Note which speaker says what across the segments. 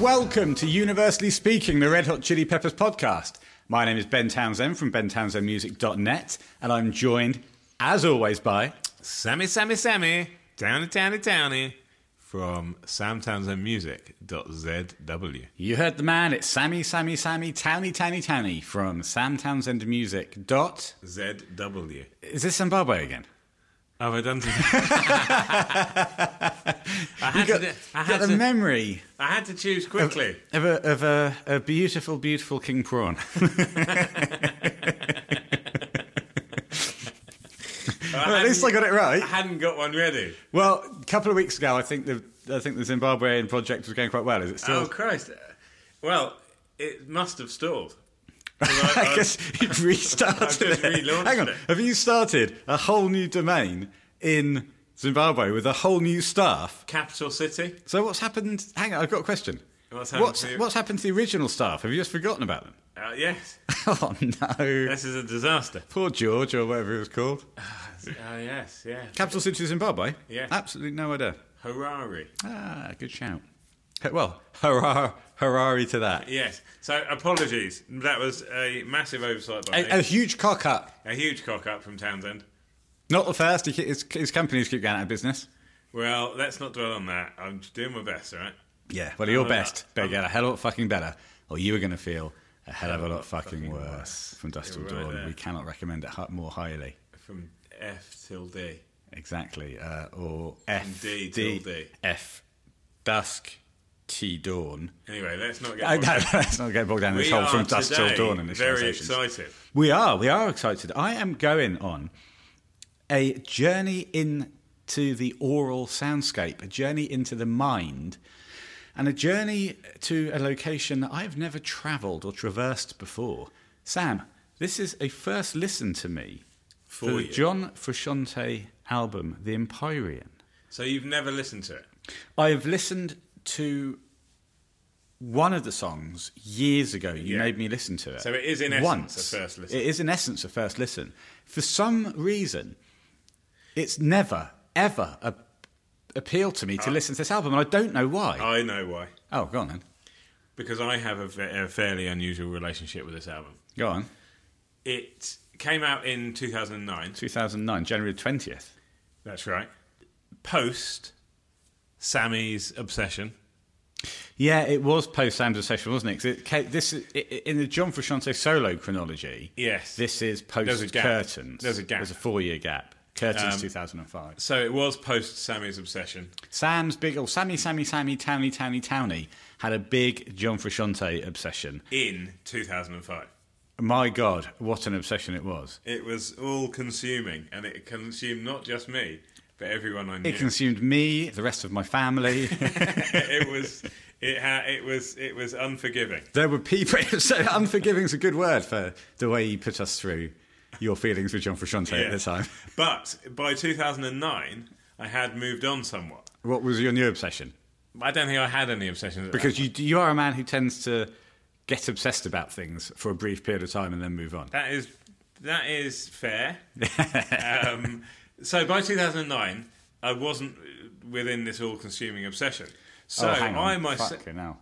Speaker 1: welcome to Universally Speaking, the Red Hot Chili Peppers podcast. My name is Ben Townsend from bentownsendmusic.net, and I'm joined, as always, by.
Speaker 2: Sammy, Sammy, Sammy, Towny, Towny, Towny, from samtownsendmusic.zw.
Speaker 1: You heard the man, it's Sammy, Sammy, Sammy, Towny, Towny, Towny from Sam Townsend Music. Dot.
Speaker 2: ZW.
Speaker 1: Is this Zimbabwe again?
Speaker 2: Have I done something? I, had
Speaker 1: You got,
Speaker 2: to, do- I,
Speaker 1: you
Speaker 2: had
Speaker 1: got the
Speaker 2: to,
Speaker 1: memory
Speaker 2: I had to choose quickly.
Speaker 1: of, a, of a, a beautiful, beautiful king prawn.
Speaker 2: I,
Speaker 1: At least I
Speaker 2: hadn't-
Speaker 1: got it right.
Speaker 2: I hadn't got one ready.
Speaker 1: Well, a couple of weeks ago, I think the I think the Zimbabwean project was going quite well. Is it still?
Speaker 2: Oh, Christ. Well, it must have stalled.
Speaker 1: I guess you've restarted.
Speaker 2: I've
Speaker 1: it.
Speaker 2: just um, relaunched
Speaker 1: Hang on,
Speaker 2: it.
Speaker 1: have you started a whole new domain in Zimbabwe with a whole new staff?
Speaker 2: Capital City?
Speaker 1: So what's happened? Hang on, I've got a question.
Speaker 2: What's happened
Speaker 1: what's,
Speaker 2: to-
Speaker 1: what's happened to the original staff? Have you just forgotten about them?
Speaker 2: Uh, yes.
Speaker 1: Oh no!
Speaker 2: This is a disaster.
Speaker 1: Poor George or whatever he was called.
Speaker 2: Oh, yes, yeah.
Speaker 1: Capital city of Zimbabwe.
Speaker 2: Yeah.
Speaker 1: absolutely no idea.
Speaker 2: Harare.
Speaker 1: Ah, good shout. H- Well, hurrah, hurrah to that.
Speaker 2: Yes. So, apologies. That was a massive oversight by me.
Speaker 1: A, a huge cock up.
Speaker 2: A huge cock up from Townsend.
Speaker 1: Not the first. He, ke- his, his companies keep going out of business.
Speaker 2: Well, let's not dwell on that. I'm just doing my best, all right?
Speaker 1: Yeah. Well, your
Speaker 2: I'm
Speaker 1: best.
Speaker 2: not-
Speaker 1: Better
Speaker 2: I'm-
Speaker 1: get a hell of a lot fucking better, or you are going to feel a hell of a lot fucking worse from Dust Till
Speaker 2: You're right
Speaker 1: Dawn.
Speaker 2: there.
Speaker 1: We cannot recommend it hi- more highly.
Speaker 2: From F till D.
Speaker 1: Exactly. Uh, or F
Speaker 2: D
Speaker 1: D
Speaker 2: till D.
Speaker 1: F Dusk T Dawn.
Speaker 2: Anyway, let's not get.
Speaker 1: I
Speaker 2: bogged
Speaker 1: know,
Speaker 2: down.
Speaker 1: let's not get bogged down in
Speaker 2: We
Speaker 1: this whole
Speaker 2: are
Speaker 1: from Dust Till
Speaker 2: today
Speaker 1: Dawn in
Speaker 2: Very excited.
Speaker 1: We are. We are excited. I am going on a journey into the oral soundscape, a journey into the mind, and a journey to a location that I've never travelled or traversed before. Sam, this is a first listen to me for,
Speaker 2: For
Speaker 1: the
Speaker 2: you.
Speaker 1: John Frusciante album, The Empyrean.
Speaker 2: So you've never listened to it?
Speaker 1: I have listened to one of the songs years ago. You
Speaker 2: Yeah.
Speaker 1: made me listen to it.
Speaker 2: So it is in essence
Speaker 1: once.
Speaker 2: a first listen.
Speaker 1: It is in essence a first listen. For some reason, it's never ever a- appealed to me
Speaker 2: Ah.
Speaker 1: to listen to this album, and I don't know why.
Speaker 2: I know why.
Speaker 1: oh, go on then.
Speaker 2: Because I have a, fa- a fairly unusual relationship with this album.
Speaker 1: Go on.
Speaker 2: It came out in 2009.
Speaker 1: 2009, January 20th.
Speaker 2: That's right. Post Sammy's Obsession.
Speaker 1: Yeah, it was post Sam's Obsession, wasn't it? 'Cause it ca- this i- i- in the John Frusciante solo chronology.
Speaker 2: Yes.
Speaker 1: This is
Speaker 2: There's a
Speaker 1: post
Speaker 2: gap.
Speaker 1: Curtains.
Speaker 2: There's a gap. Um,
Speaker 1: There's a four-year gap. Curtains, 2005.
Speaker 2: So it was post Sammy's Obsession.
Speaker 1: Sam's big old Sammy, Sammy, Sammy, Towny, Towny, Towny had a big John Frusciante obsession.
Speaker 2: in 2005.
Speaker 1: My God, what an obsession it was!
Speaker 2: It was all consuming, and it consumed not just me, but everyone I knew.
Speaker 1: It consumed me, the rest of my family.
Speaker 2: it was it ha- it was it was unforgiving.
Speaker 1: there were people. So unforgiving's a good word for the way you put us through your feelings with John Frusciante at
Speaker 2: Yeah.
Speaker 1: the time.
Speaker 2: But by 2009, I had moved on somewhat.
Speaker 1: What was your new obsession?
Speaker 2: I don't think I had any obsessions. at that
Speaker 1: Because you you are a man who tends to get obsessed about things for a brief period of time and then move on.
Speaker 2: That is that is fair. um, so by 2009, I wasn't within this all-consuming obsession. So
Speaker 1: oh, hang on.
Speaker 2: I myself.
Speaker 1: Fucking hell.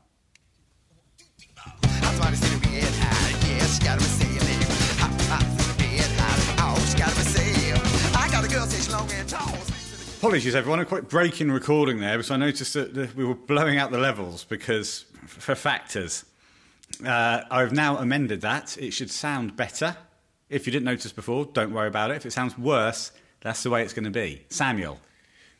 Speaker 3: That's why they say to get high. Yes, gotta be saying it. Hot, hot, get high. Always oh, gotta be saying. I got a girl say she long and tall.
Speaker 1: Apologies, everyone. A quick break in recording there because I noticed that the, we were blowing out the levels because for factors. Uh, I've now amended that. It should sound better. If you didn't notice before, don't worry about it. If it sounds worse, that's the way it's going to be. Samuel,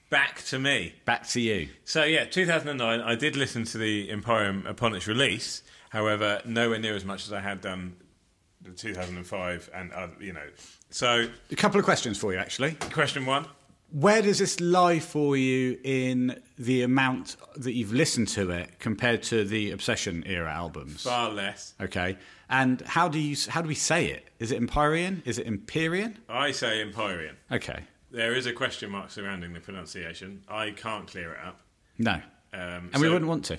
Speaker 2: Back to me.
Speaker 1: back to you.
Speaker 2: So yeah, 2009. I did listen to the Emporium upon its release. However, nowhere near as much as I had done the 2005 and other, you know. So
Speaker 1: A couple of questions for you, actually.
Speaker 2: question one.
Speaker 1: Where does this lie for you in the amount that you've listened to it compared to the Obsession era albums?
Speaker 2: Far less.
Speaker 1: Okay, and how do you how do we say it? Is it Empyrean? Is it Empyrean?
Speaker 2: I say Emporium.
Speaker 1: Okay.
Speaker 2: There is a question mark surrounding the pronunciation. I can't clear it up.
Speaker 1: No.
Speaker 2: Um,
Speaker 1: and we
Speaker 2: so-
Speaker 1: wouldn't want to.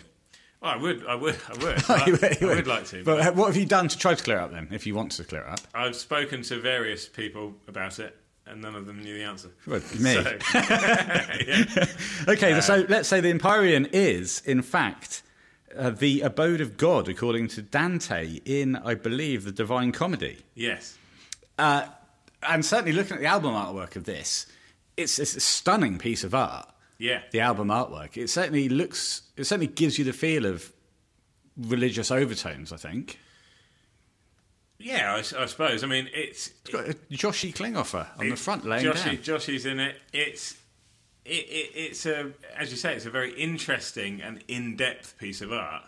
Speaker 2: Oh, I would, I would, I would. I,
Speaker 1: You would-
Speaker 2: I
Speaker 1: you
Speaker 2: would like to. But
Speaker 1: But uh, what have you done to try to clear it up then, if you want to clear it up?
Speaker 2: I've spoken to various people about it, and none of them knew the answer.
Speaker 1: Well, me.
Speaker 2: So, yeah.
Speaker 1: Um, Okay, so let's say the Empyrean is, in fact, uh, the abode of God, according to Dante, in, I believe, the Divine Comedy.
Speaker 2: Yes.
Speaker 1: Uh, and certainly looking at the album artwork of this, it's, it's a stunning piece of art.
Speaker 2: Yeah.
Speaker 1: The album artwork. It certainly looks, it certainly gives you the feel of religious overtones, I think.
Speaker 2: Yeah, I s I I suppose. I mean, it's
Speaker 1: It's got a Joshy Klinghoffer on the
Speaker 2: It-
Speaker 1: front laying
Speaker 2: Josh,
Speaker 1: down.
Speaker 2: Josh is in it. It's it, it, it's a as you say, it's a very interesting and in-depth piece of art,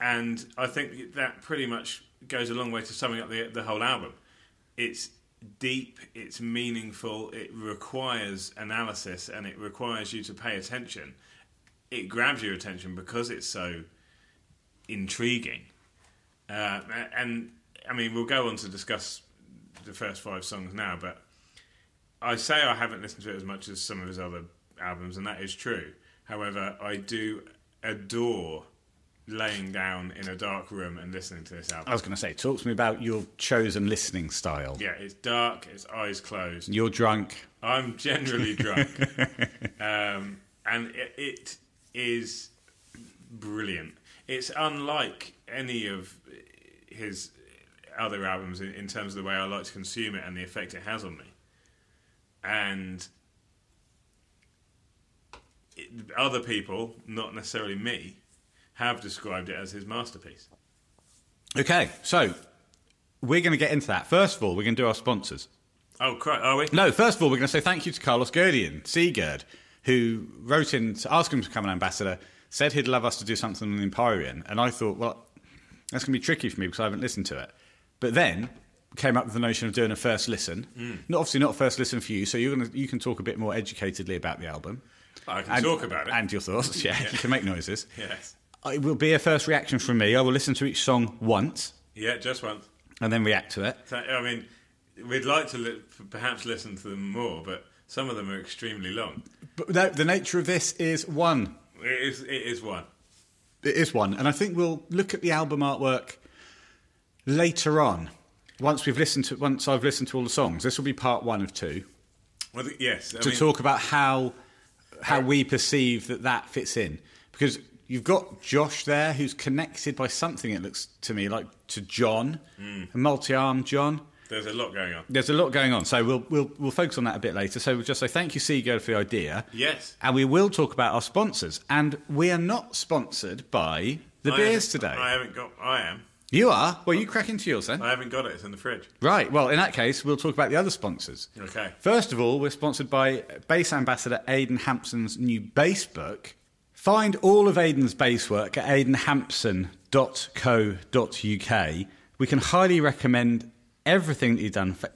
Speaker 2: and I think that pretty much goes a long way to summing up the the whole album. It's deep, it's meaningful, it requires analysis, and it requires you to pay attention. It grabs your attention because it's so intriguing. Uh, and I mean, we'll go on to discuss the first five songs now, but I say I haven't listened to it as much as some of his other albums, and that is true. However, I do adore laying down in a dark room and listening to this
Speaker 1: I
Speaker 2: album.
Speaker 1: was going to say, talk to me about your chosen listening style.
Speaker 2: Yeah, it's dark, it's eyes closed.
Speaker 1: You're drunk.
Speaker 2: I'm generally drunk, um, and it, it is brilliant. It's unlike any of his other albums in, in terms of the way I like to consume it and the effect it has on me. And it, other people, not necessarily me, have described it as his masterpiece.
Speaker 1: Okay, so we're going to get into that. First of all, we're going to do our sponsors.
Speaker 2: Oh, cri- are we?
Speaker 1: No, first of all, we're going to say thank you to Carlos Gerdian, Seagird, who wrote in to ask him to become an ambassador, said he'd love us to do something on the Empyrean. And I thought, well, that's going to be tricky for me because I haven't listened to it. But then came up with the notion of doing a first listen. Not obviously not a first listen for you, so you're going to, you can talk a bit more educatedly about the album.
Speaker 2: I can talk about it.
Speaker 1: And your thoughts, yeah. You can make noises. Uh,
Speaker 2: yes.
Speaker 1: It will be a first reaction from me. I will listen to each song once
Speaker 2: Yeah, just once.
Speaker 1: and then react to it.
Speaker 2: So, I mean, we'd like to li- perhaps listen to them more, but some of them are extremely long.
Speaker 1: But no, the nature of this is one.
Speaker 2: It is, it is one.
Speaker 1: It is one. And I think we'll look at the album artwork later on. Once we've listened to once I've listened to all the songs. This will be part one of two.
Speaker 2: Well, th- yes, I
Speaker 1: to
Speaker 2: mean,
Speaker 1: talk about how how we perceive that that fits in because you've got Josh there who's connected by something it looks to me like to John multi armed John
Speaker 2: there's a lot going on.
Speaker 1: there's a lot going on so we'll we'll we'll focus on that a bit later so we'll just say thank you Seago for the idea
Speaker 2: Yes.
Speaker 1: and we will talk about our sponsors and we are not sponsored by the
Speaker 2: I
Speaker 1: beers
Speaker 2: haven't-
Speaker 1: today
Speaker 2: I haven't got. I am.
Speaker 1: you are well you crack into yours then
Speaker 2: I haven't got it. It's in the fridge.
Speaker 1: Right. Well, in that case, we'll talk about the other sponsors.
Speaker 2: Okay.
Speaker 1: First of all, we're sponsored by bass ambassador Aidan Hampson's new bass book. Find all of Aidan's bass work at aidanhampson.co.uk. We can highly recommend everything that he's done. Fa-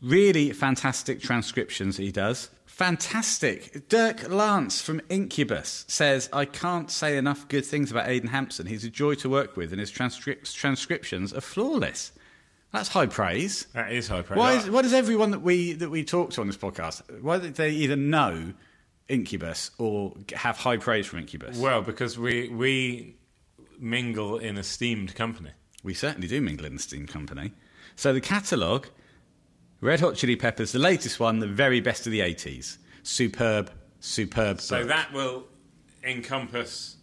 Speaker 1: Really fantastic transcriptions that he does. Fantastic. Dirk Lance from Incubus says, I can't say enough good things about Aidan Hampson. He's a joy to work with, and his transcripts transcriptions are flawless. That's high praise.
Speaker 2: That is high praise.
Speaker 1: Why, is, why does everyone that we that we talk to on this podcast why do they either know Incubus or g- have high praise from Incubus?
Speaker 2: Well, because we we mingle in esteemed company.
Speaker 1: we certainly do mingle in the steam company. So the catalogue, Red Hot Chili Peppers, the latest one, the very best of the eighties, superb, superb.
Speaker 2: So
Speaker 1: book.
Speaker 2: that will encompass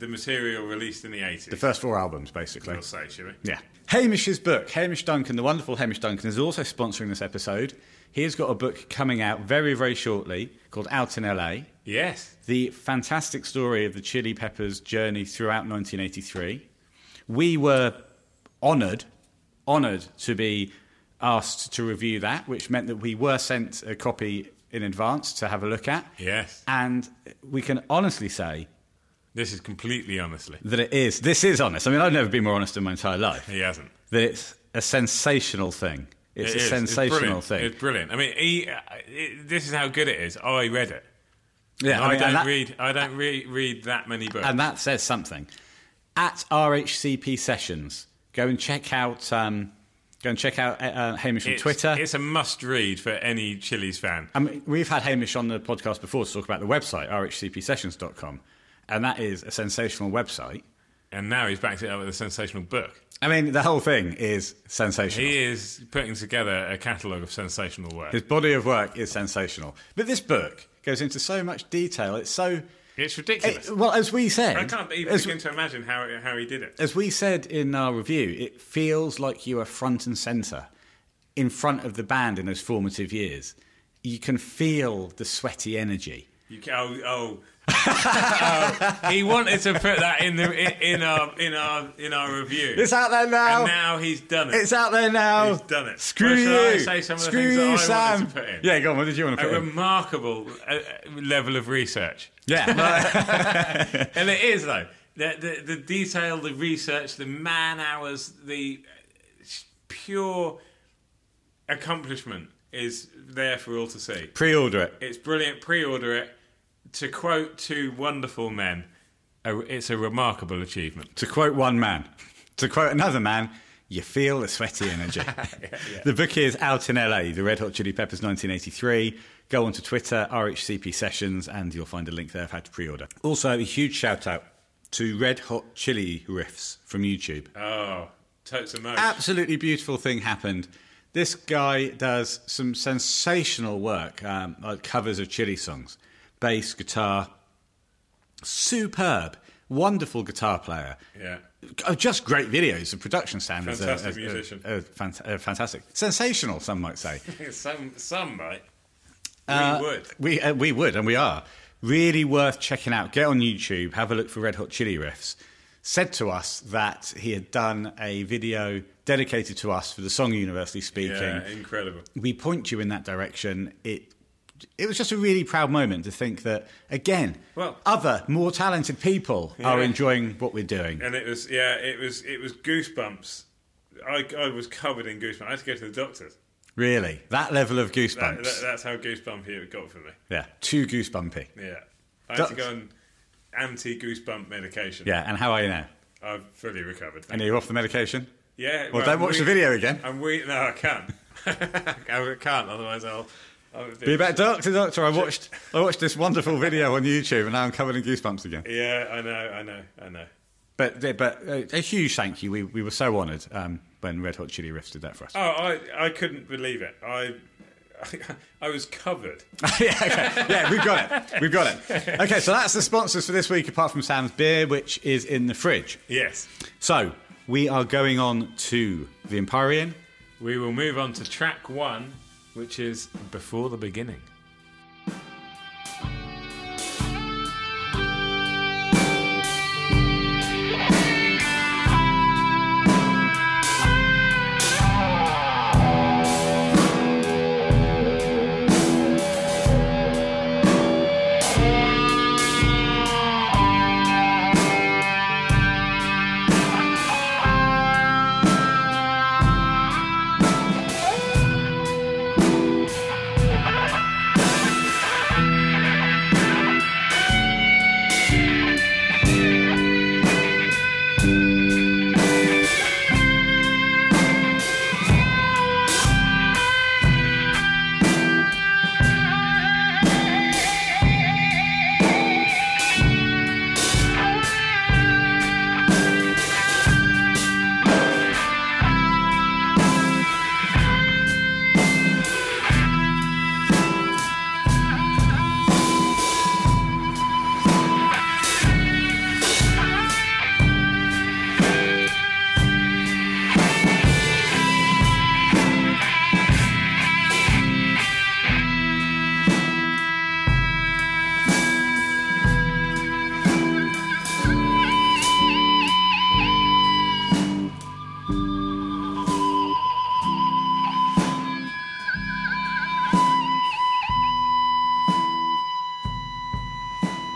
Speaker 2: the material released in the
Speaker 1: the
Speaker 2: eighties.
Speaker 1: first four albums, basically.
Speaker 2: We'll say, shall we?
Speaker 1: Yeah. Hamish's book, Hamish Duncan, the wonderful Hamish Duncan, is also sponsoring this episode. He has got a book coming out very, very shortly called Out in LA.
Speaker 2: Yes.
Speaker 1: the fantastic story of the Chili Peppers' journey throughout 1983. We were honoured, honoured to be asked to review that, which meant that we were sent a copy in advance to have a look at.
Speaker 2: Yes.
Speaker 1: And we can honestly say
Speaker 2: This is completely honestly.
Speaker 1: that it is, this is honest. I mean, I've never been more honest in my entire life.
Speaker 2: He hasn't.
Speaker 1: That it's a sensational thing. It's
Speaker 2: It
Speaker 1: a
Speaker 2: is.
Speaker 1: sensational
Speaker 2: it's brilliant.
Speaker 1: thing.
Speaker 2: It's brilliant. I mean, he, uh, it, this is how good it is. I read it.
Speaker 1: yeah,
Speaker 2: I,
Speaker 1: mean, and
Speaker 2: don't
Speaker 1: that-
Speaker 2: read. I don't re- read that many books.
Speaker 1: And that says something. At RHCP sessions, go and check out um, go and check out uh, uh, Hamish on
Speaker 2: It's-
Speaker 1: Twitter.
Speaker 2: It's a must-read for any Chili's fan.
Speaker 1: I mean, we've had Hamish on the podcast before to talk about the website rhcpsessions.com, and that is a sensational website.
Speaker 2: And now he's backed it up with a sensational book.
Speaker 1: I mean, the whole thing is sensational.
Speaker 2: He is putting together a catalogue of sensational work.
Speaker 1: His body of work is sensational, but this book goes into so much detail. It's so
Speaker 2: It's ridiculous.
Speaker 1: It- well, as we said,
Speaker 2: I can't even
Speaker 1: as,
Speaker 2: begin to imagine how how he did it.
Speaker 1: as we said in our review, it feels like you are front and center in front of the band in those formative years. You can feel the sweaty energy.
Speaker 2: You ca- oh, oh. oh, he wanted to put that in the in, in our in our in our review.
Speaker 1: It's out there now.
Speaker 2: and now he's done it.
Speaker 1: it's out there now.
Speaker 2: He's done it.
Speaker 1: Screw
Speaker 2: Well, shall I
Speaker 1: you.
Speaker 2: say some of the
Speaker 1: Screw
Speaker 2: things
Speaker 1: you,
Speaker 2: that I wanted
Speaker 1: Sam.
Speaker 2: to put in?
Speaker 1: Yeah, go on. What did you want to
Speaker 2: a
Speaker 1: put in?
Speaker 2: remarkable uh, uh, level of research.
Speaker 1: Yeah.
Speaker 2: and it is though the, the the detail, the research, the man hours, the uh, pure accomplishment is there for all to see.
Speaker 1: Pre-order it.
Speaker 2: It's brilliant. Pre-order it. To quote two wonderful men, a, it's a remarkable achievement.
Speaker 1: To quote one man, to quote another man, you feel the sweaty energy. The book is out in LA, The Red Hot Chili Peppers 1983. Go onto Twitter, RHCP Sessions, and you'll find a link there of how to pre order. Also, a huge shout out to Red Hot Chili Riffs from YouTube.
Speaker 2: Oh, totes a moat.
Speaker 1: Absolutely beautiful thing happened. This guy does some sensational work, um, like covers of Chili songs, bass, guitar, superb, wonderful guitar player.
Speaker 2: Yeah.
Speaker 1: Oh, just great videos. The production standards
Speaker 2: Fantastic
Speaker 1: are, are- are-
Speaker 2: musician.
Speaker 1: are fant- are fantastic. Sensational, some might say.
Speaker 2: some some might. we would.
Speaker 1: we, uh, we would, and we are. Really worth checking out. Get on YouTube, have a look for Red Hot Chili Riffs. Said to us that he had done a video dedicated to us for the Song University speaking.
Speaker 2: Yeah, incredible.
Speaker 1: we point you in that direction. It it was just a really proud moment to think that again,
Speaker 2: Well-
Speaker 1: other more talented people are
Speaker 2: Yeah.
Speaker 1: enjoying what we're doing.
Speaker 2: and it was yeah, it was it was goosebumps. I, I was covered in goosebumps. I had to go to the doctors.
Speaker 1: Really, that level of goosebumps.
Speaker 2: That, that, that's how goosebumpy it got for me.
Speaker 1: yeah, too goosebumpy.
Speaker 2: Yeah, I had
Speaker 1: Doc-
Speaker 2: to go on anti goosebump medication.
Speaker 1: Yeah, and how are you now?
Speaker 2: I've fully recovered. thank
Speaker 1: And are you off the medication?
Speaker 2: you. yeah,
Speaker 1: Well, don't
Speaker 2: I'm
Speaker 1: watch the
Speaker 2: wee-
Speaker 1: video again.
Speaker 2: I'm we no, I can't. I can't. Otherwise, I'll. I'll
Speaker 1: Be back, doctor, doctor. I watched I watched this wonderful video on YouTube, and now I'm covered in goosebumps again.
Speaker 2: Yeah, I know, I know, I know.
Speaker 1: But but uh, a huge thank you. We we were so honoured um, when Red Hot Chili Riffs did that for us.
Speaker 2: Oh, I I couldn't believe it. I I, was covered.
Speaker 1: yeah, okay. yeah, we've got it. We've got it. Okay, so that's the sponsors for this week, apart from Sam's beer, which is in the fridge.
Speaker 2: Yes.
Speaker 1: So we are going on to the Empyrean.
Speaker 2: We will move on to track one, which is Before the Beginning.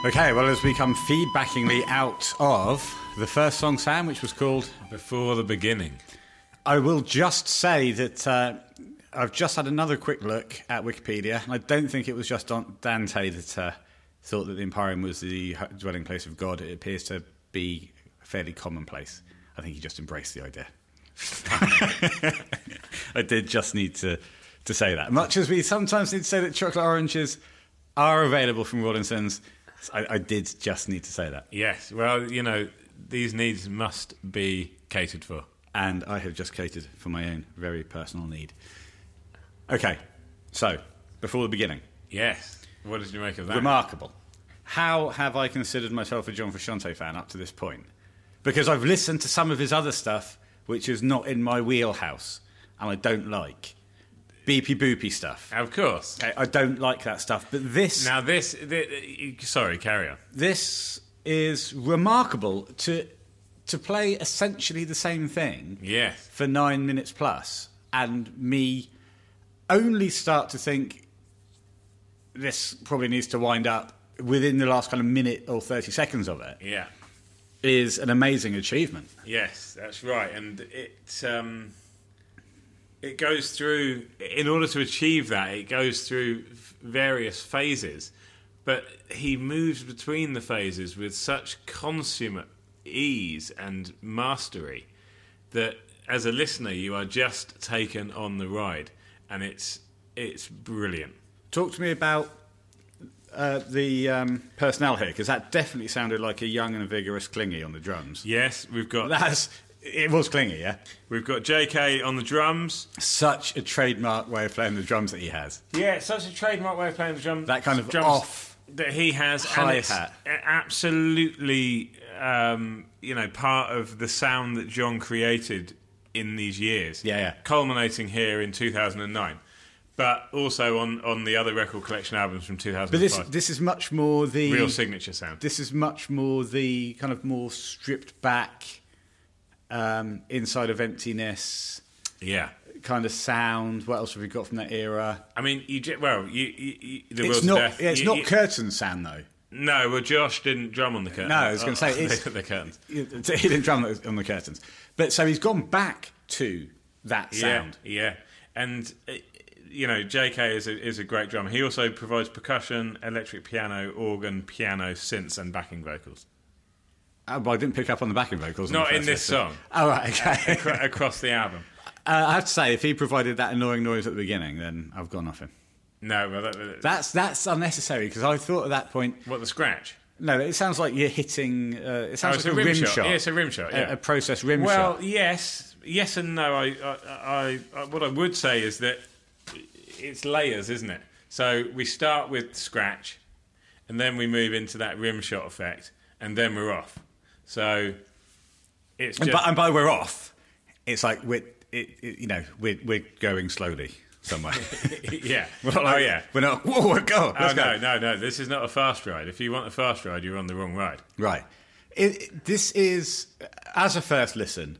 Speaker 1: Okay, well, as we come feedbackingly out of the first song, Sam, which was called
Speaker 2: Before the Beginning.
Speaker 1: I will just say that uh, I've just had another quick look at Wikipedia, and I don't think it was just Don- Dante that uh, thought that the Empyrean was the h- dwelling place of God. It appears to be fairly commonplace. I think he just embraced the idea. I did just need to, to say that. Much as we sometimes need to say that chocolate oranges are available from Rawlinson's, I, I did just need to say that.
Speaker 2: Yes, well, you know, these needs must be catered for.
Speaker 1: and I have just catered for my own very personal need. Okay, so before the beginning,
Speaker 2: Yes. What did you make of that?
Speaker 1: remarkable. how have I considered myself a John Frusciante fan up to this point? Because I've listened to some of his other stuff, which is not in my wheelhouse, and I don't like beepy boopy stuff.
Speaker 2: Of course.
Speaker 1: I I don't like that stuff. But this
Speaker 2: Now this, th- sorry, carry on.
Speaker 1: this is remarkable to to play essentially the same thing
Speaker 2: Yes.
Speaker 1: for nine minutes plus, and me only start to think this probably needs to wind up within the last kind of minute or thirty seconds of it
Speaker 2: Yeah.
Speaker 1: is an amazing achievement.
Speaker 2: Yes, that's right. And it um, it goes through. In order to achieve that, it goes through f- various phases. But he moves between the phases with such consummate ease and mastery that, as a listener, you are just taken on the ride, and it's it's brilliant.
Speaker 1: Talk to me about uh, the um, personnel here because that definitely sounded like a young and vigorous Clingy on the drums.
Speaker 2: Yes, we've got
Speaker 1: That's it was Clingy, yeah.
Speaker 2: we've got J.K. on the drums.
Speaker 1: Such a trademark way of playing the drums that he has.
Speaker 2: Yeah, it's such a trademark way of playing the drum.
Speaker 1: That kind of
Speaker 2: drums
Speaker 1: off
Speaker 2: that he has, and it's
Speaker 1: hi-hat.
Speaker 2: a- absolutely, um, you know, part of the sound that John created in these years.
Speaker 1: Yeah, yeah.
Speaker 2: culminating here in 2009, but also on on the other record collection albums from 2005.
Speaker 1: But this this is much more the
Speaker 2: real signature sound.
Speaker 1: this is much more the kind of more stripped back um, inside of emptiness
Speaker 2: yeah.
Speaker 1: kind of sound. What else have we got from that era?
Speaker 2: I mean, you ju- well, you, you, you
Speaker 1: it's
Speaker 2: the Wills of
Speaker 1: not
Speaker 2: Death,
Speaker 1: yeah, it's
Speaker 2: you-
Speaker 1: not
Speaker 2: you-
Speaker 1: curtain sound though.
Speaker 2: no, well, Josh didn't drum on the curtain.
Speaker 1: No, I was gonna say, it's-
Speaker 2: the, the curtains.
Speaker 1: He didn't drum those on the curtains, but so he's gone back to that sound.
Speaker 2: Yeah, yeah. and uh, you know, J.K. is a, is a great drummer. He also provides percussion, electric piano, organ, piano, synths, and backing vocals
Speaker 1: Oh, well, I didn't pick up on the backing vocals. on
Speaker 2: Not
Speaker 1: the
Speaker 2: in
Speaker 1: first
Speaker 2: this
Speaker 1: listen.
Speaker 2: song.
Speaker 1: Oh right, okay.
Speaker 2: acro- across the album.
Speaker 1: Uh, I have to say, if he provided that annoying noise at the beginning, then I've gone off him.
Speaker 2: No, well, that, that-
Speaker 1: That's that's unnecessary because I thought at that point
Speaker 2: what the scratch?
Speaker 1: No, it sounds like you're hitting. Uh, it
Speaker 2: Oh,
Speaker 1: sounds
Speaker 2: it's
Speaker 1: like a, rim, shot.
Speaker 2: Yeah, it's a rim shot. Yeah.
Speaker 1: a, a processed rim
Speaker 2: well,
Speaker 1: shot.
Speaker 2: yes, yes and no. I, I, I, I, what I would say is that it's layers, isn't it? So we start with scratch, and then we move into that rim shot effect, and then we're off. So it's
Speaker 1: And
Speaker 2: just,
Speaker 1: by, and by we're off. It's like we're, it, it, you know, we're we're going slowly somewhere.
Speaker 2: yeah.
Speaker 1: We're not like-
Speaker 2: oh yeah.
Speaker 1: We're not. Whoa, we're going.
Speaker 2: Oh
Speaker 1: Let's go.
Speaker 2: no, no, no! This is not a fast ride. If you want a fast ride, you're on the wrong ride.
Speaker 1: Right. It, it- this is as a first listen.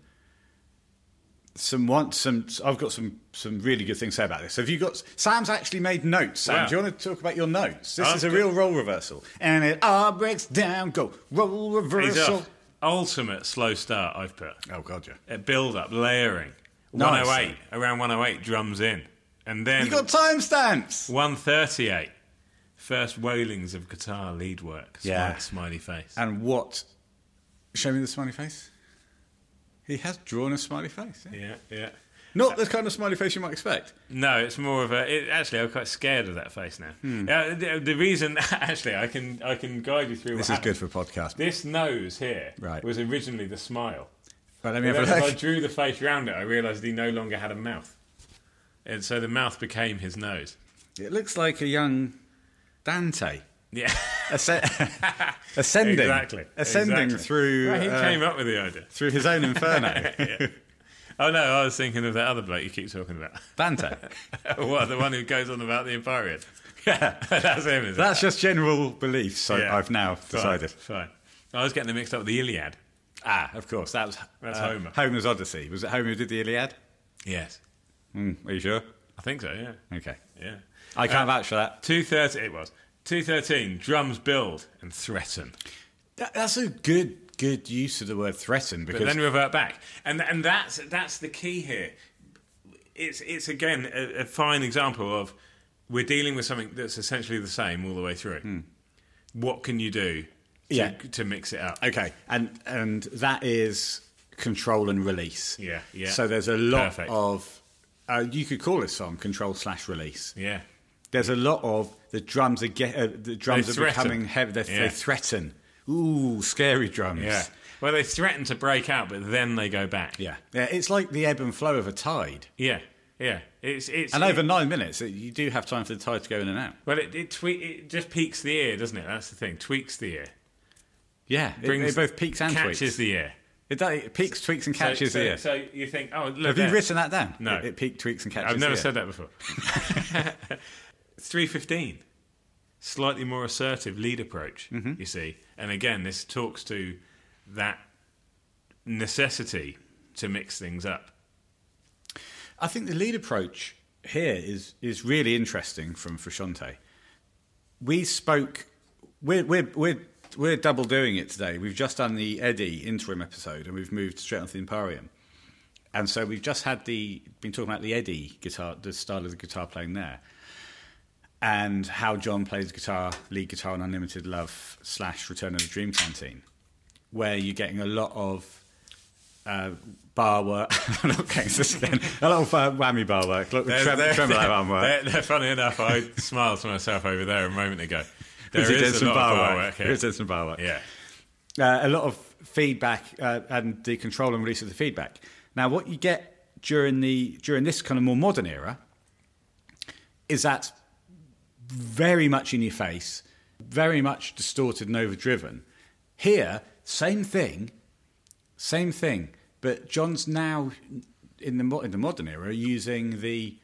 Speaker 1: Some want some. I've got some some really good things to say about this. So have you got? Sam's actually made notes. Sam,
Speaker 2: Wow.
Speaker 1: do you want to talk about your notes? This
Speaker 2: I've
Speaker 1: is a
Speaker 2: got-
Speaker 1: real role reversal, and it all breaks down. Go roll
Speaker 2: He's
Speaker 1: reversal.
Speaker 2: off. Ultimate slow start. I've put
Speaker 1: Oh god, yeah.
Speaker 2: a build up, layering.
Speaker 1: Nice.
Speaker 2: 108 around 108 drums in, and then
Speaker 1: You got timestamps.
Speaker 2: 138 first wailings of guitar lead work. Smiley,
Speaker 1: Yeah. Uh,
Speaker 2: smiley face.
Speaker 1: And what? Show me the smiley face. He has drawn a smiley face. yeah.
Speaker 2: yeah, yeah.
Speaker 1: Not the kind of smiley face you might expect.
Speaker 2: No, it's more of a. It, actually, I'm quite scared of that face now.
Speaker 1: Hmm.
Speaker 2: Uh, the, the reason, actually, I can I can guide you through.
Speaker 1: This
Speaker 2: what
Speaker 1: is good
Speaker 2: happened.
Speaker 1: for a podcast.
Speaker 2: This nose here
Speaker 1: Right.
Speaker 2: was originally the smile.
Speaker 1: Right, let me have
Speaker 2: Then
Speaker 1: a
Speaker 2: as I
Speaker 1: look.
Speaker 2: drew the face round it, I realised he no longer had a mouth. And so the mouth became his nose.
Speaker 1: It looks like a young Dante
Speaker 2: Yeah.
Speaker 1: Asce- ascending,
Speaker 2: exactly.
Speaker 1: ascending
Speaker 2: Exactly.
Speaker 1: through
Speaker 2: Well, he
Speaker 1: uh,
Speaker 2: came up with the idea.
Speaker 1: through his own inferno.
Speaker 2: Oh, no, I was thinking of that other bloke you keep talking about.
Speaker 1: Dante.
Speaker 2: what, the one who goes on about the Empyrean? Yeah. That's him, is
Speaker 1: That's just general beliefs. So
Speaker 2: it? Yeah.
Speaker 1: I've now
Speaker 2: Fine,
Speaker 1: decided.
Speaker 2: Fine. I was getting them mixed up with the Iliad.
Speaker 1: Ah, of course. That was
Speaker 2: That's Homer.
Speaker 1: Uh, Homer's Odyssey. Was it Homer who did the Iliad?
Speaker 2: Yes.
Speaker 1: Mm, are you sure?
Speaker 2: I think so, yeah.
Speaker 1: Okay.
Speaker 2: Yeah.
Speaker 1: I can't vouch for that.
Speaker 2: 213, it was. 213, drums build and threaten.
Speaker 1: That, that's a good good use of the word threaten because
Speaker 2: but then revert back, and and that's that's the key here. It's it's again a, a fine example of we're dealing with something that's essentially the same all the way through. What can you do? To,
Speaker 1: Hmm. Yeah.
Speaker 2: to mix it up.
Speaker 1: okay, and and that is control and release.
Speaker 2: Yeah, yeah.
Speaker 1: So there's a lot
Speaker 2: Perfect.
Speaker 1: of uh, you could call this song control slash release.
Speaker 2: Yeah,
Speaker 1: There's a lot of the drums are get, uh, the drums
Speaker 2: They
Speaker 1: are
Speaker 2: threaten.
Speaker 1: becoming heavy. They,
Speaker 2: Yeah.
Speaker 1: they threaten. Ooh, scary drums.
Speaker 2: yeah. Well, they threaten to break out, but then they go back.
Speaker 1: yeah, yeah. It's like the ebb and flow of a tide.
Speaker 2: yeah, Yeah, it's it's
Speaker 1: And
Speaker 2: it-
Speaker 1: over nine minutes, you do have time for the tide to go in and out.
Speaker 2: well, it it, tweak, it just peaks the ear, doesn't it? That's the thing. Tweaks the ear.
Speaker 1: Yeah, it,
Speaker 2: Brings-
Speaker 1: it both peaks and
Speaker 2: catches
Speaker 1: tweaks.
Speaker 2: the ear.
Speaker 1: It, do- it peaks, tweaks, and catches
Speaker 2: so,
Speaker 1: the ear.
Speaker 2: So you think, oh, look,
Speaker 1: have you
Speaker 2: there.
Speaker 1: written that down?
Speaker 2: No.
Speaker 1: It, it peaks, tweaks, and catches
Speaker 2: I've never
Speaker 1: the ear.
Speaker 2: said that before. Three fifteen, slightly more assertive lead approach.
Speaker 1: Mm-hmm.
Speaker 2: You see, and again, this talks to that necessity to mix things up.
Speaker 1: I think the lead approach here is is really interesting from Frashante. We spoke. We're we're we're we're double doing it today. We've just done the Eddie interim episode, and we've moved straight onto the Emporium. And so we've just had the been talking about the Eddie guitar, the style of the guitar playing there, and how John plays guitar, lead guitar on Unlimited Love slash Return of the Dream Canteen, where you're getting a lot of uh, bar work. I'm not getting this again. A lot of uh, whammy bar work. Look,
Speaker 2: They're-
Speaker 1: trem-
Speaker 2: they're-
Speaker 1: tremolo arm work.
Speaker 2: They're, they're funny enough. I smiled to myself over there a moment ago. There
Speaker 1: Because he did
Speaker 2: is a
Speaker 1: some
Speaker 2: lot
Speaker 1: bar
Speaker 2: of
Speaker 1: work.
Speaker 2: bar work.
Speaker 1: He
Speaker 2: here.
Speaker 1: did some bar work.
Speaker 2: Yeah.
Speaker 1: Uh, a lot of feedback uh, and the control and release of the feedback. Now, what you get during the during this kind of more modern era is that very much in your face, very much distorted and overdriven. Here, same thing, same thing, but John's now in the mo- in the modern era using the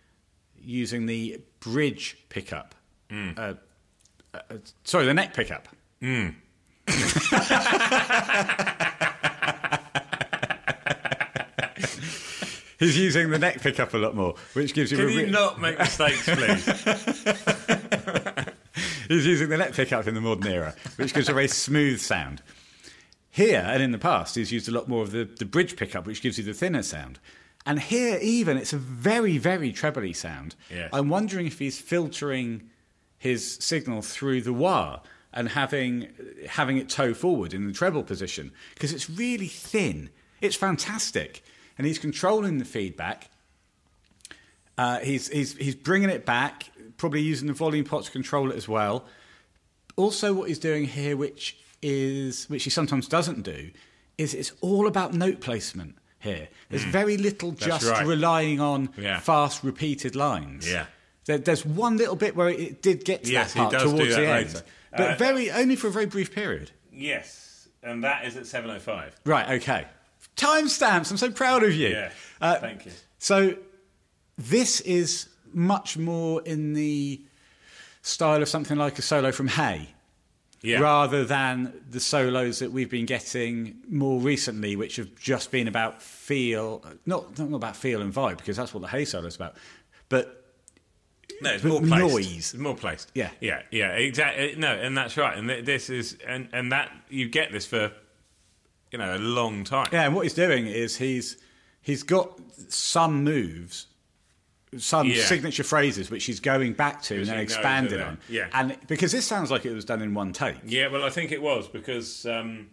Speaker 1: using the bridge pickup.
Speaker 2: Mm.
Speaker 1: Uh, uh, uh, sorry, the neck pickup. He's using the neck pickup a lot more, which gives you.
Speaker 2: Can
Speaker 1: a
Speaker 2: you
Speaker 1: re-
Speaker 2: not make mistakes, please?
Speaker 1: He's using the neck pickup in the modern era, which gives a very smooth sound. Here and in the past, he's used a lot more of the, the bridge pickup, which gives you the thinner sound. And here, even, it's a very, very trebly sound.
Speaker 2: Yes.
Speaker 1: I'm wondering if he's filtering his signal through the wah and having, having it toe forward in the treble position because it's really thin. It's fantastic. And he's controlling the feedback uh, he's, he's, he's bringing it back, probably using the volume pot to control it as well. Also, what he's doing here, which is which he sometimes doesn't do, is it's all about note placement here. There's very little just
Speaker 2: Hmm. right.
Speaker 1: relying on
Speaker 2: Yeah.
Speaker 1: fast repeated lines.
Speaker 2: Yeah.
Speaker 1: There, there's one little bit where it did get to
Speaker 2: Yes, he
Speaker 1: that part
Speaker 2: does do
Speaker 1: towards
Speaker 2: that
Speaker 1: the end,
Speaker 2: later.
Speaker 1: but
Speaker 2: Uh,
Speaker 1: very only for a very brief period.
Speaker 2: yes, and that is at seven oh five.
Speaker 1: Right. Okay. Timestamps. I'm so proud of you.
Speaker 2: Yeah.
Speaker 1: Uh,
Speaker 2: Thank you.
Speaker 1: So this is much more in the style of something like a solo from Hay,
Speaker 2: Yeah.
Speaker 1: rather than the solos that we've been getting more recently, which have just been about feel, not not about feel and vibe, because that's what the Hay solo is about, but
Speaker 2: No, it's
Speaker 1: But
Speaker 2: more placed.
Speaker 1: noise.
Speaker 2: More placed.
Speaker 1: Yeah.
Speaker 2: yeah, yeah, exactly. No, and that's right. And th- this is, and and that you get this for, you know, a long time.
Speaker 1: Yeah, and what he's doing is he's he's got some moves, some
Speaker 2: Yeah.
Speaker 1: signature phrases which he's going back to and
Speaker 2: he
Speaker 1: then
Speaker 2: knows
Speaker 1: expanding
Speaker 2: that-
Speaker 1: on.
Speaker 2: yeah.
Speaker 1: and because this sounds like it was done in one take.
Speaker 2: Yeah, well, I think it was because um,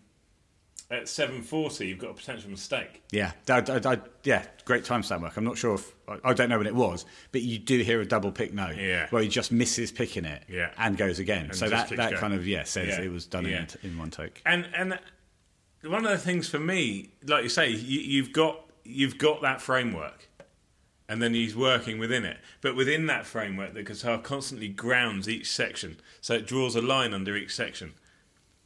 Speaker 2: at seven forty you've got a potential mistake.
Speaker 1: Yeah, I, I, I, yeah, great timestamp work. I'm not sure if I, I don't know when it was, but you do hear a double pick note
Speaker 2: Yeah.
Speaker 1: where he just misses picking it
Speaker 2: Yeah.
Speaker 1: and goes again. so
Speaker 2: just
Speaker 1: that,
Speaker 2: keeps
Speaker 1: that
Speaker 2: going.
Speaker 1: kind of yeah says
Speaker 2: Yeah.
Speaker 1: it was done
Speaker 2: Yeah.
Speaker 1: in, in one take.
Speaker 2: And and one of the things for me, like you say, you, you've got you've got that framework, and then he's working within it. But within that framework, the guitar constantly grounds each section, so it draws a line under each section,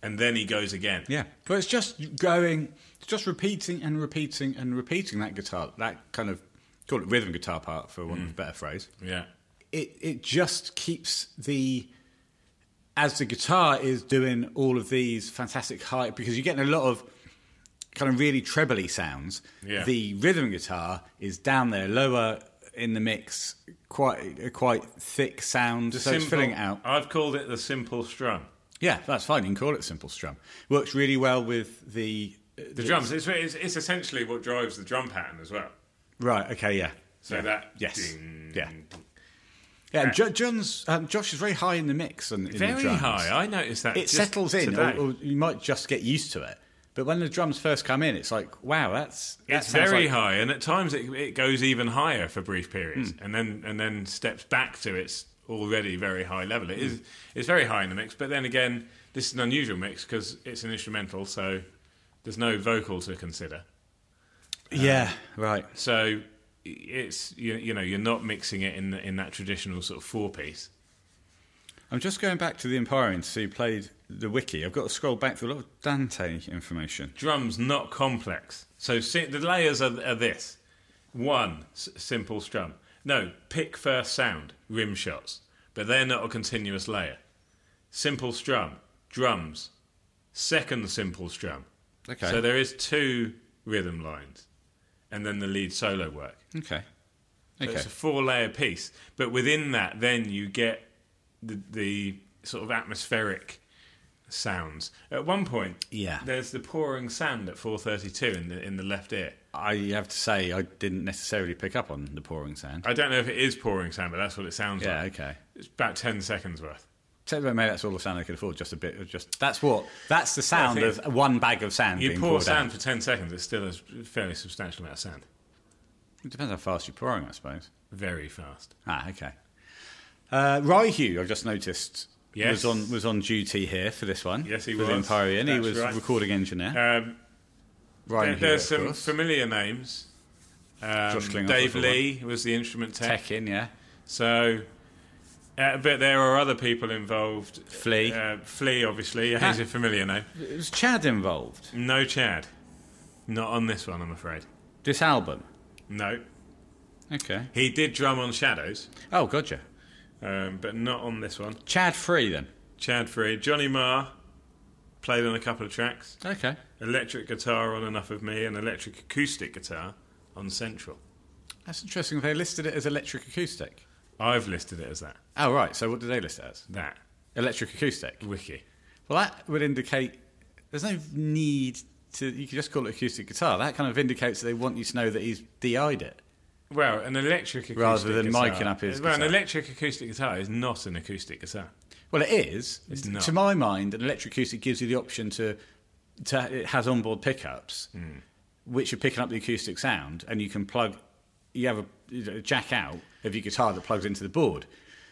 Speaker 2: and then he goes again.
Speaker 1: Yeah, but it's just going, it's just repeating and repeating and repeating that guitar, that kind of call it rhythm guitar part for want of a better phrase.
Speaker 2: yeah.
Speaker 1: it it just keeps the as the guitar is doing all of these fantastic high because you're getting a lot of kind of really trebly sounds.
Speaker 2: Yeah.
Speaker 1: The rhythm guitar is down there, lower in the mix, quite a quite thick sound, so it's filling it out.
Speaker 2: I've called it the simple strum.
Speaker 1: Yeah, that's fine. You can call it simple strum. Works really well with the uh,
Speaker 2: The drums. It's, it's, it's essentially what drives the drum pattern as well.
Speaker 1: right. Okay, yeah.
Speaker 2: So
Speaker 1: Yeah.
Speaker 2: that
Speaker 1: yes,
Speaker 2: ding,
Speaker 1: yeah,
Speaker 2: ding, ding.
Speaker 1: yeah. and Jo- John's um, Josh is very high in the mix and in the
Speaker 2: very
Speaker 1: drums.
Speaker 2: high. I noticed that
Speaker 1: it
Speaker 2: just
Speaker 1: settles in, Oh, or,
Speaker 2: today.
Speaker 1: or you might just get used to it. But when the drums first come in, it's like, wow, that's that
Speaker 2: it's
Speaker 1: sounds
Speaker 2: very
Speaker 1: like-
Speaker 2: high, and at times it, it goes even higher for brief periods,
Speaker 1: Hmm.
Speaker 2: and then and then steps back to its already very high level. It is
Speaker 1: Hmm.
Speaker 2: it's very high in the mix, but then again, this is an unusual mix because it's an instrumental, so there's no vocal to consider.
Speaker 1: Yeah, right.
Speaker 2: So it's you, you know you're not mixing it in the, in that traditional sort of four piece.
Speaker 1: I'm just going back to the Empyreans who played the wiki. I've got to scroll back through a lot of Dante information.
Speaker 2: Drums not complex. So si- the layers are, are this: one s- simple strum. No, pick first sound rim shots, but they're not a continuous layer. Simple strum drums, second simple strum.
Speaker 1: Okay.
Speaker 2: So there is two rhythm lines, and then the lead solo work.
Speaker 1: Okay.
Speaker 2: So
Speaker 1: Okay.
Speaker 2: It's a four layer piece, but within that, then you get the, the sort of atmospheric sounds. At one point,
Speaker 1: Yeah.
Speaker 2: there's the pouring sand at 4:32 in the in the left ear.
Speaker 1: I have to say, I didn't necessarily pick up on the pouring sound.
Speaker 2: I don't know if it is pouring sand, but that's what it sounds
Speaker 1: Yeah,
Speaker 2: like.
Speaker 1: okay.
Speaker 2: It's about 10 seconds worth.
Speaker 1: Tell me, maybe that's all the sound I could afford. Just a bit. Just that's what. That's the sound
Speaker 2: That's it.
Speaker 1: of one bag of sand.
Speaker 2: You
Speaker 1: being
Speaker 2: pour
Speaker 1: poured
Speaker 2: sand
Speaker 1: Out.
Speaker 2: for 10 seconds, it's still a fairly substantial amount of sand.
Speaker 1: It depends how fast you're pouring, I suppose.
Speaker 2: Very fast.
Speaker 1: Ah, okay. Uh, Ryhue, I've just noticed,
Speaker 2: Yes.
Speaker 1: was on was on duty here for this one.
Speaker 2: Yes, he
Speaker 1: with
Speaker 2: was.
Speaker 1: Empyrean.
Speaker 2: That's
Speaker 1: he was
Speaker 2: right.
Speaker 1: recording engineer.
Speaker 2: Um,
Speaker 1: Ryan Hewitt,
Speaker 2: there- there's
Speaker 1: of
Speaker 2: some
Speaker 1: course.
Speaker 2: familiar names. Um,
Speaker 1: Josh Klinghoffer
Speaker 2: Dave
Speaker 1: for
Speaker 2: Lee was the instrument tech.
Speaker 1: tech in, yeah.
Speaker 2: So, uh, but there are other people involved.
Speaker 1: Flea. Ah.
Speaker 2: Uh, Flea, obviously. Yeah, he's a familiar name.
Speaker 1: It was Chad involved.
Speaker 2: No Chad. Not on this one, I'm afraid.
Speaker 1: This album.
Speaker 2: No.
Speaker 1: Okay.
Speaker 2: He did drum on Shadows,
Speaker 1: Oh, gotcha.
Speaker 2: um, but not on this one.
Speaker 1: Chad free then.
Speaker 2: Chad Free. Johnny Marr played on a couple of tracks.
Speaker 1: Okay.
Speaker 2: Electric guitar on Enough of Me and electric acoustic guitar on Central.
Speaker 1: That's interesting. They listed it as electric acoustic.
Speaker 2: I've listed it as that.
Speaker 1: Oh, right. So what did they list it as?
Speaker 2: That.
Speaker 1: Electric acoustic.
Speaker 2: Wiki.
Speaker 1: Well, that would indicate there's no need to. You could just call it acoustic guitar. That kind of indicates that they want you to know that he's DI'd it.
Speaker 2: Well, an electric acoustic
Speaker 1: Rather than
Speaker 2: guitar-
Speaker 1: miking up his
Speaker 2: Well, an
Speaker 1: guitar.
Speaker 2: electric acoustic guitar is not an acoustic guitar.
Speaker 1: Well, it is.
Speaker 2: It's not.
Speaker 1: To my mind, an electric acoustic gives you the option to. to it has onboard pickups,
Speaker 2: Hmm.
Speaker 1: which are picking up the acoustic sound, and you can plug. You have a, you know, a jack out of your guitar that plugs into the board.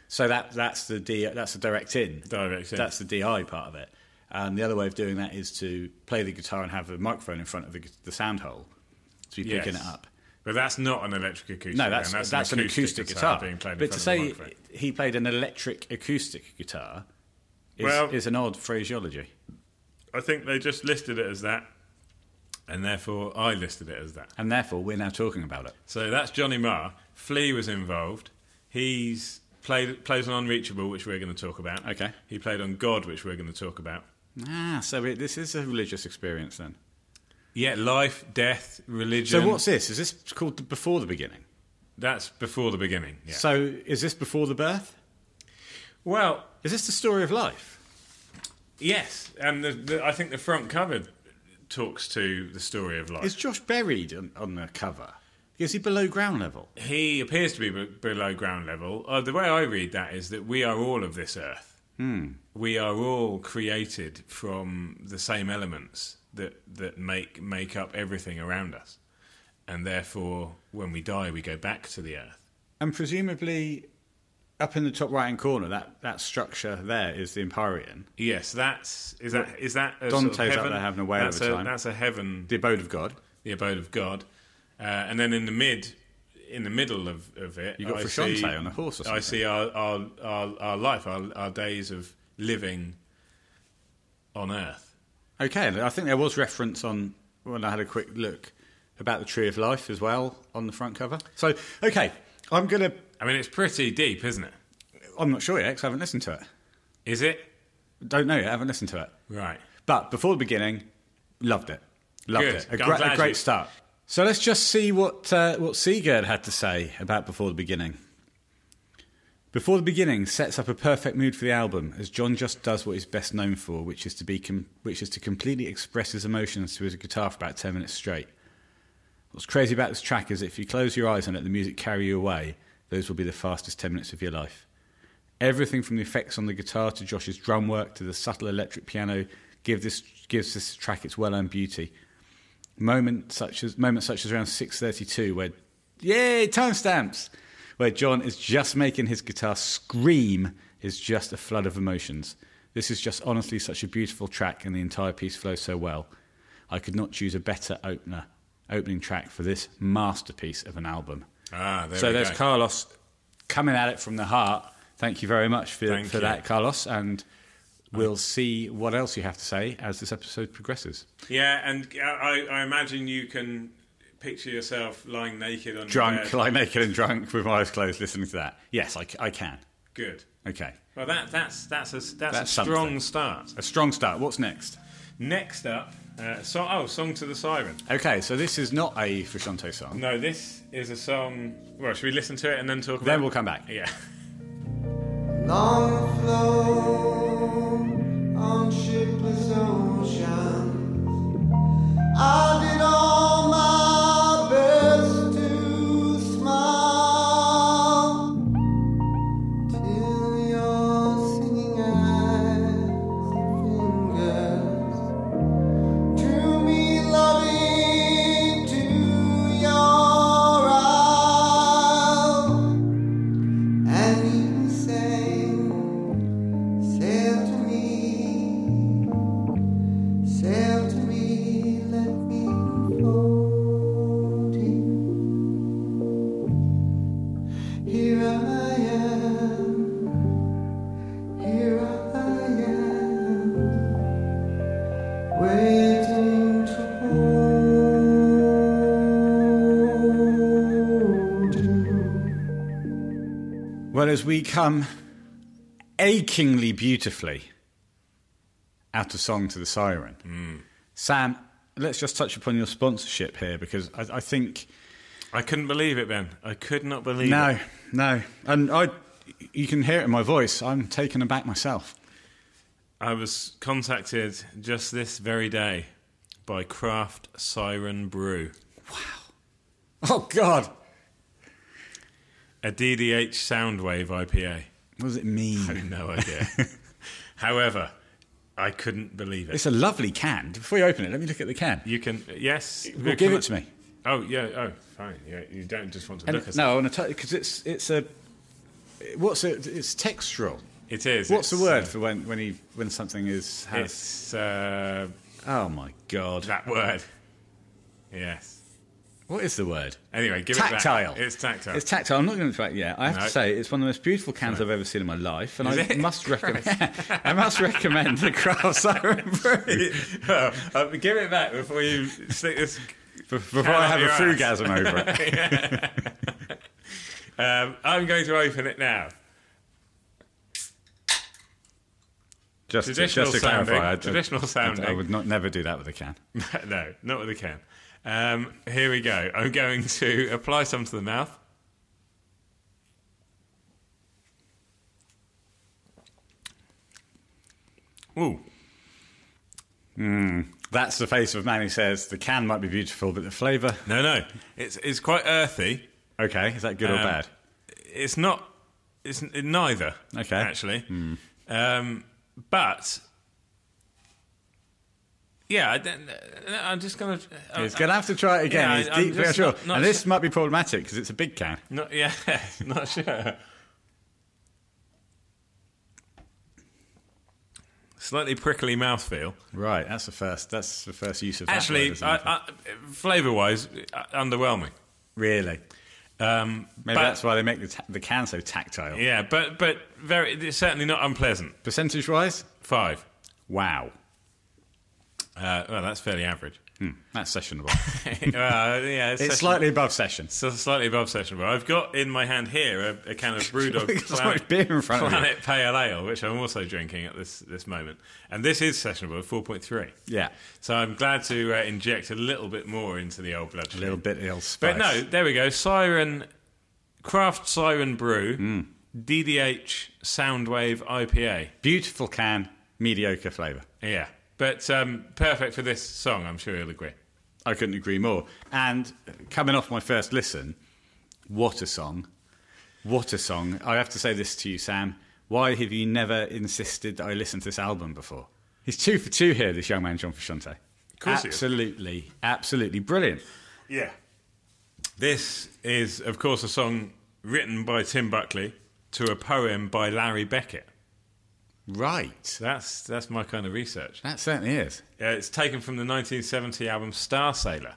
Speaker 1: So that that's the D, that's the direct in.
Speaker 2: Direct in.
Speaker 1: That's the DI part of it. And the other way of doing that is to play the guitar and have a microphone in front of the, the sound hole to be picking
Speaker 2: Yes.
Speaker 1: it up.
Speaker 2: But that's not an electric acoustic.
Speaker 1: No,
Speaker 2: then.
Speaker 1: that's that's, an acoustic, guitar.
Speaker 2: being played. in
Speaker 1: but
Speaker 2: front
Speaker 1: to
Speaker 2: of a
Speaker 1: say
Speaker 2: microphone.
Speaker 1: he played an electric acoustic guitar is,
Speaker 2: Well-
Speaker 1: is an odd phraseology.
Speaker 2: I think they just listed it as that, and therefore I listed it as that.
Speaker 1: And therefore, we're now talking about it.
Speaker 2: So that's Johnny Marr. Flea was involved. He's played plays on Unreachable, which we're going to talk about.
Speaker 1: Okay.
Speaker 2: He played on God, which we're going to talk about.
Speaker 1: Ah, so it, this is a religious experience then.
Speaker 2: Yeah, life, death,
Speaker 1: So
Speaker 2: religion.
Speaker 1: what's this? Is this called the before the beginning?
Speaker 2: that's before the beginning. Yeah.
Speaker 1: So is this before the birth?
Speaker 2: well,
Speaker 1: Is this the story of life?
Speaker 2: yes, and the, the, I think the front cover talks to the story of life.
Speaker 1: Is Josh buried on, on the cover? Is he below ground level?
Speaker 2: he appears to be b- below ground level. Uh, the way I read that is that we are all of this earth.
Speaker 1: Hmm.
Speaker 2: We are all created from the same elements that that make make up everything around us, and therefore, when we die, we go back to the earth.
Speaker 1: And presumably, up in the top right hand corner, that, that structure there is the Empyrean,
Speaker 2: Yes, that's is that is that a
Speaker 1: Dante's
Speaker 2: sort
Speaker 1: up
Speaker 2: of heaven?
Speaker 1: there having a whale
Speaker 2: that's
Speaker 1: of a time.
Speaker 2: That's a heaven,
Speaker 1: the abode of God.
Speaker 2: the abode of God, uh, and then in the mid. In the middle of, of it,
Speaker 1: You got
Speaker 2: I
Speaker 1: Frusciante
Speaker 2: see-
Speaker 1: on a horse or
Speaker 2: I see our our, our, our life, our, our days of living on Earth.
Speaker 1: Okay, and I think there was reference on when I had a quick look about the Tree of Life as well on the front cover. So, okay, I'm going to.
Speaker 2: I mean, it's pretty deep, isn't it?
Speaker 1: I'm not sure yet because I haven't listened to it.
Speaker 2: Is it
Speaker 1: Don't know yet, I haven't listened to it.
Speaker 2: right?
Speaker 1: But before the beginning, loved it. Loved
Speaker 2: Good.
Speaker 1: it. A,
Speaker 2: I'm
Speaker 1: gra-
Speaker 2: glad
Speaker 1: a great
Speaker 2: you-
Speaker 1: start. So let's just see what, uh, what Seagird had to say about Before the Beginning. Before the Beginning sets up a perfect mood for the album, as John just does what he's best known for, which is to, be com- which is to completely express his emotions through his guitar for about 10 minutes straight. What's crazy about this track is if you close your eyes and let the music carry you away, those will be the fastest 10 minutes of your life. Everything from the effects on the guitar to Josh's drum work to the subtle electric piano give this, gives this track its well-earned beauty. Moment such as, moments such as around 6.32 where, yay, timestamps, where John is just making his guitar scream is just a flood of emotions. This is just honestly such a beautiful track and the entire piece flows so well. I could not choose a better opener, opening track for this masterpiece of an album.
Speaker 2: Ah, there
Speaker 1: so
Speaker 2: we
Speaker 1: there's
Speaker 2: go.
Speaker 1: Carlos coming at it from the heart. Thank you very much for,
Speaker 2: Thank
Speaker 1: for
Speaker 2: you.
Speaker 1: that, Carlos. And we'll see what else you have to say as this episode progresses.
Speaker 2: Yeah, and uh, I, I imagine you can picture yourself lying naked on your
Speaker 1: Drunk,
Speaker 2: bed.
Speaker 1: like naked and drunk with my eyes closed, listening to that. Yes, I, c- I can.
Speaker 2: Good.
Speaker 1: Okay.
Speaker 2: Well, that that's that's a that's, a
Speaker 1: That's
Speaker 2: strong
Speaker 1: something.
Speaker 2: start.
Speaker 1: A strong start. What's next?
Speaker 2: Next up, uh, so, oh, song to the siren.
Speaker 1: Okay, so this is not a Frusciante song.
Speaker 2: No, this is a song. Well, should we listen to it and then talk about?
Speaker 1: Then we'll come back.
Speaker 2: Yeah.
Speaker 4: Long flow on shipless oceans. I did all my best to smile till your singing eyes and fingers drew me loving to your isle. And you say, sail to me, sail to me, let me float you. Here I am, here I am, waiting to hold you.
Speaker 1: Well, as we come achingly beautifully out of song to the siren,
Speaker 2: Mm.
Speaker 1: Sam, let's just touch upon your sponsorship here because I, I think
Speaker 2: I couldn't believe it, Ben. I could not believe it.
Speaker 1: no, no, and I, you can hear it in my voice. I'm taken aback myself.
Speaker 2: I was contacted just this very day by Craft Siren Brew,
Speaker 1: Oh God,
Speaker 2: a DDH Soundwave IPA.
Speaker 1: what does it mean?
Speaker 2: No idea. However, I couldn't believe it.
Speaker 1: It's a lovely can. Before you open it, let me look at the can.
Speaker 2: You can yes,
Speaker 1: Well, give it to me.
Speaker 2: Oh yeah, oh fine. Yeah, you don't just want to
Speaker 1: And
Speaker 2: look at
Speaker 1: no, I want to because it's it's a what's it? It's textural.
Speaker 2: it. It is.
Speaker 1: What's the
Speaker 2: it's,
Speaker 1: word
Speaker 2: uh,
Speaker 1: for when when he when something is has?
Speaker 2: it's uh,
Speaker 1: Oh my God,
Speaker 2: that word. Yes.
Speaker 1: what is the word?
Speaker 2: Anyway, give
Speaker 1: tactile.
Speaker 2: it back. It's tactile.
Speaker 1: It's tactile. I'm not going to back yeah. I have
Speaker 2: No.
Speaker 1: to say it's one of the most beautiful cans I've ever seen in my life, and
Speaker 2: Is
Speaker 1: I
Speaker 2: it?
Speaker 1: must recommend. I must recommend the Craft Siren Brew
Speaker 2: Oh, uh, give it back before you stick this.
Speaker 1: before I have a frugasm over it.
Speaker 2: Um, I'm going to open it now.
Speaker 1: Just to,
Speaker 2: Traditional
Speaker 1: just to
Speaker 2: sounding.
Speaker 1: clarify, I,
Speaker 2: Traditional
Speaker 1: I,
Speaker 2: sounding.
Speaker 1: I would not never do that with a can.
Speaker 2: no, not with a can. Um, here we go. I'm going to apply some to the mouth. Ooh,
Speaker 1: That's the face of man who says the can might be beautiful, but the flavour.
Speaker 2: no, no, it's it's quite earthy.
Speaker 1: Okay, is that good or
Speaker 2: Um,
Speaker 1: bad?
Speaker 2: It's not. It's n- neither.
Speaker 1: Okay.
Speaker 2: Actually, um, but yeah, I don't- I'm just gonna. uh,
Speaker 1: It's going to have to try it again.
Speaker 2: yeah, I-
Speaker 1: He's
Speaker 2: I'm
Speaker 1: deeply
Speaker 2: just
Speaker 1: unsure.
Speaker 2: not- not
Speaker 1: and this
Speaker 2: sure.
Speaker 1: might be problematic because it's a big can.
Speaker 2: Not yeah, not sure. Slightly prickly mouthfeel.
Speaker 1: Right, that's the first. That's the first use of that word,
Speaker 2: Actually,
Speaker 1: isn't it?
Speaker 2: I, I, flavour-wise, uh, underwhelming.
Speaker 1: really.
Speaker 2: Um,
Speaker 1: Maybe
Speaker 2: but-
Speaker 1: that's why they make the, ta- the can so tactile.
Speaker 2: Yeah, but but very it's certainly not unpleasant.
Speaker 1: Percentage wise,
Speaker 2: Five.
Speaker 1: wow,
Speaker 2: Uh, well, that's fairly average.
Speaker 1: that's sessionable.
Speaker 2: well, yeah,
Speaker 1: it's
Speaker 2: session-
Speaker 1: slightly above session.
Speaker 2: so slightly above sessionable. I've got in my hand here a, a can of Brewdog
Speaker 1: There's so
Speaker 2: Planet-
Speaker 1: much beer in front of you.
Speaker 2: Planet Pale Ale, which I'm also drinking at this this moment, and this is sessionable, four point three.
Speaker 1: Yeah,
Speaker 2: So I'm glad to uh, inject a little bit more into the old blood.
Speaker 1: a little bit ill spice.
Speaker 2: But no, there we go. Siren, Craft Siren Brew,
Speaker 1: Mm.
Speaker 2: DDH Soundwave IPA.
Speaker 1: beautiful can, mediocre flavour.
Speaker 2: Yeah. But um, perfect for this song, I'm sure you'll agree.
Speaker 1: I couldn't agree more. And coming off my first listen, what a song! What a song! I have to say this to you, Sam. Why have you never insisted that I listen to this album before? He's two for two here, this young man, John Frusciante.
Speaker 2: course he is.
Speaker 1: absolutely, absolutely brilliant.
Speaker 2: Yeah. This is, of course, a song written by Tim Buckley to a poem by Larry Beckett.
Speaker 1: Right,
Speaker 2: That's, that's my kind of research.
Speaker 1: that certainly is.
Speaker 2: Uh, it's taken from the 1970 album Star Sailor.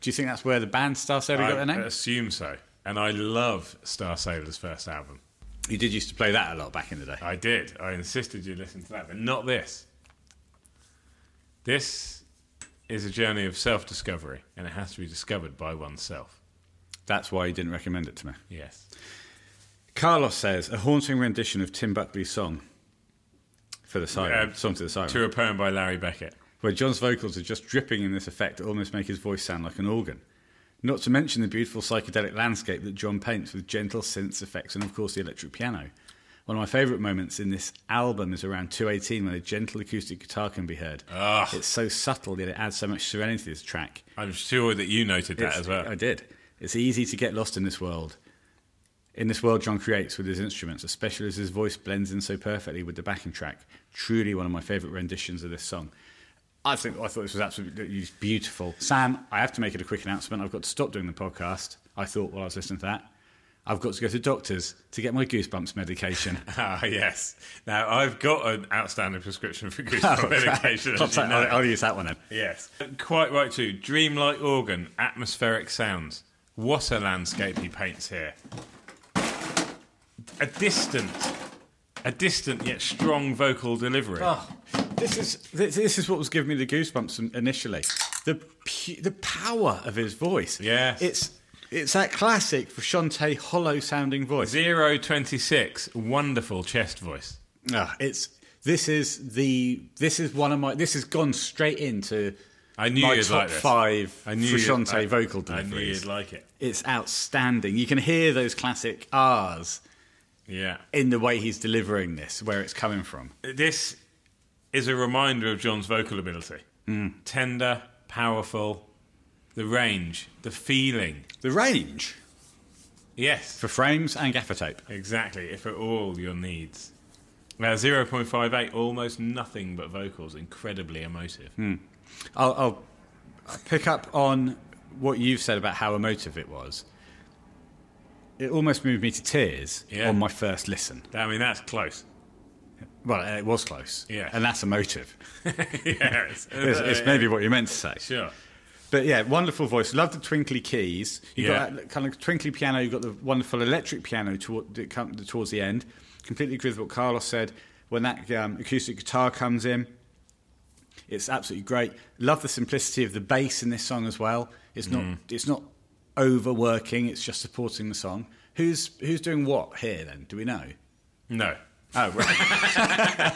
Speaker 1: Do you think that's where the band Star Sailor got
Speaker 2: I uh,
Speaker 1: their name?
Speaker 2: assume so. and I love Star Sailor's first album.
Speaker 1: You did used to play that a lot back in the day.
Speaker 2: I did. I insisted you listen to that, but not this. This is a journey of self discovery, and it has to be discovered by oneself.
Speaker 1: That's why you didn't recommend it to me.
Speaker 2: Yes.
Speaker 1: Carlos says a haunting rendition of Tim Buckley's song for the siren,
Speaker 2: Um,
Speaker 1: song to the siren,
Speaker 2: To a poem by Larry Beckett.
Speaker 1: where John's vocals are just dripping in this effect that almost make his voice sound like an organ. Not to mention the beautiful psychedelic landscape that John paints with gentle synth effects and, of course, the electric piano. One of my favourite moments in this album is around 218 when a gentle acoustic guitar can be heard. It's so subtle yet it adds so much serenity to this track.
Speaker 2: I'm sure that you noted that
Speaker 1: It's-
Speaker 2: as well.
Speaker 1: I did. It's easy to get lost in this world. In this world John creates with his instruments, especially as his voice blends in so perfectly with the backing track. Truly one of my favourite renditions of this song. I think I thought this was absolutely beautiful. Sam, I have to make it a quick announcement. I've got to stop doing the podcast. I thought while I was listening to that. I've got to go to doctors to get my goosebumps medication.
Speaker 2: Ah, yes. Now, I've got an outstanding prescription for
Speaker 1: Oh,
Speaker 2: goosebump
Speaker 1: crap.
Speaker 2: medication. as
Speaker 1: I'll,
Speaker 2: you
Speaker 1: take-
Speaker 2: know.
Speaker 1: I'll- I'll use that one then.
Speaker 2: Yes. Quite right, too. Dreamlike organ, atmospheric sounds. What a landscape he paints here. A distant, a distant yet strong vocal delivery.
Speaker 1: Ah. This is this, this is what was giving me the goosebumps initially. The pu- the power of his voice.
Speaker 2: Yes.
Speaker 1: it's it's that classic Shante hollow sounding voice.
Speaker 2: Zero twenty six. wonderful chest voice.
Speaker 1: Ah, it's this is the this is one of my this has gone straight into
Speaker 2: I knew
Speaker 1: my
Speaker 2: you'd
Speaker 1: top
Speaker 2: like this.
Speaker 1: five
Speaker 2: I knew
Speaker 1: Frusciante
Speaker 2: you'd- I-
Speaker 1: vocal
Speaker 2: I
Speaker 1: deliveries.
Speaker 2: knew you'd like it.
Speaker 1: it's outstanding. You can hear those classic R's
Speaker 2: Yeah.
Speaker 1: in the way he's delivering this, where it's coming from.
Speaker 2: This is a reminder of John's vocal ability.
Speaker 1: Mm.
Speaker 2: Tender, powerful, the range, the feeling.
Speaker 1: The range
Speaker 2: Yes.
Speaker 1: for frames and gaffer tape.
Speaker 2: Exactly, if at all your needs. Now, 0.58, almost nothing but vocals, incredibly emotive.
Speaker 1: Hmm. I'll, I'll pick up on what you've said about how emotive it was. It almost moved me to tears
Speaker 2: Yeah.
Speaker 1: on my first listen.
Speaker 2: I mean, that's close.
Speaker 1: Well, it was close.
Speaker 2: Yeah.
Speaker 1: And that's emotive.
Speaker 2: yeah, it's,
Speaker 1: It's, it's maybe what you meant to say.
Speaker 2: Sure.
Speaker 1: But yeah, wonderful voice. Love the twinkly keys. You've
Speaker 2: Yeah.
Speaker 1: got that kind of twinkly piano. You've got the wonderful electric piano toward, that come- towards the end. Completely agree with what Carlos said. When that um, acoustic guitar comes in, it's absolutely great. Love the simplicity of the bass in this song as well. It's not
Speaker 2: Mm.
Speaker 1: it's not overworking. It's just supporting the song. Who's who's doing what here? Then do we know?
Speaker 2: No.
Speaker 1: Oh, right.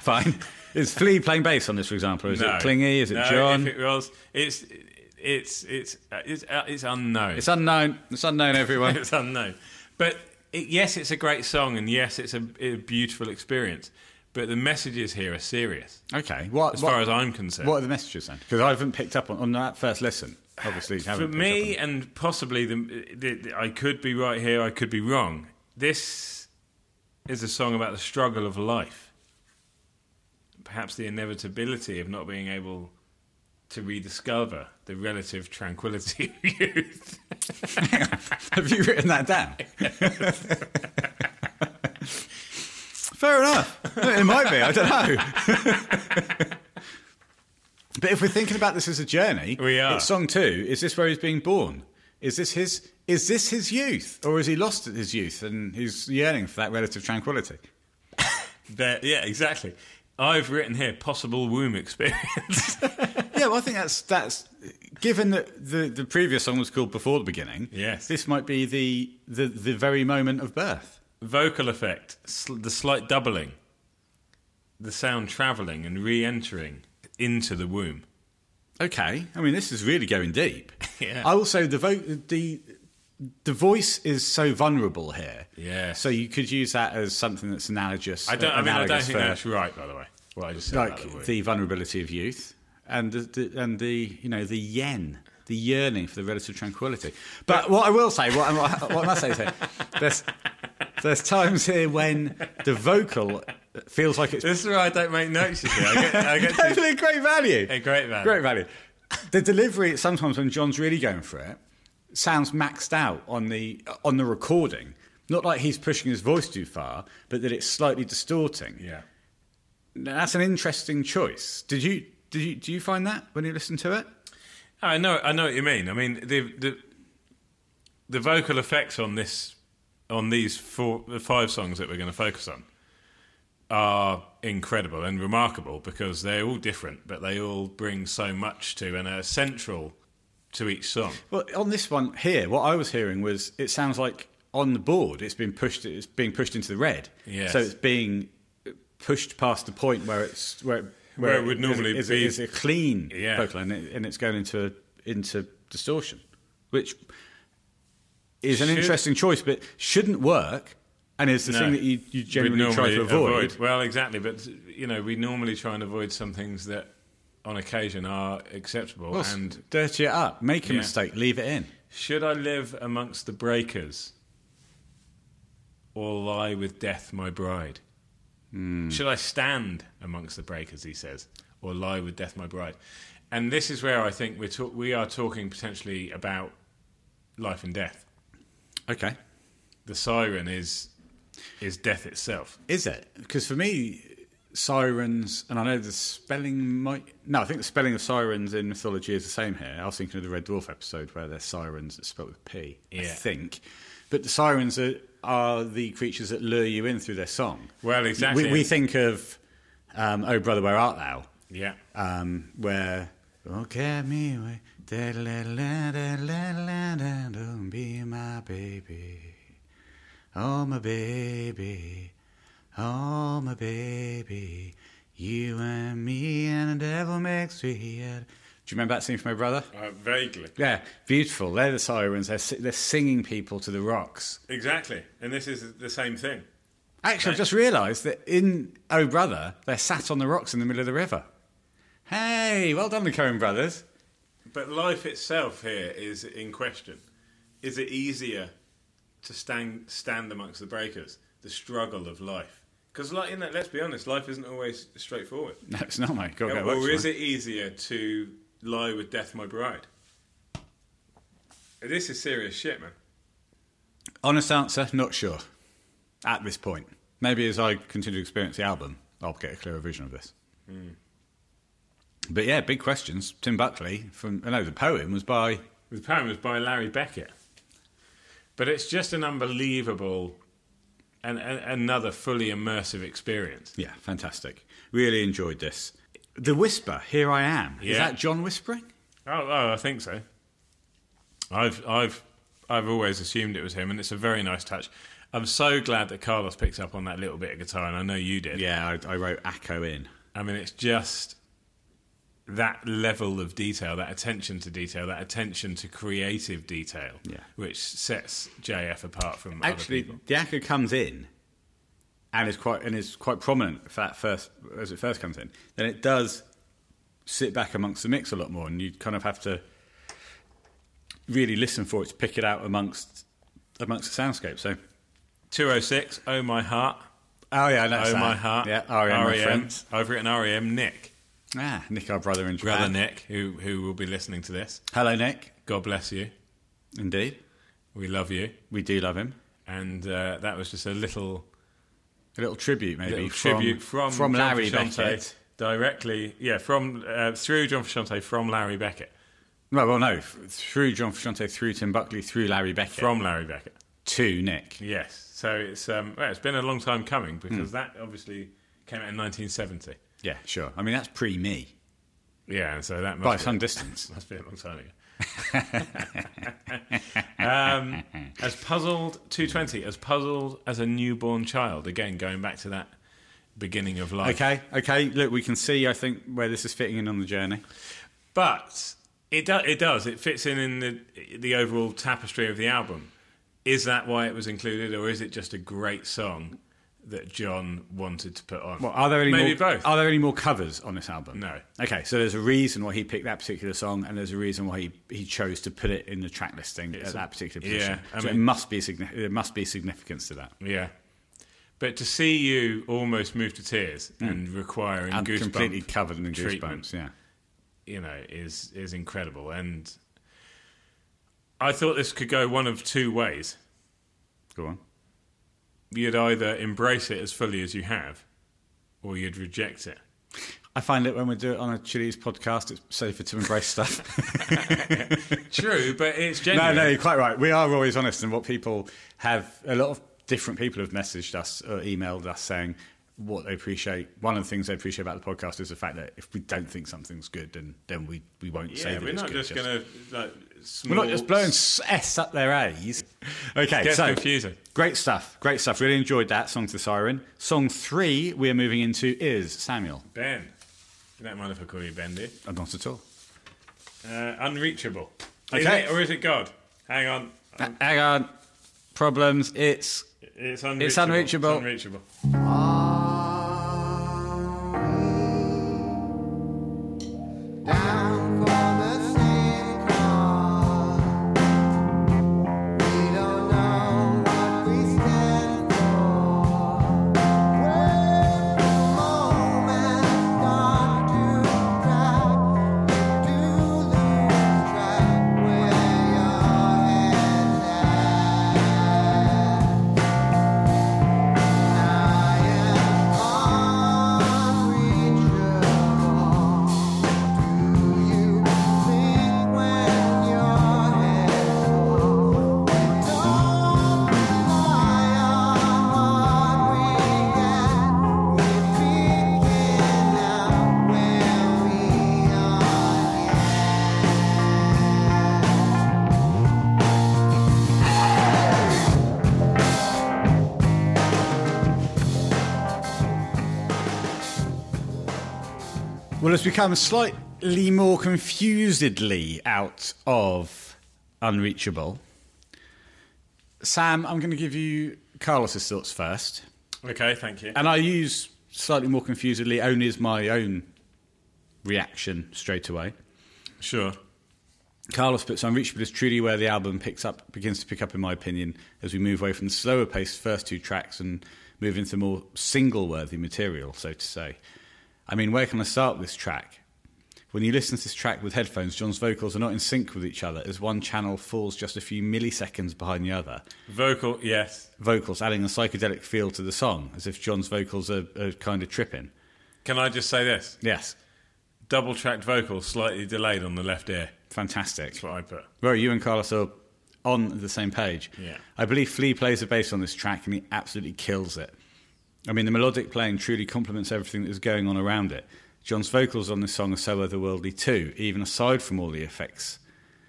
Speaker 1: Fine. Is Flea playing bass on this, for example? Or is
Speaker 2: no.
Speaker 1: it Clingy? Is it
Speaker 2: No,
Speaker 1: John?
Speaker 2: If it was, it's, it's, it's, uh, it's, uh, it's unknown.
Speaker 1: It's unknown. It's unknown, everyone.
Speaker 2: it's unknown. But it, yes, it's a great song, and yes, it's a, a beautiful experience. But the messages here are serious,
Speaker 1: Okay. What,
Speaker 2: as
Speaker 1: what,
Speaker 2: far as I'm concerned.
Speaker 1: what are the messages then? Because I haven't picked up on, on that first listen. Obviously, you
Speaker 2: for
Speaker 1: haven't picked
Speaker 2: me,
Speaker 1: up
Speaker 2: and possibly the, the, the- I could be right here, I could be wrong. This is a song about the struggle of life, perhaps the inevitability of not being able to rediscover the relative tranquility of youth.
Speaker 1: on. have you written that down? Fair enough. It might be. I don't know. but if we're thinking about this as a journey,
Speaker 2: We are.
Speaker 1: It's song two. Is this where he's being born? Is this his? Is this his youth, or is he lost at his youth and he's yearning for that relative tranquility?
Speaker 2: There- yeah, exactly. I've written here possible womb experience.
Speaker 1: Yeah, well, I think that's that's given that the, the previous song was called "Before the Beginning."
Speaker 2: Yes.
Speaker 1: this might be the the, the very moment of birth.
Speaker 2: Vocal effect, sl- the slight doubling, the sound travelling and re entering into the womb.
Speaker 1: Okay, I mean, this is really going deep.
Speaker 2: Yeah.
Speaker 1: I also the vo- the the voice is so vulnerable here.
Speaker 2: Yeah.
Speaker 1: So you could use that as something that's analogous.
Speaker 2: I don't. I mean, I don't
Speaker 1: analogous
Speaker 2: think
Speaker 1: for,
Speaker 2: that's right. By the way, what I just said about the
Speaker 1: like
Speaker 2: word.
Speaker 1: the vulnerability of youth and the, the and the you know the yen the yearning for the relative tranquility but what i will say what, I- what i must say is here, there's there's times here when the vocal feels like it's
Speaker 2: this is where I don't make notes. You see. I get, I get to,
Speaker 1: totally great value
Speaker 2: a great value.
Speaker 1: great value the delivery sometimes when john's really going for it sounds maxed out on the on the recording not like he's pushing his voice too far but that it's slightly distorting
Speaker 2: Yeah.
Speaker 1: now, that's an interesting choice. Did you did you do you find that when you listen to it?
Speaker 2: I know. I know what you mean. I mean the the the vocal effects on this on these four the five songs that we're going to focus on are incredible and remarkable because they're all different, but they all bring so much to and are central to each song.
Speaker 1: Well, on this one here, what I was hearing was it sounds like on the board it's been pushed. It's being pushed into the red.
Speaker 2: Yes.
Speaker 1: So it's being pushed past the point where it's where it,
Speaker 2: Where it would normally
Speaker 1: is,
Speaker 2: be.
Speaker 1: is a clean
Speaker 2: Yeah.
Speaker 1: vocal and, it, and it's going into into distortion, which is an
Speaker 2: Should-
Speaker 1: interesting choice, but shouldn't work. And is the
Speaker 2: No.
Speaker 1: thing that you, you
Speaker 2: We'd
Speaker 1: generally try
Speaker 2: normally
Speaker 1: to avoid.
Speaker 2: Well, exactly, but you know, we normally try and avoid some things that, on occasion, are acceptable.
Speaker 1: Well,
Speaker 2: and
Speaker 1: dirty it up, make a
Speaker 2: Yeah.
Speaker 1: mistake, leave it in.
Speaker 2: Should I live amongst the breakers or lie with death my bride?
Speaker 1: Hmm.
Speaker 2: Should I stand amongst the breakers, he says, or lie with death my bride? And this is where I think we're talk- we are talking potentially about life and death.
Speaker 1: Okay.
Speaker 2: The siren is is death itself.
Speaker 1: Is it? Because for me, sirens, and I know the spelling might. No, I think the spelling of sirens in mythology is the same here. I was thinking of the Red Dwarf episode where they're sirens that's spelled with P. I
Speaker 2: Yeah.
Speaker 1: think. But the sirens are, are the creatures that lure you in through their song.
Speaker 2: Well, exactly.
Speaker 1: We, we think of, um, oh, brother, where art thou?
Speaker 2: Yeah.
Speaker 1: um, where oh get me away, Da-da-da-da-da-da-da, don't be my baby, oh my baby, oh my baby, you and me and the devil makes me here. Do you remember that scene from my brother?
Speaker 2: Uh, vaguely.
Speaker 1: Yeah, beautiful. They're the sirens. They're, si- they're singing people to the rocks.
Speaker 2: Exactly. And this is the same thing.
Speaker 1: Actually, I've just realised that in Oh Brother, they're sat on the rocks in the middle of the river. Hey, well done, the Coen brothers.
Speaker 2: But life itself here is in question. Is it easier to stand stand amongst the breakers? The struggle of life, because like you know, let's be honest, life isn't always straightforward.
Speaker 1: No, it's not, mate. Got to go
Speaker 2: or
Speaker 1: work
Speaker 2: is
Speaker 1: tomorrow.
Speaker 2: it easier to lie with death, my bride? This is serious shit, man.
Speaker 1: Honest answer, not sure. At this point. Maybe as I continue to experience the album, I'll get a clearer vision of this. But yeah, big questions. Tim Buckley from I know the poem was by
Speaker 2: The poem was by Larry Beckett. But it's just an unbelievable and, and another fully immersive experience.
Speaker 1: Yeah, fantastic. Really enjoyed this. The Whisper, Here I Am. Is
Speaker 2: Yeah.
Speaker 1: that John whispering?
Speaker 2: Oh, oh, I think so. I've, I've, I've always assumed it was him, and it's a very nice touch. I'm so glad that Carlos picks up on that little bit of guitar, and I know you did.
Speaker 1: Yeah, I, I wrote Acco in.
Speaker 2: I mean, it's just that level of detail, that attention to detail, that attention to creative detail,
Speaker 1: Yeah.
Speaker 2: which sets JF apart from
Speaker 1: Actually,
Speaker 2: other people.
Speaker 1: the Acco comes in and is quite and is quite prominent for that first as it first comes in. Then it does sit back amongst the mix a lot more, and you kind of have to really listen for it to pick it out amongst amongst the soundscape. So,
Speaker 2: 206, Oh My Heart,
Speaker 1: oh yeah, I know.
Speaker 2: Oh My Heart, E
Speaker 1: yeah, E R.E.M. My friends.
Speaker 2: I've written REM, Nick,
Speaker 1: Ah, Nick, our brother in Japan.
Speaker 2: brother Nick, who, who will be listening to this.
Speaker 1: Hello, Nick.
Speaker 2: God bless you.
Speaker 1: Indeed,
Speaker 2: We love you.
Speaker 1: we do love him.
Speaker 2: And uh, that was just a little,
Speaker 1: A little tribute, maybe
Speaker 2: little
Speaker 1: from,
Speaker 2: tribute from
Speaker 1: from
Speaker 2: John
Speaker 1: Larry
Speaker 2: Frusciante
Speaker 1: Beckett.
Speaker 2: directly, yeah, from uh, through John Frusciante from Larry Beckett,
Speaker 1: No, well, no, f- through John Frusciante, through Tim Buckley, through Larry Beckett,
Speaker 2: from Larry Beckett.
Speaker 1: to Nick.
Speaker 2: Yes, so it's um, well, it's been a long time coming because
Speaker 1: Hmm.
Speaker 2: that obviously came out in 1970.
Speaker 1: Yeah, sure. I mean, that's pre me
Speaker 2: Yeah, and so that must
Speaker 1: by
Speaker 2: be,
Speaker 1: some distance.
Speaker 2: must be a long time ago. um, as puzzled 220, as puzzled as a newborn child. Again, going back to that beginning of life.
Speaker 1: Okay, okay. Look, we can see, I think, where this is fitting in on the journey.
Speaker 2: But it does. It does. It fits in in the the overall tapestry of the album. Is that why it was included, or is it just a great song that John wanted to put on?
Speaker 1: Well, are there any
Speaker 2: Maybe
Speaker 1: more,
Speaker 2: both.
Speaker 1: Are there any more covers on this album?
Speaker 2: No.
Speaker 1: Okay, so there's a reason why he picked that particular song, and there's a reason why he, he chose to put it in the track listing at
Speaker 2: a-
Speaker 1: that particular
Speaker 2: yeah,
Speaker 1: position.
Speaker 2: I
Speaker 1: so it
Speaker 2: mean-
Speaker 1: must be signi- there must be significance to that.
Speaker 2: yeah. But to see you almost move to tears and requiring
Speaker 1: Mm. And
Speaker 2: goosebumps,
Speaker 1: completely covered in
Speaker 2: treatment.
Speaker 1: goosebumps. Yeah.
Speaker 2: you know, is is incredible. And I thought this could go one of two ways.
Speaker 1: Go on.
Speaker 2: You'd either embrace it as fully as you have, or you'd reject it.
Speaker 1: I find that when we do it on a Chili's podcast, it's safer to embrace stuff.
Speaker 2: True, but it's
Speaker 1: no,
Speaker 2: genuine.
Speaker 1: no, you're quite right. We are always honest, and what people have a lot of different people have messaged us or emailed us saying what they appreciate. One of the things they appreciate about the podcast is the fact that if we don't think something's good, then then we, we won't say
Speaker 2: Yeah,
Speaker 1: that
Speaker 2: we're
Speaker 1: it's
Speaker 2: not
Speaker 1: good,
Speaker 2: just going to like.
Speaker 1: We're not
Speaker 2: snort-
Speaker 1: just blowing eh? s up their a's. Okay,
Speaker 2: Gets
Speaker 1: so
Speaker 2: confusing.
Speaker 1: great stuff, great stuff. Really enjoyed that song to the siren. Song three we are moving into is Samuel.
Speaker 2: Ben. You don't mind if I call you Ben, do you?
Speaker 1: Uh, Not at all.
Speaker 2: Uh, unreachable. Is
Speaker 1: Okay.
Speaker 2: it, or is it God? Hang on.
Speaker 1: Uh, Hang on, problems. It's
Speaker 2: It's
Speaker 1: unreachable.
Speaker 2: unreachable. It's unreachable.
Speaker 4: Down from the same car. We don't know what we stand for. When the moments start to crack, do lose track where your head's at. I am unreachable. You think when your head's full. Don't rely on what we got. We're picking out where we are yet.
Speaker 1: well, it's become slightly more confusedly out of unreachable. Sam, I'm going to give you Carlos's thoughts first,
Speaker 2: Okay, thank you.
Speaker 1: and I use slightly more confusedly only as my own reaction straight away.
Speaker 2: Sure.
Speaker 1: Carlos puts Unreachable is truly where the album picks up begins to pick up in my opinion as we move away from the slower paced first two tracks and move into more single worthy material, so to say. I mean, where can I start with this track? When you listen to this track with headphones, John's vocals are not in sync with each other as one channel falls just a few milliseconds behind the other.
Speaker 2: Vocal, yes.
Speaker 1: Vocals adding a psychedelic feel to the song, as if John's vocals are, are kind of tripping.
Speaker 2: Can I just say this?
Speaker 1: Yes,
Speaker 2: Double tracked vocal, slightly delayed on the left ear.
Speaker 1: fantastic.
Speaker 2: That's what I put.
Speaker 1: Well, you and Carlos are on the same page.
Speaker 2: Yeah.
Speaker 1: I believe Flea plays the bass on this track and he absolutely kills it. I mean, the melodic playing truly complements everything that is going on around it. John's vocals on this song are so otherworldly too, even aside from all the effects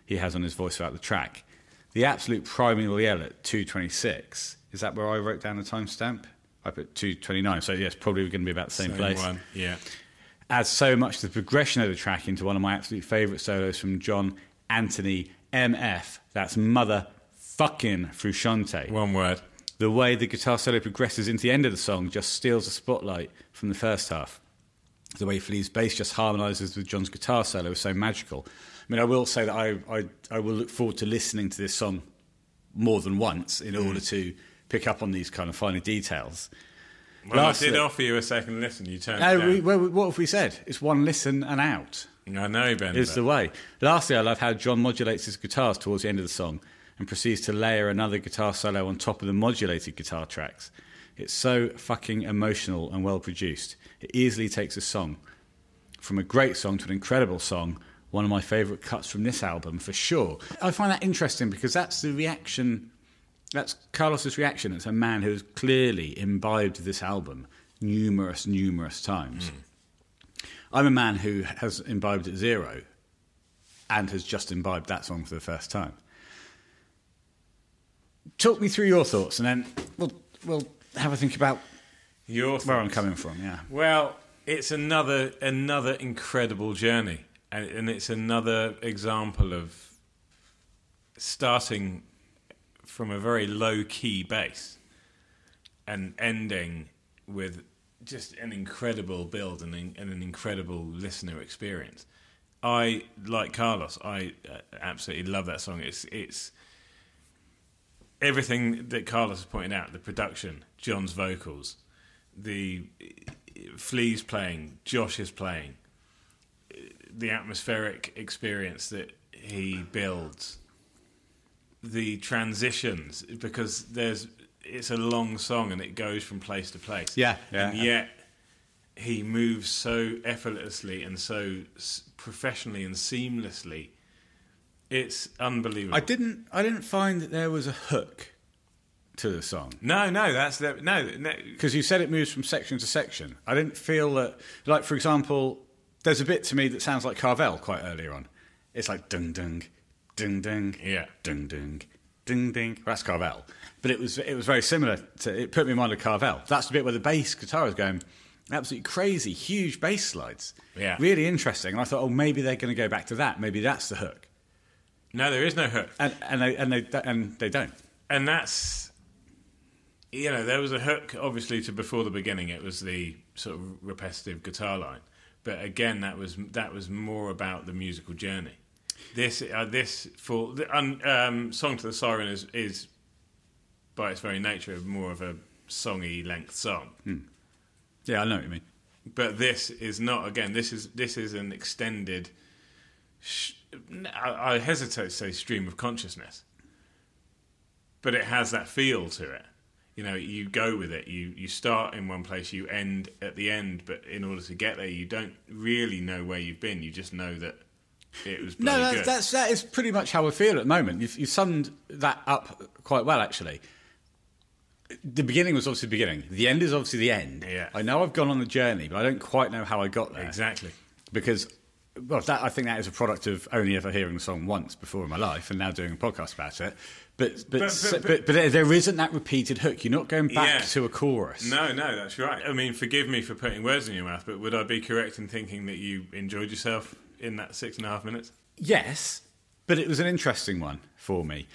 Speaker 1: he has on his voice throughout the track. The absolute primal yell at 226. Is that where I wrote down the timestamp? I put 229, so yes, probably we're going to be about the same,
Speaker 2: Same
Speaker 1: place
Speaker 2: one. Yeah. One word.
Speaker 1: the way the guitar solo progresses into the end of the song just steals the spotlight from the first half. The way Flea's bass just harmonises with John's guitar solo is so magical. I mean, I will say that I, I, I will look forward to listening to this song more than once in order to pick up on these kind of finer details.
Speaker 2: Well,
Speaker 1: Lastly-
Speaker 2: I did offer you a second listen. You turned
Speaker 1: No,
Speaker 2: it down.
Speaker 1: we, well, what have we said? It's one listen and out.
Speaker 2: I know, Ben.
Speaker 1: is
Speaker 2: but-
Speaker 1: the way. Lastly, I love how John modulates his guitars towards the end of the song and proceeds to layer another guitar solo on top of the modulated guitar tracks. It's so fucking emotional and well produced. It easily takes a song from a great song to an incredible song. One of my favourite cuts from this album for sure. I find that interesting because that's the reaction. That's Carlos's reaction. It's a man who has clearly imbibed this album numerous, numerous times. I'm a man who has imbibed at zero and has just imbibed that song for the first time. Talk me through your thoughts and then we'll, we'll have a think about
Speaker 2: Your
Speaker 1: where I'm
Speaker 2: thoughts.
Speaker 1: coming from. Yeah.
Speaker 2: Well, it's another another incredible journey, and, and it's another example of starting from a very low key base and ending with just an incredible build and, an- and an incredible listener experience. I like Carlos. I uh, absolutely love that song. It's it's everything that Carlos has pointed out: the production, John's vocals, the Flea's playing, Josh is playing, the atmospheric experience that he builds, the transitions because there's it's a long song and it goes from place to place.
Speaker 1: Yeah, yeah.
Speaker 2: And yet he moves so effortlessly and so s- professionally and seamlessly. It's unbelievable.
Speaker 1: I didn't. I didn't find that there was a hook to the song
Speaker 2: no, no, that's the, no, no.
Speaker 1: because you said it moves from section to section. I didn't feel that. Like for example, there's a bit to me that sounds like Carvel quite earlier on. It's like dung dung, dung dung,
Speaker 2: Yeah.
Speaker 1: dung dung, dung dung. That's Carvel, but it was it was very similar. to It put me in mind of Carvel. That's the bit where the bass guitar is going. Absolutely crazy, huge bass slides.
Speaker 2: Yeah.
Speaker 1: Really interesting. And I thought, oh, maybe they're going to go back to that. Maybe that's the hook.
Speaker 2: No, there is no hook.
Speaker 1: And, and, they, and, they, and they don't.
Speaker 2: and that's you know there was a hook obviously to before the beginning it was the sort of repetitive guitar line but again that was that was more about the musical journey this uh, this for the un, um, song to the siren is is by its very nature more of a songy length song
Speaker 1: Yeah, I know what you mean.
Speaker 2: but this is not again this is this is an extended sh- I, I hesitate to say stream of consciousness but it has that feel to it you know you go with it you you start in one place you end at the end but in order to get there you don't really know where you've been you just know that it was
Speaker 1: No,
Speaker 2: bloody
Speaker 1: that's,
Speaker 2: good.
Speaker 1: that's that is pretty much how I feel at the moment. You've, you've summed that up quite well, actually. The beginning was obviously the beginning. The end is obviously the end.
Speaker 2: Yeah.
Speaker 1: I know I've gone on the journey, but I don't quite know how I got there.
Speaker 2: exactly
Speaker 1: Because, well, that, I think that is a product of only ever hearing the song once before in my life, and now doing a podcast about it. But but
Speaker 2: But-
Speaker 1: but,
Speaker 2: but-
Speaker 1: but, there- there isn't that repeated hook. You're not going back
Speaker 2: Yeah.
Speaker 1: to a chorus.
Speaker 2: no no that's right i mean forgive me for putting words in your mouth but would i be correct in thinking that you enjoyed yourself in that six and a half minutes
Speaker 1: Yes, but it was an interesting one for me.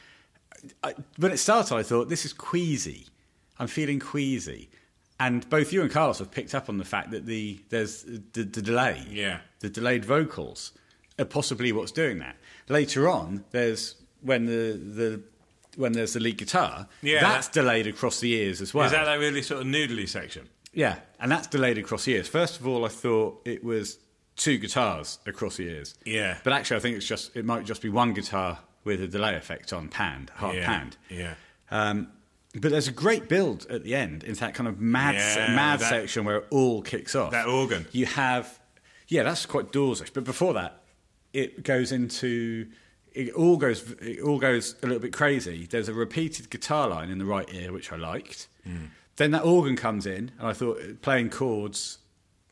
Speaker 1: I, when it started, I thought, this is queasy. I'm feeling queasy. And both you and Carlos have picked up on the fact that the there's the, the delay.
Speaker 2: Yeah.
Speaker 1: The delayed vocals are possibly what's doing that. Later on, there's when the, the when there's the lead guitar,
Speaker 2: Yeah,
Speaker 1: that's
Speaker 2: that-
Speaker 1: delayed across the ears as well.
Speaker 2: Is that that really sort of noodly section?
Speaker 1: Yeah, and that's delayed across years. First of all, I thought it was two guitars across years.
Speaker 2: Yeah.
Speaker 1: but actually, I think it's just it might just be one guitar with a delay effect on panned, half
Speaker 2: yeah.
Speaker 1: panned.
Speaker 2: Yeah.
Speaker 1: Um, but there's a great build at the end into that kind of mad, se-
Speaker 2: Yeah,
Speaker 1: mad
Speaker 2: that-
Speaker 1: section where it all kicks off.
Speaker 2: that organ.
Speaker 1: You have, yeah, that's quite Doors-ish. But before that, it goes into it all goes it all goes a little bit crazy. There's a repeated guitar line in the right ear which I liked.
Speaker 2: Hmm.
Speaker 1: Then that organ comes in, and I thought playing chords,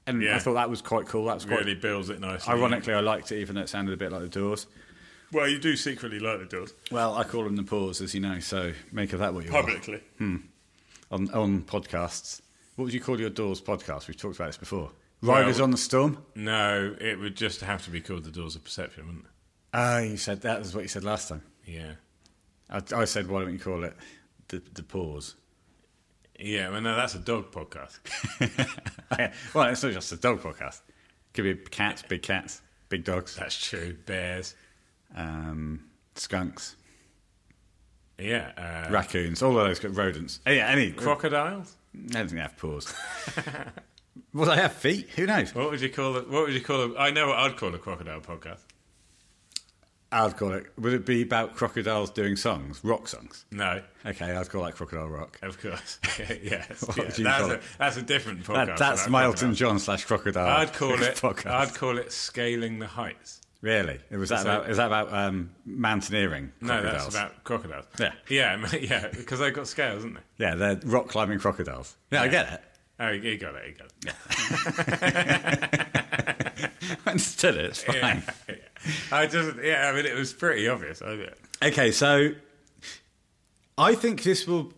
Speaker 1: and
Speaker 2: Yeah.
Speaker 1: I thought that was quite cool. That was quite
Speaker 2: Really builds it nicely.
Speaker 1: ironically I liked it, even though it sounded a bit like the Doors.
Speaker 2: Well, you do secretly like the doors
Speaker 1: Well, I call them the Pause, as you know. So make of that what you will
Speaker 2: publicly.
Speaker 1: on on podcasts. What would you call your Doors podcast? We've talked about this before. Riders on the Storm.
Speaker 2: No, it would just have to be called the doors of perception, wouldn't
Speaker 1: Ah, you said that was what you said last time.
Speaker 2: it? Yeah.
Speaker 1: I, I said, why don't you call it the, the pause?
Speaker 2: Yeah, well, no, that's a dog podcast.
Speaker 1: well, it's not just a dog podcast. Could be cats, big cats, big dogs,
Speaker 2: That's true. Bears.
Speaker 1: um, skunks,
Speaker 2: Yeah. Uh,
Speaker 1: raccoons, all of those good rodents. Eh, Yeah, any croc.
Speaker 2: crocodiles.
Speaker 1: I don't think they have paws. well, they have feet. Who knows?
Speaker 2: What would you call it? What would you call it? I know what I'd call a crocodile podcast.
Speaker 1: I'd call it. Would it be about crocodiles doing songs, rock songs?
Speaker 2: No,
Speaker 1: Okay, I'd call that crocodile rock.
Speaker 2: of course. yes.
Speaker 1: What
Speaker 2: yeah,
Speaker 1: would
Speaker 2: that's,
Speaker 1: you call
Speaker 2: a,
Speaker 1: it?
Speaker 2: that's a different podcast.
Speaker 1: That, that's
Speaker 2: about
Speaker 1: my Elton
Speaker 2: crocodiles.
Speaker 1: John slash crocodile.
Speaker 2: I'd call it.
Speaker 1: podcast.
Speaker 2: I'd call it scaling the heights.
Speaker 1: really? Was that
Speaker 2: So-
Speaker 1: about, is that about um, mountaineering?
Speaker 2: No, that's
Speaker 1: crocodiles?
Speaker 2: about crocodiles.
Speaker 1: Yeah.
Speaker 2: yeah, I mean, yeah, because they've got scales, haven't they?
Speaker 1: Yeah, they're rock climbing crocodiles. Yeah, I get it.
Speaker 2: Oh, you got it, you got it.
Speaker 1: Still, it's fine.
Speaker 2: Yeah. I just, yeah, I mean, it was pretty obvious. I,
Speaker 1: Okay, so I think this will,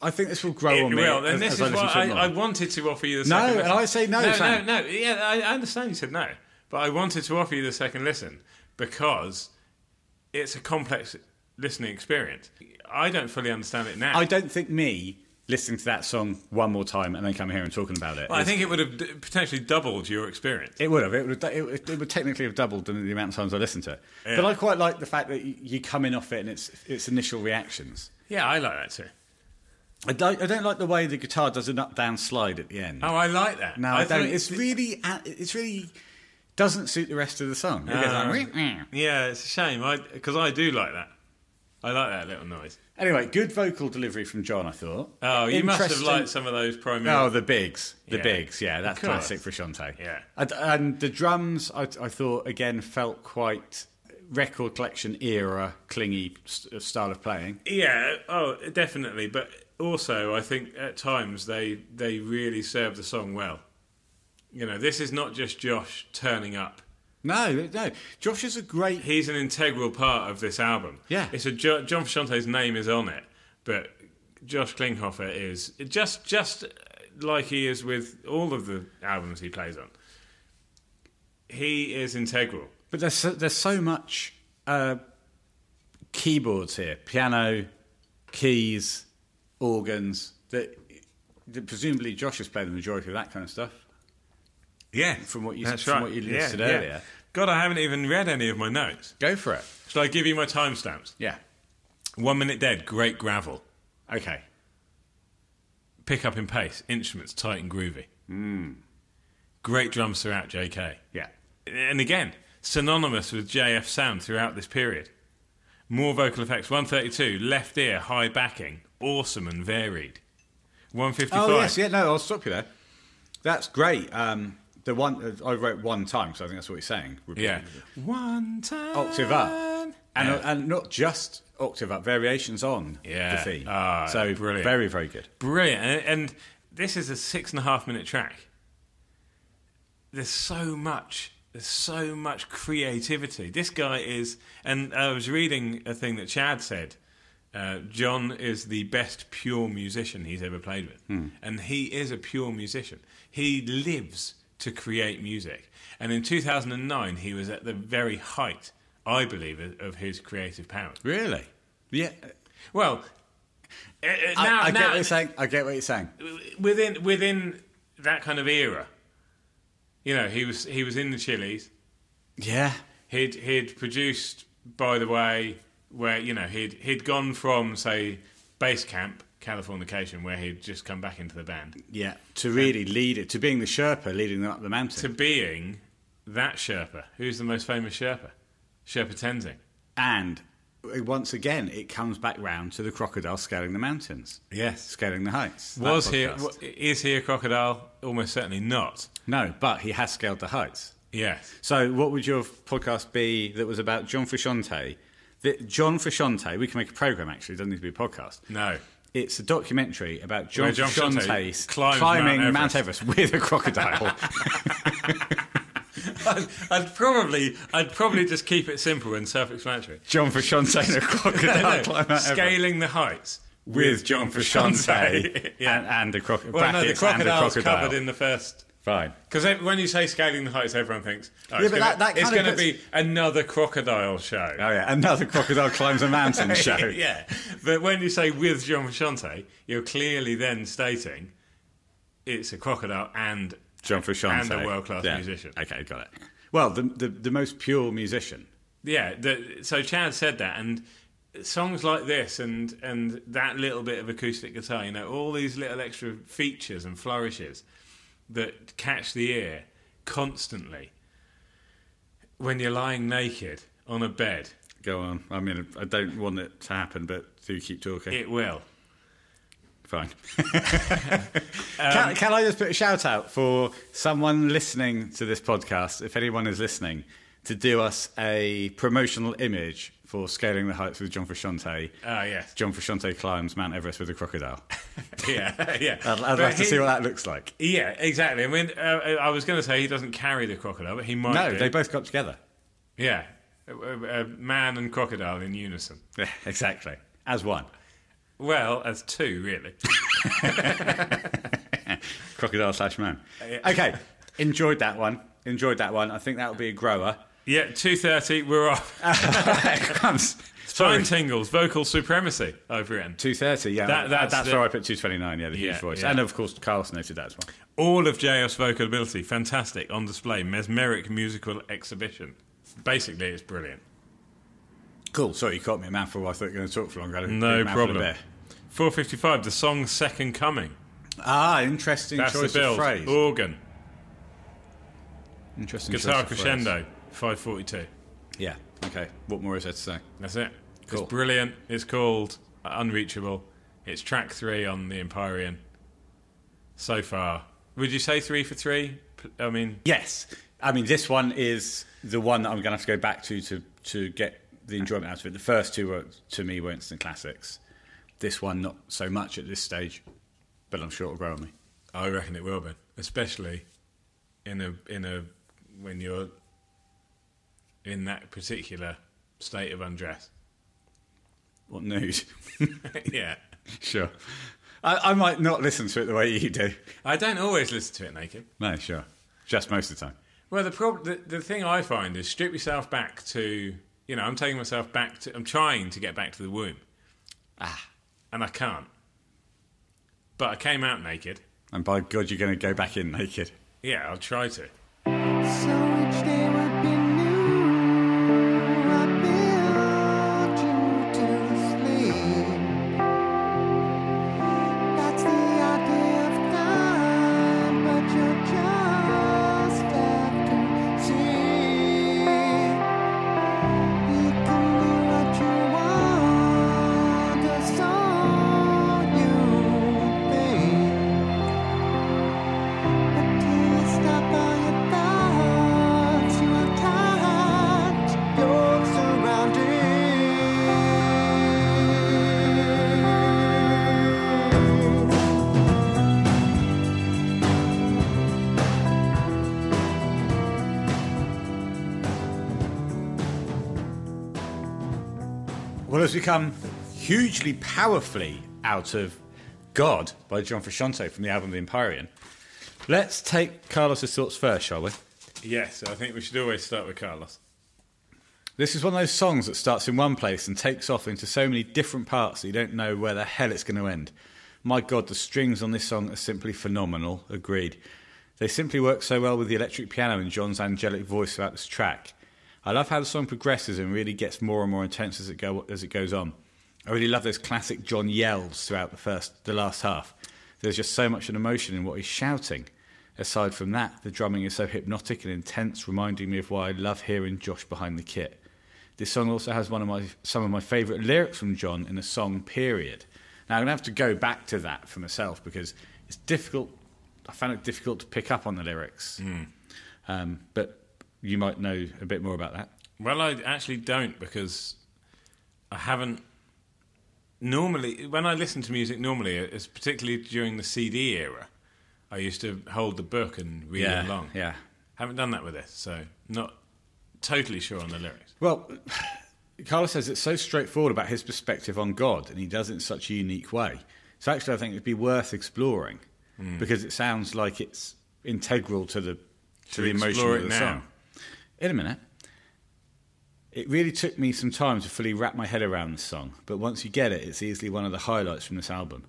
Speaker 1: I think this will grow
Speaker 2: it
Speaker 1: on me.
Speaker 2: will. And
Speaker 1: Oh, as-
Speaker 2: this
Speaker 1: as
Speaker 2: is
Speaker 1: listen
Speaker 2: what
Speaker 1: to it
Speaker 2: I,
Speaker 1: more.
Speaker 2: I wanted to offer you the
Speaker 1: No,
Speaker 2: second
Speaker 1: and
Speaker 2: listen.
Speaker 1: I say no,
Speaker 2: No,
Speaker 1: Sam.
Speaker 2: no, no. Yeah, I, I understand you said no, but I wanted to offer you the second listen because it's a complex listening experience. I don't fully understand it now.
Speaker 1: I don't think me listening to that song one more time and then coming here and talking about it.
Speaker 2: Well, I
Speaker 1: is-
Speaker 2: think it would have d- potentially doubled your experience.
Speaker 1: it would have. It would. Have, it, would- it would technically have doubled the, the amount of times I listened to it.
Speaker 2: Yeah.
Speaker 1: But I quite like the fact that you, you come in off it and it's its initial reactions.
Speaker 2: Yeah, I like that too.
Speaker 1: I don't, I don't like the way the guitar does an up down slide at the end.
Speaker 2: Oh, I like that.
Speaker 1: No, I,
Speaker 2: thought
Speaker 1: don't.
Speaker 2: it-
Speaker 1: It's really, a- it's really
Speaker 2: Ah.
Speaker 1: doesn't suit the rest of the song. It goes like, "Wee, wee."
Speaker 2: Yeah, it's a shame. I because I do like that. I like that little noise.
Speaker 1: Anyway, good vocal delivery from John, I thought.
Speaker 2: Oh, you must have
Speaker 1: Interesting-
Speaker 2: liked some of those primary.
Speaker 1: Oh, the bigs, the
Speaker 2: Yeah.
Speaker 1: bigs, yeah,
Speaker 2: Of
Speaker 1: that's
Speaker 2: course.
Speaker 1: classic for Shante.
Speaker 2: Yeah.
Speaker 1: and, and the drums, I, I thought again felt quite record collection era clingy st- style of playing.
Speaker 2: Yeah, oh, definitely. But also, I think at times they they really serve the song well. You know, this is not just Josh turning up.
Speaker 1: No, no, Josh is a great
Speaker 2: He's an integral part of this album.
Speaker 1: Yeah.
Speaker 2: it's a jo- John Frusciante's name is on it, but Josh Klinghoffer is just just like he is with all of the albums he plays on. He is integral.
Speaker 1: But there's so, there's so much uh, keyboards here, piano, keys, organs that, that presumably Josh is playing the majority of that kind of stuff.
Speaker 2: Yeah,
Speaker 1: From what you- from what you listed earlier.
Speaker 2: God, I haven't even read any of my notes.
Speaker 1: Go for it.
Speaker 2: Shall I give you my timestamps?
Speaker 1: Yeah.
Speaker 2: One Minute Dead, Great Gravel.
Speaker 1: Okay.
Speaker 2: Pick up in pace, instruments tight and groovy.
Speaker 1: Hmm.
Speaker 2: Great drums throughout JK.
Speaker 1: Yeah.
Speaker 2: And again, synonymous with JF sound throughout this period. More vocal effects 132, left ear, high backing, awesome and varied. 155.
Speaker 1: Oh yes, yeah. No, I'll stop you there. That's great. Um, the one uh, I wrote one time, so I think that's what he's saying. Would be-
Speaker 2: Yeah. One time.
Speaker 1: Octave up, and
Speaker 2: Yeah.
Speaker 1: and not just octave up, variations on
Speaker 2: Yeah.
Speaker 1: the theme.
Speaker 2: Ah,
Speaker 1: so
Speaker 2: brilliant.
Speaker 1: very very good.
Speaker 2: Brilliant. And, and this is a six and a half minute track. There's so much. There's so much creativity. This guy is, and I was reading a thing that Chad said. Uh, John is the best pure musician he's ever played with,
Speaker 1: Hmm.
Speaker 2: and he is a pure musician. He lives to create music, and in 2009 he was at the very height, I believe, of- of his creative powers.
Speaker 1: Really? Yeah.
Speaker 2: Well, uh, uh,
Speaker 1: I-
Speaker 2: now,
Speaker 1: I, get
Speaker 2: now-
Speaker 1: what you're saying. I get what you're saying.
Speaker 2: within within that kind of era, you know, he was he was in the Chili's.
Speaker 1: Yeah.
Speaker 2: He'd he'd produced, by the way, where you know he'd he'd gone from say base camp Californication, where he'd just come back into the band,
Speaker 1: Yeah. To really lead it, to being the Sherpa leading them up the mountain.
Speaker 2: to being that Sherpa. Who's the most famous Sherpa? Sherpa Tenzing.
Speaker 1: and uh, once again, it comes back round to the crocodile scaling the mountains.
Speaker 2: Yes.
Speaker 1: Scaling the heights. That
Speaker 2: Was he?
Speaker 1: podcast.
Speaker 2: wa- Is he a crocodile? Almost certainly not.
Speaker 1: No, but he has scaled the heights.
Speaker 2: Yes.
Speaker 1: So, what would your podcast be that was about John Frusciante? That John Frusciante, we can make a program actually. It doesn't need to be a podcast.
Speaker 2: No.
Speaker 1: It's a documentary about John,
Speaker 2: Where John Frusciante
Speaker 1: Frusciante s-
Speaker 2: climbs
Speaker 1: climbing
Speaker 2: Mount
Speaker 1: Mount Everest with a crocodile.
Speaker 2: I'd, I'd probably, I'd probably just keep it simple and self-explanatory.
Speaker 1: John Frusciante and a crocodile
Speaker 2: No, no,
Speaker 1: climb Mount Everest.
Speaker 2: Scaling the heights
Speaker 1: with John Frusciante
Speaker 2: yeah.
Speaker 1: and, and the crocodile.
Speaker 2: well, no, the crocodile's
Speaker 1: crocodile.
Speaker 2: covered in the first.
Speaker 1: Fine.
Speaker 2: Because when you say scaling the heights, everyone thinks oh,
Speaker 1: Yeah,
Speaker 2: it's
Speaker 1: but
Speaker 2: gonna-
Speaker 1: that- that
Speaker 2: it's
Speaker 1: kind of
Speaker 2: going to
Speaker 1: puts-
Speaker 2: be another crocodile show.
Speaker 1: Oh yeah, another crocodile climbs a mountain show.
Speaker 2: yeah, but when you say with John Frusciante, you're clearly then stating it's a crocodile and
Speaker 1: John Frusciante
Speaker 2: and a world-class musician.
Speaker 1: Okay, got it. Well, the, the the most pure musician.
Speaker 2: Yeah, the, so Chad said that, and songs like this and and that little bit of acoustic guitar, you know, all these little extra features and flourishes that catch the ear constantly when you're lying naked on a bed.
Speaker 1: Go on. I mean, I don't want it to happen, but do keep talking.
Speaker 2: It will.
Speaker 1: Fine. can, can I just put a shout out for someone listening to this podcast, if anyone is listening, to do us a promotional image for Scaling the Heights with John Frusciante?
Speaker 2: Ah, yes.
Speaker 1: John Frusciante climbs Mount Everest with a crocodile.
Speaker 2: Yeah, yeah.
Speaker 1: I'd, I'd
Speaker 2: But
Speaker 1: love to
Speaker 2: he-
Speaker 1: see what that looks like.
Speaker 2: Yeah, exactly. I mean, uh, I was going to say he doesn't carry the crocodile, but he might.
Speaker 1: No,
Speaker 2: do.
Speaker 1: they both got together.
Speaker 2: Yeah, a, a- a man and crocodile in unison.
Speaker 1: Yeah, exactly. As one.
Speaker 2: Well, as two, really.
Speaker 1: Crocodile slash man. Okay. Enjoyed that one. Enjoyed that one. I think that will be a grower.
Speaker 2: yeah, two thirty. We're off. Time
Speaker 1: Time
Speaker 2: tingles, vocal supremacy. I've written
Speaker 1: Two thirty, yeah.
Speaker 2: That- that's
Speaker 1: that's
Speaker 2: the-
Speaker 1: where I put two twenty nine. Yeah, the
Speaker 2: Yeah,
Speaker 1: huge voice,
Speaker 2: yeah.
Speaker 1: and of course Carlos noted that as well.
Speaker 2: all of JF's vocal ability, fantastic on display, mesmeric musical exhibition. Basically, it's brilliant.
Speaker 1: Cool. Sorry, you caught me a mouthful. I thought you were going to talk for longer. I had a
Speaker 2: No
Speaker 1: big mouthful of
Speaker 2: problem.
Speaker 1: beer.
Speaker 2: Four fifty-five. The song Second Coming.
Speaker 1: Ah, interesting
Speaker 2: That's
Speaker 1: choice
Speaker 2: the
Speaker 1: of
Speaker 2: build.
Speaker 1: phrase.
Speaker 2: Organ,
Speaker 1: Interesting choice
Speaker 2: guitar
Speaker 1: of phrase.
Speaker 2: crescendo, five forty-two.
Speaker 1: Yeah. Okay. What more is there to say?
Speaker 2: That's it.
Speaker 1: Cool.
Speaker 2: It's brilliant. It's called uh, Unreachable. It's track three on the Empyrean. So far, would you say three for three? P- I mean,
Speaker 1: Yes, I mean this one is the one that I'm going to have to go back to to to get the enjoyment out of it. The first two were to me were instant classics. This one not so much at this stage, but I'm sure it'll grow on me.
Speaker 2: I reckon it will be, especially in a in a when you're in that particular state of undress.
Speaker 1: What news?
Speaker 2: yeah,
Speaker 1: sure. I, I might not listen to it the way you do.
Speaker 2: I don't always listen to it naked.
Speaker 1: No, sure. Just most of the time.
Speaker 2: Well, the problem, the, the thing I find is strip yourself back to, you know, I'm taking myself back to, I'm trying to get back to the womb. Ah. And I can't. But I came out naked.
Speaker 1: And by God, you're going to go back in naked.
Speaker 2: Yeah, I'll try
Speaker 4: So
Speaker 2: to.
Speaker 4: each day would be new. I build you to sleep. That's the idea of time, but you just have to see. You can do what you want, that's all you think. Surrounding.
Speaker 1: Well, has become hugely powerfully out of God by John Frusciante from the album The Empyrean. Let's take Carlos's thoughts first, shall we?
Speaker 2: Yes, I think we should always start with Carlos.
Speaker 1: This is one of those songs that starts in one place and takes off into so many different parts that you don't know where the hell it's going to end. My God, the strings on this song are simply phenomenal. Agreed. They simply work so well with the electric piano and John's angelic voice throughout this track. I love how the song progresses and really gets more and more intense as it go as it goes on. I really love those classic John yells throughout the first the last half. There's just so much an emotion in what he's shouting. Aside from that, the drumming is so hypnotic and intense, reminding me of why I love hearing Josh behind the kit. This song also has one of my some of my favourite lyrics from John in a song. Period. Now I'm gonna have to go back to that for myself because it's difficult. I found it difficult to pick up on the lyrics, um, but you might know a bit more about that.
Speaker 2: Well, I actually don't because I haven't. Normally, when I listen to music, normally, uh, it's particularly during the CD era, I used to hold the book and read
Speaker 1: Yeah,
Speaker 2: along.
Speaker 1: yeah.
Speaker 2: Haven't done that with this, so not totally sure on the lyrics.
Speaker 1: Well, Carlos says it's so straightforward about his perspective on God, and he does it in such a unique way. So actually, I think it'd be worth exploring
Speaker 2: Hmm.
Speaker 1: because it sounds like it's integral to the to, the emotion
Speaker 2: explore
Speaker 1: of
Speaker 2: it
Speaker 1: the
Speaker 2: now.
Speaker 1: song. In a minute. It really took me some time to fully wrap my head around this song, but once you get it, it's easily one of the highlights from this album.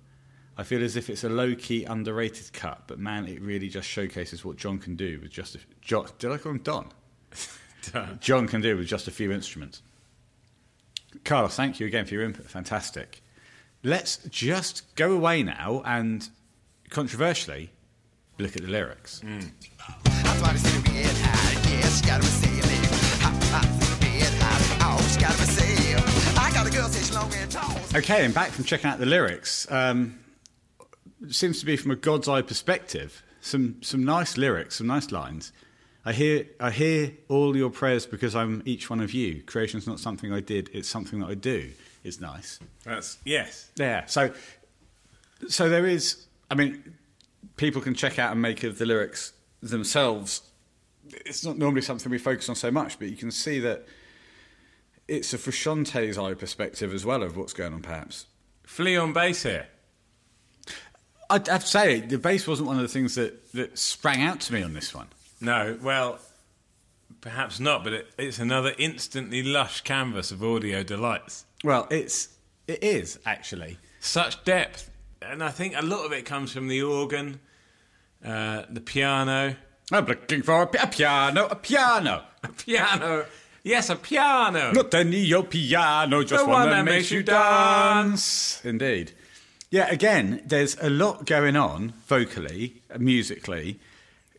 Speaker 1: I feel as if it's a low key, underrated cut, but man, it really just showcases what John can do with just a. Jo- Did I call him Don? John can do with just a few instruments. Carlos, thank you again for your input. Fantastic. Let's just go away now and controversially look at the lyrics.
Speaker 3: That's why they say the red hot. Yes, gotta be saying it. Hot, hot, red hot. Always oh, gotta be saying. I got a girl say she's long and tall.
Speaker 1: Okay, and back from checking out the lyrics, um, seems to be from a God's eye perspective. Some some nice lyrics, some nice lines. I hear I hear all your prayers because I'm each one of you. Creation's not something I did; it's something that I do. It's nice.
Speaker 2: That's yes,
Speaker 1: Yeah. So, so there is. I mean, people can check out and make of the lyrics themselves. It's not normally something we focus on so much, but you can see that it's a Frusciante's eye perspective as well of what's going on. Perhaps
Speaker 2: flea on bass here.
Speaker 1: I'd have to say the bass wasn't one of the things that that sprang out to me on this one.
Speaker 2: No, well, perhaps not, but it, it's another instantly lush canvas of audio delights.
Speaker 1: Well, it's it is actually.
Speaker 2: Such depth, and I think a lot of it comes from the organ, uh, the piano,
Speaker 1: I'm looking for a, pi- a piano, a piano,
Speaker 2: piano. Yes, a piano.
Speaker 1: not a neo piano, just
Speaker 2: The
Speaker 1: one, that makes you dance. Indeed. Yeah, again, there's a lot going on vocally, musically.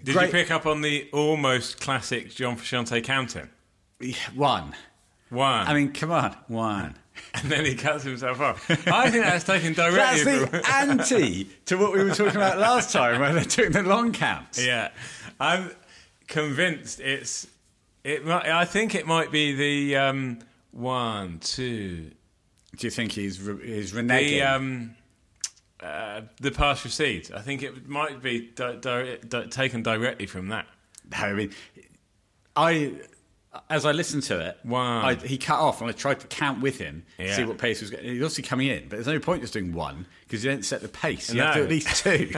Speaker 2: Did
Speaker 1: Great-
Speaker 2: you pick up on the almost classic John Frusciante counting?
Speaker 1: One.
Speaker 2: One.
Speaker 1: I mean, come on. One.
Speaker 2: and then he cuts himself off. I think that's taken directly
Speaker 1: That's
Speaker 2: from-
Speaker 1: the anti to what we were talking about last time when they took the long counts.
Speaker 2: Yeah, I'm convinced it's. It might, I think it might be the um, one, two,
Speaker 1: Do you think he's re- he's
Speaker 2: the
Speaker 1: reneging?
Speaker 2: um, uh, the pass received. I think it might be di- di- di- taken directly from that.
Speaker 1: I mean, I as I listened to it,
Speaker 2: Wow.
Speaker 1: I, he cut off and I tried to count with him to
Speaker 2: Yeah.
Speaker 1: see what pace was. going. He was obviously coming in, but there's no point just doing one because you don't set the pace. You have to do
Speaker 2: No.
Speaker 1: at least two.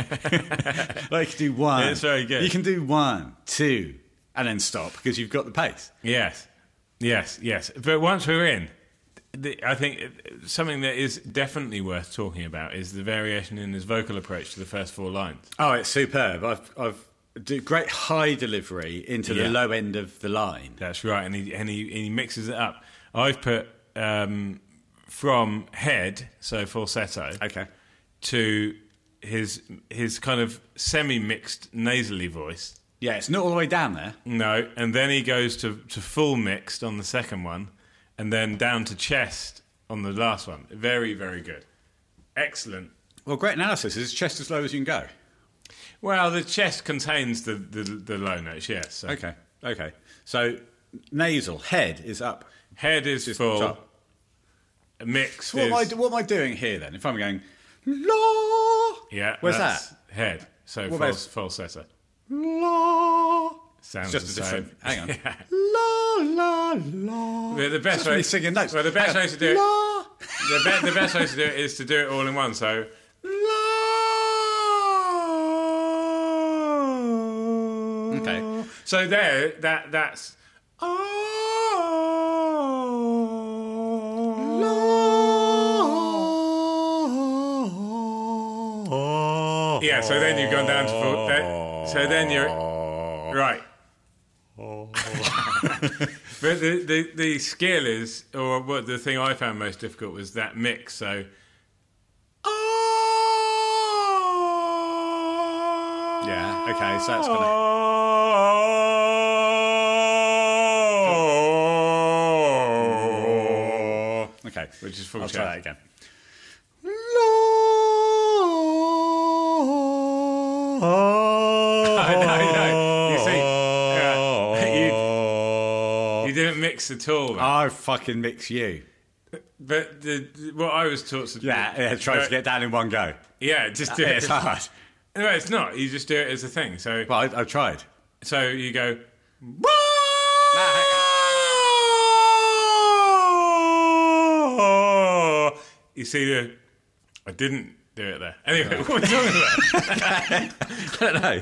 Speaker 1: like you do one.
Speaker 2: It's very good.
Speaker 1: You can do one, two, and then stop because you've got the pace.
Speaker 2: Yes, yes, yes. But once we're in, the, I think it- something that is definitely worth talking about is the variation in his vocal approach to the first four lines.
Speaker 1: Oh, it's superb. I've I've do great high delivery into
Speaker 2: Yeah.
Speaker 1: the low end of the line.
Speaker 2: That's right, and he and he, and he mixes it up. I've put um, from head, so falsetto,
Speaker 1: Okay.
Speaker 2: to his his kind of semi mixed nasally voice.
Speaker 1: Yeah, it's not all the way down there.
Speaker 2: No, and then he goes to to full mixed on the second one, and then down to chest on the last one. Very very good, excellent.
Speaker 1: Well, great analysis. Is chest as low as you can go?
Speaker 2: Well, the chest contains the the, the low notes. Yes. so
Speaker 1: Okay. Okay. So nasal head is up.
Speaker 2: Head is
Speaker 1: Just
Speaker 2: full.
Speaker 1: top.
Speaker 2: Mixed.
Speaker 1: So what, am I,
Speaker 2: is,
Speaker 1: do- what am I doing here then? If I'm going la,
Speaker 2: yeah.
Speaker 1: where's
Speaker 2: that's
Speaker 1: that?
Speaker 2: Head. So
Speaker 1: What
Speaker 2: fals-
Speaker 1: about-
Speaker 2: falsetto.
Speaker 1: La.
Speaker 2: Sounds
Speaker 1: It's just a
Speaker 2: the same.
Speaker 1: different. Hang on.
Speaker 2: Yeah.
Speaker 1: La la la.
Speaker 2: The- the best
Speaker 1: Just
Speaker 2: way-
Speaker 1: me singing notes.
Speaker 2: well, the best
Speaker 1: Hang on.
Speaker 2: way to do it-
Speaker 1: La.
Speaker 2: the, be- the best way to do it is to do it all in one. So,
Speaker 1: La. Uh, Okay.
Speaker 2: so there, that that's. Yeah. So then you've gone down to full. That, so then you're
Speaker 1: Oh.
Speaker 2: right. but the, the the skill is, or what the thing I found most difficult was that mix. So.
Speaker 1: Yeah, okay, so that's gonna- Okay.
Speaker 2: Which is full
Speaker 1: I'll try that
Speaker 2: chest.
Speaker 1: again.
Speaker 2: I know, I know. You see, uh, you, you didn't mix at all. man.
Speaker 1: I fucking mix you.
Speaker 2: But the, the- what I was taught to do.
Speaker 1: Yeah, yeah try to get down in one go.
Speaker 2: Yeah, just do
Speaker 1: It's
Speaker 2: it.
Speaker 1: hard.
Speaker 2: No, it's not. You just do it as a thing. So,
Speaker 1: Well, I, I've tried.
Speaker 2: so you go. You see the. I didn't do it there. Anyway, what are we talking about?
Speaker 1: I don't know.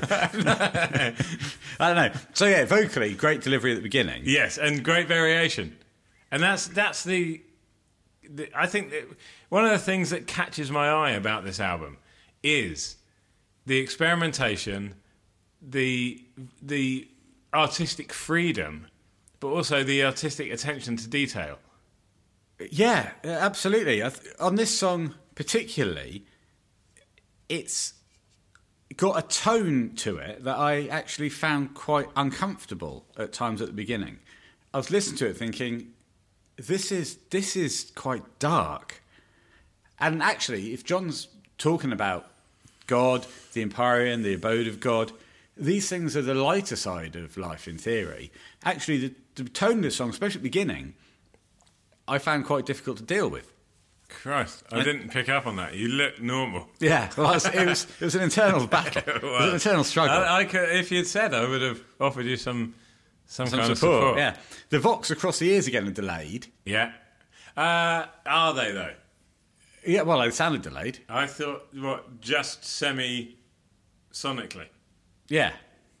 Speaker 1: I don't know. So yeah, vocally, great delivery at the beginning.
Speaker 2: Yes, and great variation, and that's that's the. the I think that one of the things that catches my eye about this album is the experimentation, the the artistic freedom, but also the artistic attention to detail.
Speaker 1: Yeah, uh, absolutely. I th- on this song particularly, it's got a tone to it that I actually found quite uncomfortable at times at the beginning. I was listening to it thinking, this is this is quite dark. And actually, if John's talking about God, the Empyrean, the abode of God, these things are the lighter side of life in theory. Actually, the, the tone of the song, especially at the beginning, I found quite difficult to deal with.
Speaker 2: Christ, I didn't pick up on that. You look normal.
Speaker 1: Yeah, well, it, was, it was it was an internal battle. It was an internal struggle.
Speaker 2: I, I could, if you'd said, I would have offered you some some,
Speaker 1: Some
Speaker 2: kind
Speaker 1: support,
Speaker 2: of support.
Speaker 1: Yeah, the vox across the ears again are delayed.
Speaker 2: yeah. Uh, are they though?
Speaker 1: Yeah, well, they sounded delayed.
Speaker 2: I thought what just semi sonically.
Speaker 1: Yeah,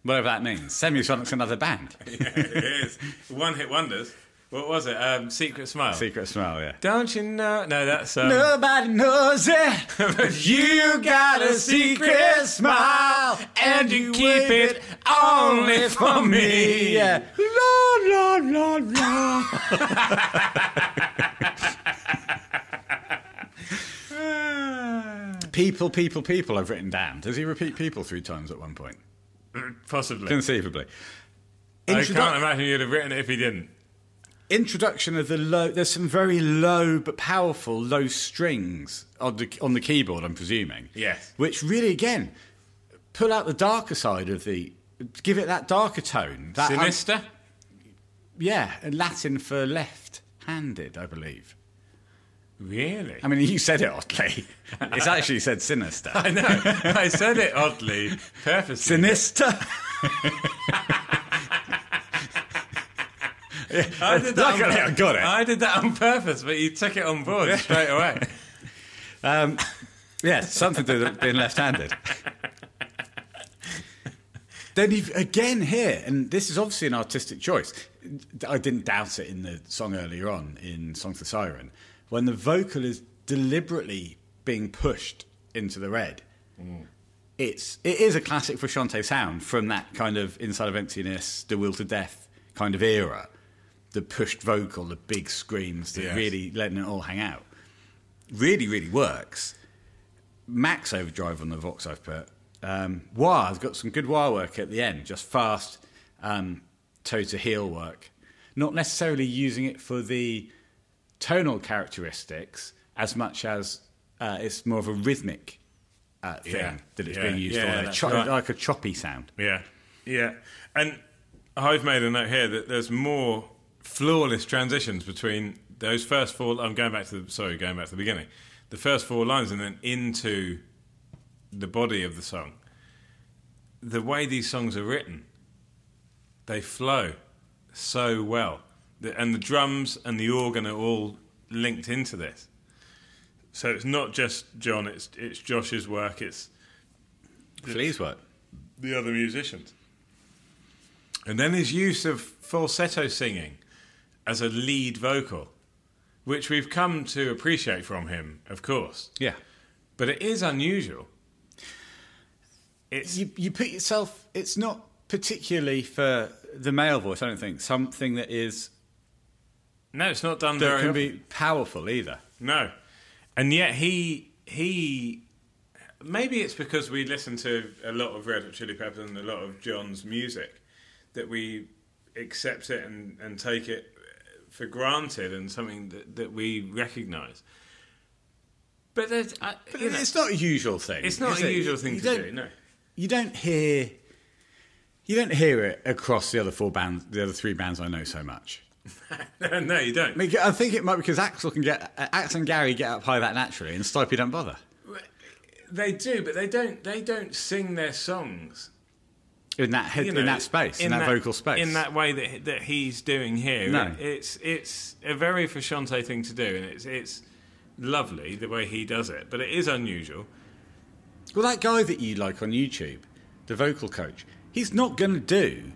Speaker 1: whatever that means. Semisonic's another band.
Speaker 2: it is one hit wonders. What was it? Um, Secret Smile.
Speaker 1: Secret smile. Yeah.
Speaker 2: Don't you know? No, that's um,
Speaker 1: Nobody knows it, but you got a secret smile, and you keep it only for me. Yeah. La la la la. people, people, people. I've written down. Does he repeat people three times at one point?
Speaker 2: possibly.
Speaker 1: Conceivably.
Speaker 2: I
Speaker 1: Introdu-
Speaker 2: can't imagine you'd have written it if he didn't.
Speaker 1: introduction of the low. There's some very low but powerful low strings on the on the keyboard. I'm presuming.
Speaker 2: Yes.
Speaker 1: Which really, again, pull out the darker side of the. Give it that darker tone. That um,
Speaker 2: Sinister.
Speaker 1: yeah, and Latin for left-handed, I believe.
Speaker 2: really?
Speaker 1: I mean, you said it oddly. it's actually said sinister.
Speaker 2: I know. I said it oddly, purposely.
Speaker 1: Sinister.
Speaker 2: I did that
Speaker 1: Luckily, I got it.
Speaker 2: I did that on purpose, but you took it on board straight away.
Speaker 1: Um, yes, something to do with being left-handed. then you've again here, and this is obviously an artistic choice. I didn't doubt it in the song earlier on in "Song to the Siren," when the vocal is deliberately being pushed into the red. It's it is a classic for Shante sound from that kind of "Inside of Emptiness," "The Will to Death" kind of era. The pushed vocal, the big screams, the
Speaker 2: Yes.
Speaker 1: really letting it all hang out really, really works. Max overdrive on the Vox I've put. Um, wah, I've got some good wah work at the end, just fast um, toe to heel work. Not necessarily using it for the tonal characteristics as much as uh, it's more of a rhythmic uh, thing
Speaker 2: Yeah.
Speaker 1: that it's
Speaker 2: Yeah.
Speaker 1: being used
Speaker 2: Yeah,
Speaker 1: for,
Speaker 2: that's
Speaker 1: Cho-
Speaker 2: right.
Speaker 1: like a choppy sound.
Speaker 2: Yeah, yeah. And I've made a note here that there's more flawless transitions between those first four. I'm going back to the sorry, going back to the beginning. The first four lines and then into the body of the song. The way these songs are written, they flow so well, The- and the drums and the organ are all linked into this. So it's not just John; it's it's Josh's work. It's
Speaker 1: Please work.
Speaker 2: the other musicians. And then his use of falsetto singing as a lead vocal, which we've come to appreciate from him, of course.
Speaker 1: Yeah.
Speaker 2: But it is unusual.
Speaker 1: you, you put yourself it's not particularly for the male voice i don't think something that is
Speaker 2: No, it's not done
Speaker 1: that
Speaker 2: very
Speaker 1: can
Speaker 2: often.
Speaker 1: be powerful either
Speaker 2: No. And yet he he maybe it's because we listen to a lot of Red Hot Chili Peppers and a lot of John's music that we accept it and, and take it for granted and something that, that we recognise. But, there's, I, you know,
Speaker 1: it's not a usual thing
Speaker 2: it's not
Speaker 1: is
Speaker 2: a
Speaker 1: it?
Speaker 2: usual
Speaker 1: You-
Speaker 2: thing
Speaker 1: you
Speaker 2: to
Speaker 1: don't-
Speaker 2: do. No.
Speaker 1: you don't hear you don't hear it across the other four bands the other three bands i know so much
Speaker 2: no, you don't.
Speaker 1: i mean i think it might because axel can get uh, axel and gary get up high that naturally and stipe don't bother
Speaker 2: They do, but they don't. They don't sing their songs
Speaker 1: in that head,
Speaker 2: you know,
Speaker 1: in that space in, that, vocal space
Speaker 2: in that way that that he's doing here.
Speaker 1: No.
Speaker 2: it's it's a very Frashante thing to do, and it's it's lovely the way he does it, but it is unusual.
Speaker 1: Well, that guy that you like on YouTube, the vocal coach, he's not going to do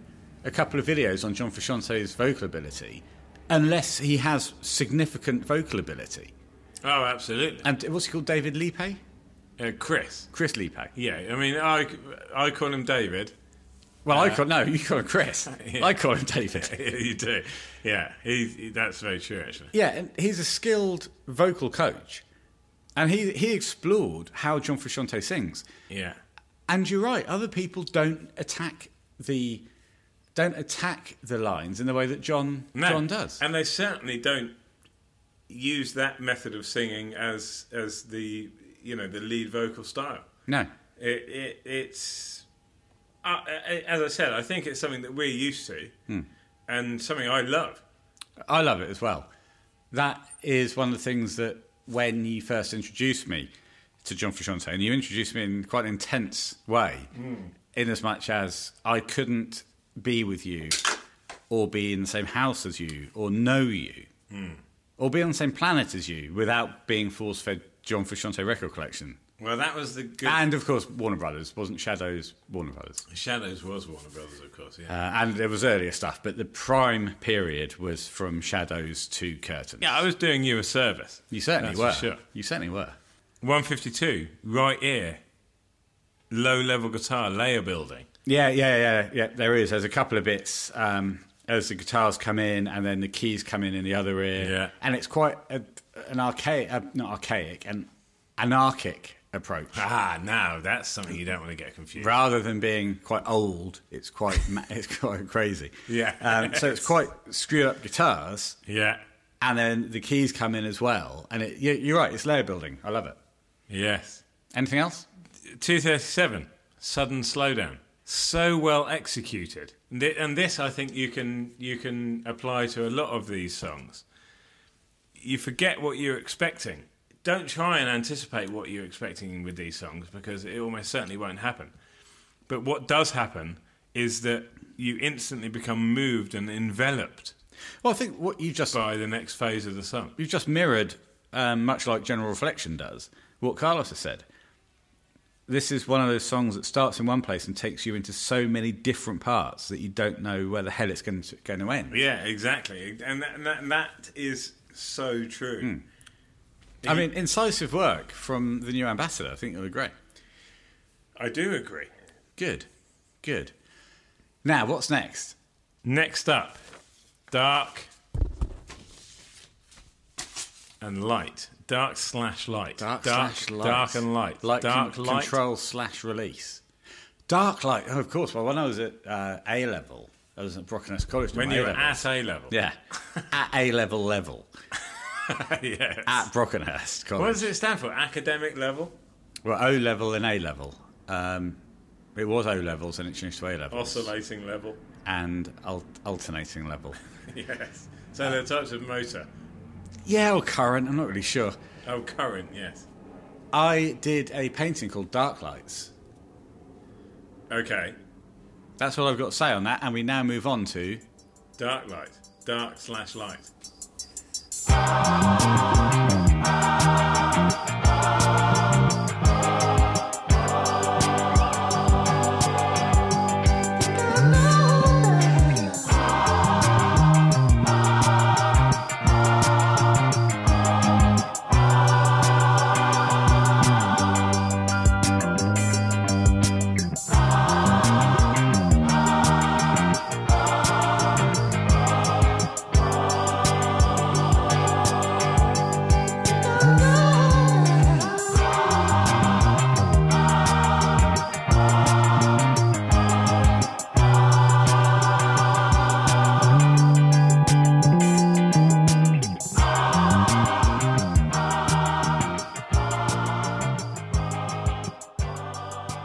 Speaker 1: a couple of videos on John Frusciante's vocal ability unless he has significant vocal ability.
Speaker 2: Oh, absolutely,
Speaker 1: And what's he called? David Lipe?
Speaker 2: uh, Chris.
Speaker 1: Chris Lipe.
Speaker 2: Yeah, I mean, I I call him David.
Speaker 1: Well, I call no, you call him Chris.
Speaker 2: Yeah.
Speaker 1: I call him David.
Speaker 2: you do, yeah. He, he- that's very true, actually.
Speaker 1: Yeah, and he's a skilled vocal coach, and he he explored how John Frusciante sings.
Speaker 2: Yeah,
Speaker 1: And you're right. Other people don't attack the don't attack the lines in the way that John
Speaker 2: No.
Speaker 1: John does.
Speaker 2: and they certainly don't use that method of singing as as the you know the lead vocal style.
Speaker 1: no.
Speaker 2: It, it it's uh, as I said, I think it's something that we're used to, and something I love.
Speaker 1: I love it as well. That is one of the things that when you first introduced me to John Frusciante, and you introduced me in quite an intense way, in as much as I couldn't be with you, or be in the same house as you, or know you, or be on the same planet as you, without being force-fed John Frusciante record collection.
Speaker 2: Well, that was the good.
Speaker 1: And of course, Warner Brothers wasn't Shadows. Warner Brothers.
Speaker 2: Shadows was Warner Brothers, of course. Yeah,
Speaker 1: Uh, and there was earlier stuff, but the prime period was from Shadows to Curtains.
Speaker 2: yeah. I was doing you a service.
Speaker 1: You certainly
Speaker 2: That's
Speaker 1: were.
Speaker 2: for sure.
Speaker 1: You certainly were.
Speaker 2: One fifty-two, right ear, low-level guitar layer building.
Speaker 1: Yeah, yeah, yeah, yeah. There is. There's a couple of bits um, as the guitars come in, and then the keys come in in the other ear.
Speaker 2: Yeah.
Speaker 1: and it's quite a, an archaic, uh, not archaic, an anarchic approach.
Speaker 2: Ah, now that's something you don't want to get confused.
Speaker 1: Rather than being quite old, it's quite ma- it's quite crazy.
Speaker 2: Yeah.
Speaker 1: Um, so it's quite screwed up guitars,
Speaker 2: Yeah.
Speaker 1: and then the keys come in as well. And it, you- you're right, it's layer building. I love it.
Speaker 2: Yes.
Speaker 1: Anything else?
Speaker 2: 237 sudden slowdown so well executed and thi- and this i think you can you can apply to a lot of these songs you forget what you're expecting don't try and anticipate what you're expecting with these songs because it almost certainly won't happen but what does happen is that you instantly become moved and enveloped
Speaker 1: Well, I think what you just
Speaker 2: by the next phase of the song
Speaker 1: you've just mirrored, um, much like General Reflection does, what Carlos has said. This is one of those songs that starts in one place and takes you into so many different parts that you don't know where the hell it's going to, going to end.
Speaker 2: yeah exactly and that, and that, and that is so true
Speaker 1: I mean, incisive work from the new ambassador. I think you'll agree.
Speaker 2: i do agree
Speaker 1: Good, good. Now, what's next?
Speaker 2: Next up, dark and light. Dark slash light. Dark and light.
Speaker 1: Like
Speaker 2: dark
Speaker 1: con-
Speaker 2: light.
Speaker 1: control slash release. Dark light. Oh, of course. Well, when I was at uh, A level, I was at Brockenhurst College. doing
Speaker 2: When
Speaker 1: my
Speaker 2: you're
Speaker 1: A-level.
Speaker 2: at A level.
Speaker 1: yeah, at A level level.
Speaker 2: yes.
Speaker 1: at Brockenhurst
Speaker 2: what
Speaker 1: College.
Speaker 2: does it stand for? Academic level?
Speaker 1: Well, O level and A level. Um, it was O levels and it changed to A levels
Speaker 2: Oscillating level?
Speaker 1: and al- alternating level.
Speaker 2: Yes. So there are types of motor.
Speaker 1: yeah, or current. I'm not really sure.
Speaker 2: Oh, current, yes.
Speaker 1: I did a painting called Dark Lights.
Speaker 2: Okay.
Speaker 1: That's all I've got to say on that. And we now move on to
Speaker 2: Dark light. Dark slash light.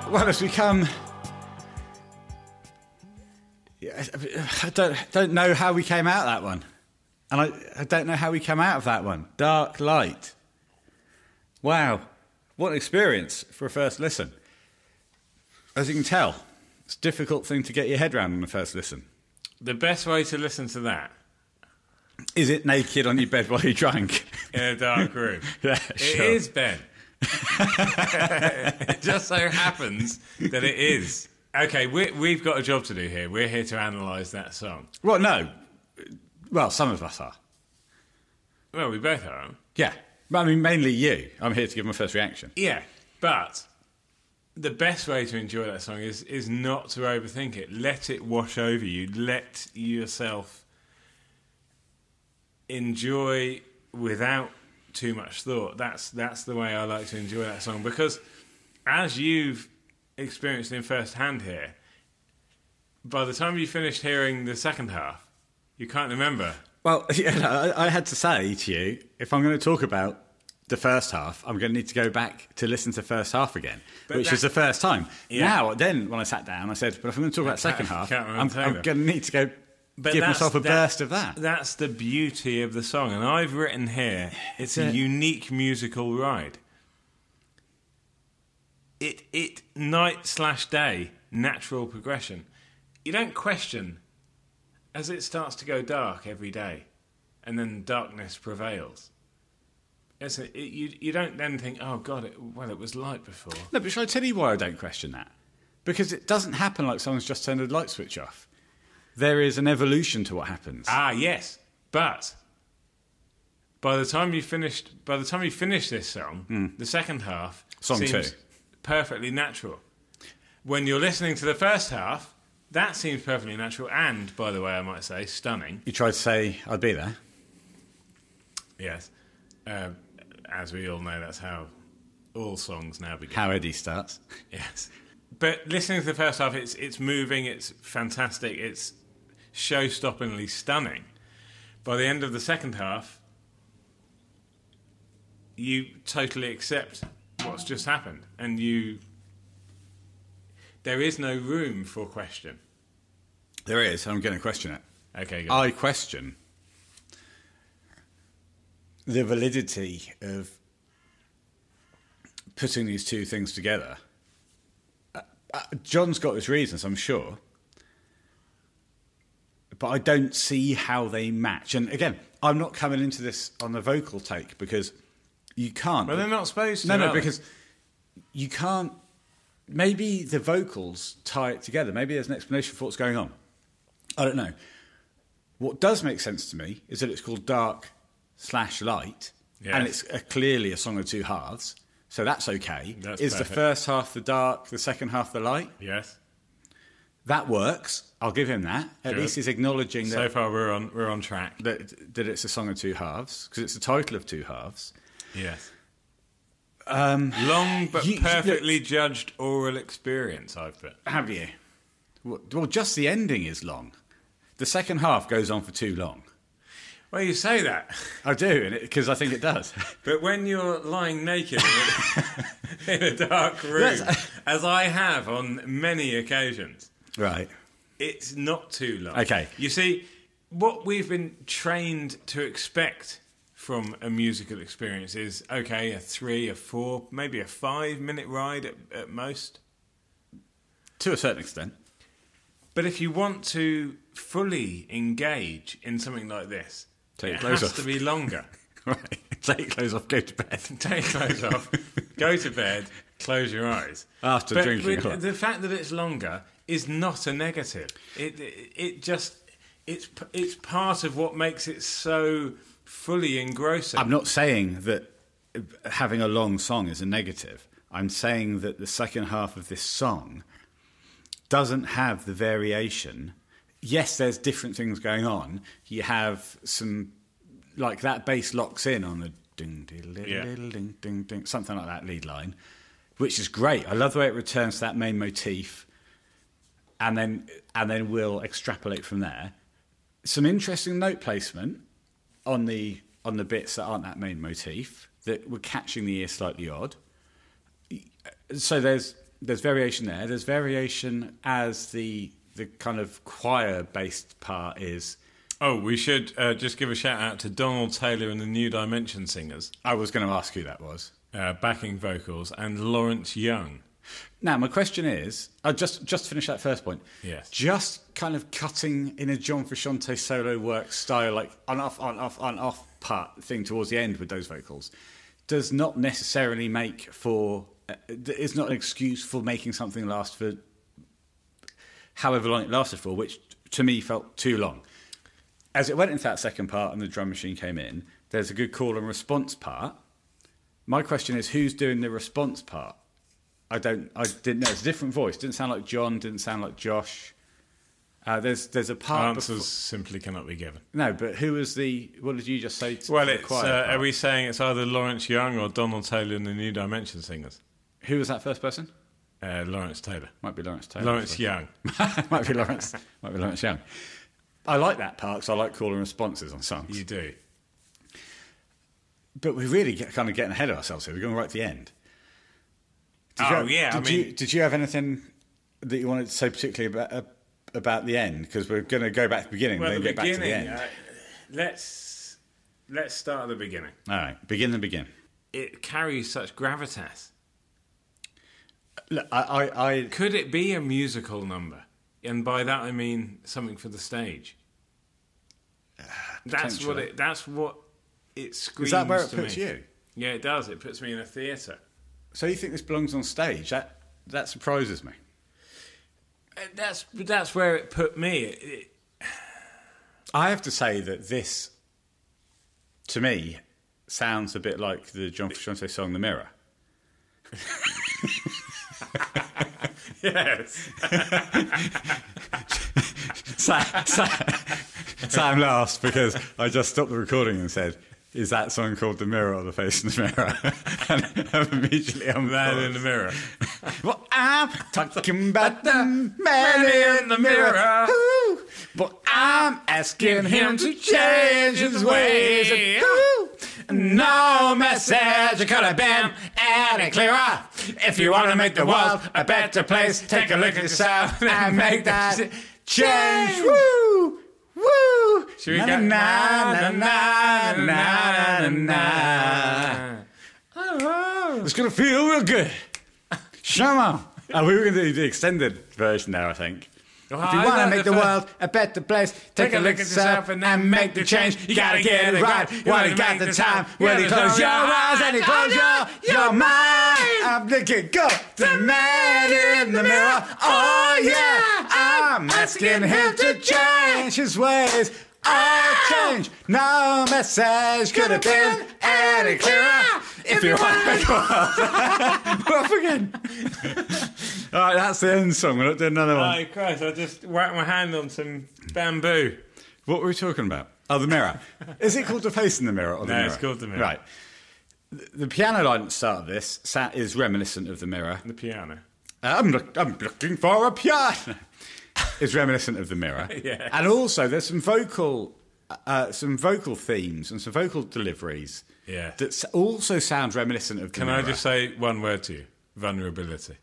Speaker 1: well, it's become. Yeah, I don't don't know how we came out of that one, and I, I don't know how we come out of that one. Dark light. Wow, what an experience for a first listen. As you can tell, it's a difficult thing to get your head around on the first listen.
Speaker 2: The best way to listen to that
Speaker 1: Is it naked on your bed while you drank?
Speaker 2: in a dark room.
Speaker 1: Yeah, sure.
Speaker 2: It is Ben. it just so happens that it is. Okay, we we've got a job to do here. We're here to analyse that song.
Speaker 1: Well, no. Well, some of us are.
Speaker 2: Well, we both are. aren't
Speaker 1: Yeah, But, I mean mainly you. I'm here to give my first reaction.
Speaker 2: we? Yeah, but the best way to enjoy that song is is not to overthink it. Let it wash over you. Let yourself enjoy without too much thought. That's that's the way I like to enjoy that song because as you've experienced in first hand here, by the time you finished hearing the second half, you can't remember.
Speaker 1: Well, yeah, no, I, I had to say to you, if I'm going to talk about the first half, I'm going to need to go back to listen to first half again,
Speaker 2: But
Speaker 1: which
Speaker 2: that-
Speaker 1: was the first time.
Speaker 2: Yeah.
Speaker 1: Now, then when I sat down, I said, but if I'm going to talk about second
Speaker 2: can't-
Speaker 1: half,
Speaker 2: can't remember
Speaker 1: I'm,
Speaker 2: the
Speaker 1: I'm
Speaker 2: title.
Speaker 1: going to need to go
Speaker 2: But
Speaker 1: give
Speaker 2: that's-
Speaker 1: myself a
Speaker 2: that-
Speaker 1: burst of that.
Speaker 2: That's the beauty of the song, and I've written here it's a
Speaker 1: Yeah.
Speaker 2: unique musical ride. It it night slash day natural progression. You don't question as it starts to go dark every day, and then darkness prevails. It's a, it, you you don't then think, oh God, it, well it was light before.
Speaker 1: No, but shall I tell you why I don't question that? Because it doesn't happen like someone's just turned a light switch off. There is an evolution to what happens.
Speaker 2: Ah, yes. But by the time you finished, by the time you finish this song, the second half
Speaker 1: Hmm. Song
Speaker 2: seems
Speaker 1: two.
Speaker 2: perfectly natural. When you're listening to the first half, that seems perfectly natural, and by the way, I might say, stunning.
Speaker 1: You tried to say, I'd be there.
Speaker 2: Yes, uh, as we all know, that's how all songs now begin.
Speaker 1: How Eddie starts.
Speaker 2: Yes. But listening to the first half, it's it's moving, it's fantastic, it's show stoppingly stunning. By the end of the second half, you totally accept what's just happened and you there is no room for question.
Speaker 1: There is. I'm going to question it.
Speaker 2: Okay, good.
Speaker 1: I question the validity of putting these two things together. Uh, uh, John's got his reasons, I'm sure. But I don't see how they match. And again, I'm not coming into this on a vocal take because you can't.
Speaker 2: Well, they're not supposed to,
Speaker 1: No,
Speaker 2: are
Speaker 1: no,
Speaker 2: they?
Speaker 1: because you can't. Maybe the vocals tie it together. Maybe there's an explanation for what's going on. I don't know. What does make sense to me is that it's called Dark slash Light,
Speaker 2: Yes.
Speaker 1: and it's a, clearly a song of two halves. So that's okay.
Speaker 2: That's
Speaker 1: is the
Speaker 2: perfect.
Speaker 1: first half the dark, the second half the light?
Speaker 2: yes.
Speaker 1: That works. I'll give him that. At
Speaker 2: Good.
Speaker 1: least he's acknowledging that
Speaker 2: So far we're on we're on track.
Speaker 1: that, that it's a song of two halves because it's the title of two halves.
Speaker 2: Yes. Long but
Speaker 1: Um, you- you-
Speaker 2: perfectly judged oral experience, I've put.
Speaker 1: Have you? Well, well, just the ending is long. The second half goes on for too long.
Speaker 2: Well, you say that,
Speaker 1: I do, because I think it does.
Speaker 2: but when you're lying naked in a, in a dark room,
Speaker 1: That's- uh,
Speaker 2: as I have on many occasions,
Speaker 1: right.
Speaker 2: it's not too long.
Speaker 1: Okay.
Speaker 2: You see, what we've been trained to expect from a musical experience is okay, a three, a four, maybe a five minute ride at, at most.
Speaker 1: To a certain extent.
Speaker 2: But if you want to fully engage in something like this,
Speaker 1: Take your
Speaker 2: it
Speaker 1: clothes
Speaker 2: has
Speaker 1: off.
Speaker 2: to be longer.
Speaker 1: Right. Take your clothes off, go to bed.
Speaker 2: Take your clothes off, go to bed, close your eyes.
Speaker 1: After drinking,
Speaker 2: with-
Speaker 1: right.
Speaker 2: the fact that it's longer is not a negative. It it, it just it's p- it's part of what makes it so fully engrossing.
Speaker 1: I'm not saying that having a long song is a negative. I'm saying that the second half of this song doesn't have the variation. Yes, there's different things going on. You have some, like that bass locks in on the ding, ding, ding,
Speaker 2: Yeah.
Speaker 1: ding, ding, ding, something like that lead line, which is great. I love the way it returns to that main motif, and then and then we'll extrapolate from there. Some interesting note placement on the on the bits that aren't that main motif that were catching the ear slightly odd. So there's there's variation there. There's variation as the the kind of choir based part is.
Speaker 2: oh, we should uh, just give a shout out to Donald Taylor and the New Dimension Singers,
Speaker 1: I was going to ask who that was.
Speaker 2: uh, backing vocals, and Lawrence Young.
Speaker 1: Now my question is, I'll just just finish that first point.
Speaker 2: Yes.
Speaker 1: Just kind of cutting in a John Frusciante solo work style, like on off on off on off part thing towards the end with those vocals, does not necessarily make for. Uh, it's not an excuse for making something last for however long it lasted for, which to me felt too long. As it went into that second part and the drum machine came in, there's a good call and response part. My question is, who's doing the response part? I don't. I didn't know. It's a different voice. Didn't sound like John. Didn't sound like Josh. Uh, there's there's a part.
Speaker 2: Answers
Speaker 1: befo-
Speaker 2: simply cannot be given.
Speaker 1: no, but who was the? What did you just say? To
Speaker 2: Well,
Speaker 1: the
Speaker 2: it's,
Speaker 1: choir
Speaker 2: uh,
Speaker 1: part?
Speaker 2: are we saying it's either Lawrence Young or Donald Taylor and the New Dimension Singers?
Speaker 1: Who was that first person?
Speaker 2: Uh, Lawrence Taylor.
Speaker 1: Might be Lawrence Taylor.
Speaker 2: Lawrence Young.
Speaker 1: might be Lawrence. might be Lawrence Young. I like that part because I like call and responses on songs.
Speaker 2: You do.
Speaker 1: But we're really get, kind of getting ahead of ourselves here. We're going right to the end. Did
Speaker 2: Oh,
Speaker 1: you,
Speaker 2: yeah, I
Speaker 1: Did you
Speaker 2: mean-
Speaker 1: did you have anything that you wanted to say particularly about uh, about the end? Because we're going to go back to the beginning,
Speaker 2: Well,
Speaker 1: then
Speaker 2: the
Speaker 1: get back to the
Speaker 2: beginning.
Speaker 1: end.
Speaker 2: uh, let's let's start at the beginning.
Speaker 1: All right, begin the begin.
Speaker 2: It carries such gravitas.
Speaker 1: Look, I, I, I
Speaker 2: Could it be a musical number? And by that I mean something for the stage. That's what
Speaker 1: potentially.
Speaker 2: it. That's what it screams.
Speaker 1: is that where it
Speaker 2: to
Speaker 1: puts
Speaker 2: me.
Speaker 1: you?
Speaker 2: Yeah, it does. It puts me in a theatre.
Speaker 1: So you think this belongs on stage? That that surprises me.
Speaker 2: Uh, That's that's where it put me. It- it-
Speaker 1: I have to say that this, to me, sounds a bit like the John Frusciante song "The Mirror."
Speaker 2: yes.
Speaker 1: Sam, Sam, Sam laughs because I just stopped the recording and said, is that song called The Mirror or The Face in the Mirror? and I'm immediately on
Speaker 2: Man in the mirror.
Speaker 1: Well, I'm talking about the man, in the mirror.
Speaker 2: mirror.
Speaker 1: Ooh. But I'm asking him to change his ways. Ooh. No message could have been any clearer. If you want to make the world a better place, take a look at yourself and make that change. Woo! Woo!
Speaker 2: Should we
Speaker 1: na,
Speaker 2: go-
Speaker 1: na, na, na, na, na, na, na. It's gonna feel real good. Shama. Oh, we were going to do the extended version there, I think. if you
Speaker 2: I
Speaker 1: want to
Speaker 2: like
Speaker 1: make the,
Speaker 2: the fir-
Speaker 1: world a better place, take a look at yourself and then make the change. You gotta get it right while you got the time. When you close your eyes and you close your, your mind, I'm looking, go the man in the mirror. Oh yeah, I'm asking him to Ah! change his ways. I'll change. No message could have been any clearer. If you want to well, again. All right, that's the end song. We're not doing another one.
Speaker 2: Oh Christ! I just whacked my hand on some bamboo.
Speaker 1: What were we talking about? Oh, the mirror. Is it called the face in the mirror? Or the
Speaker 2: No,
Speaker 1: mirror?
Speaker 2: it's called The Mirror.
Speaker 1: Right. The, the piano line at the start of this sat is reminiscent of the mirror.
Speaker 2: The piano.
Speaker 1: I'm, look, I'm looking for a piano. Is reminiscent of the mirror.
Speaker 2: Yes.
Speaker 1: And also, there's some vocal, uh, some vocal themes and some vocal deliveries.
Speaker 2: Yeah.
Speaker 1: That s- also sound reminiscent of the
Speaker 2: Can
Speaker 1: mirror.
Speaker 2: I just say one word to you? Vulnerability.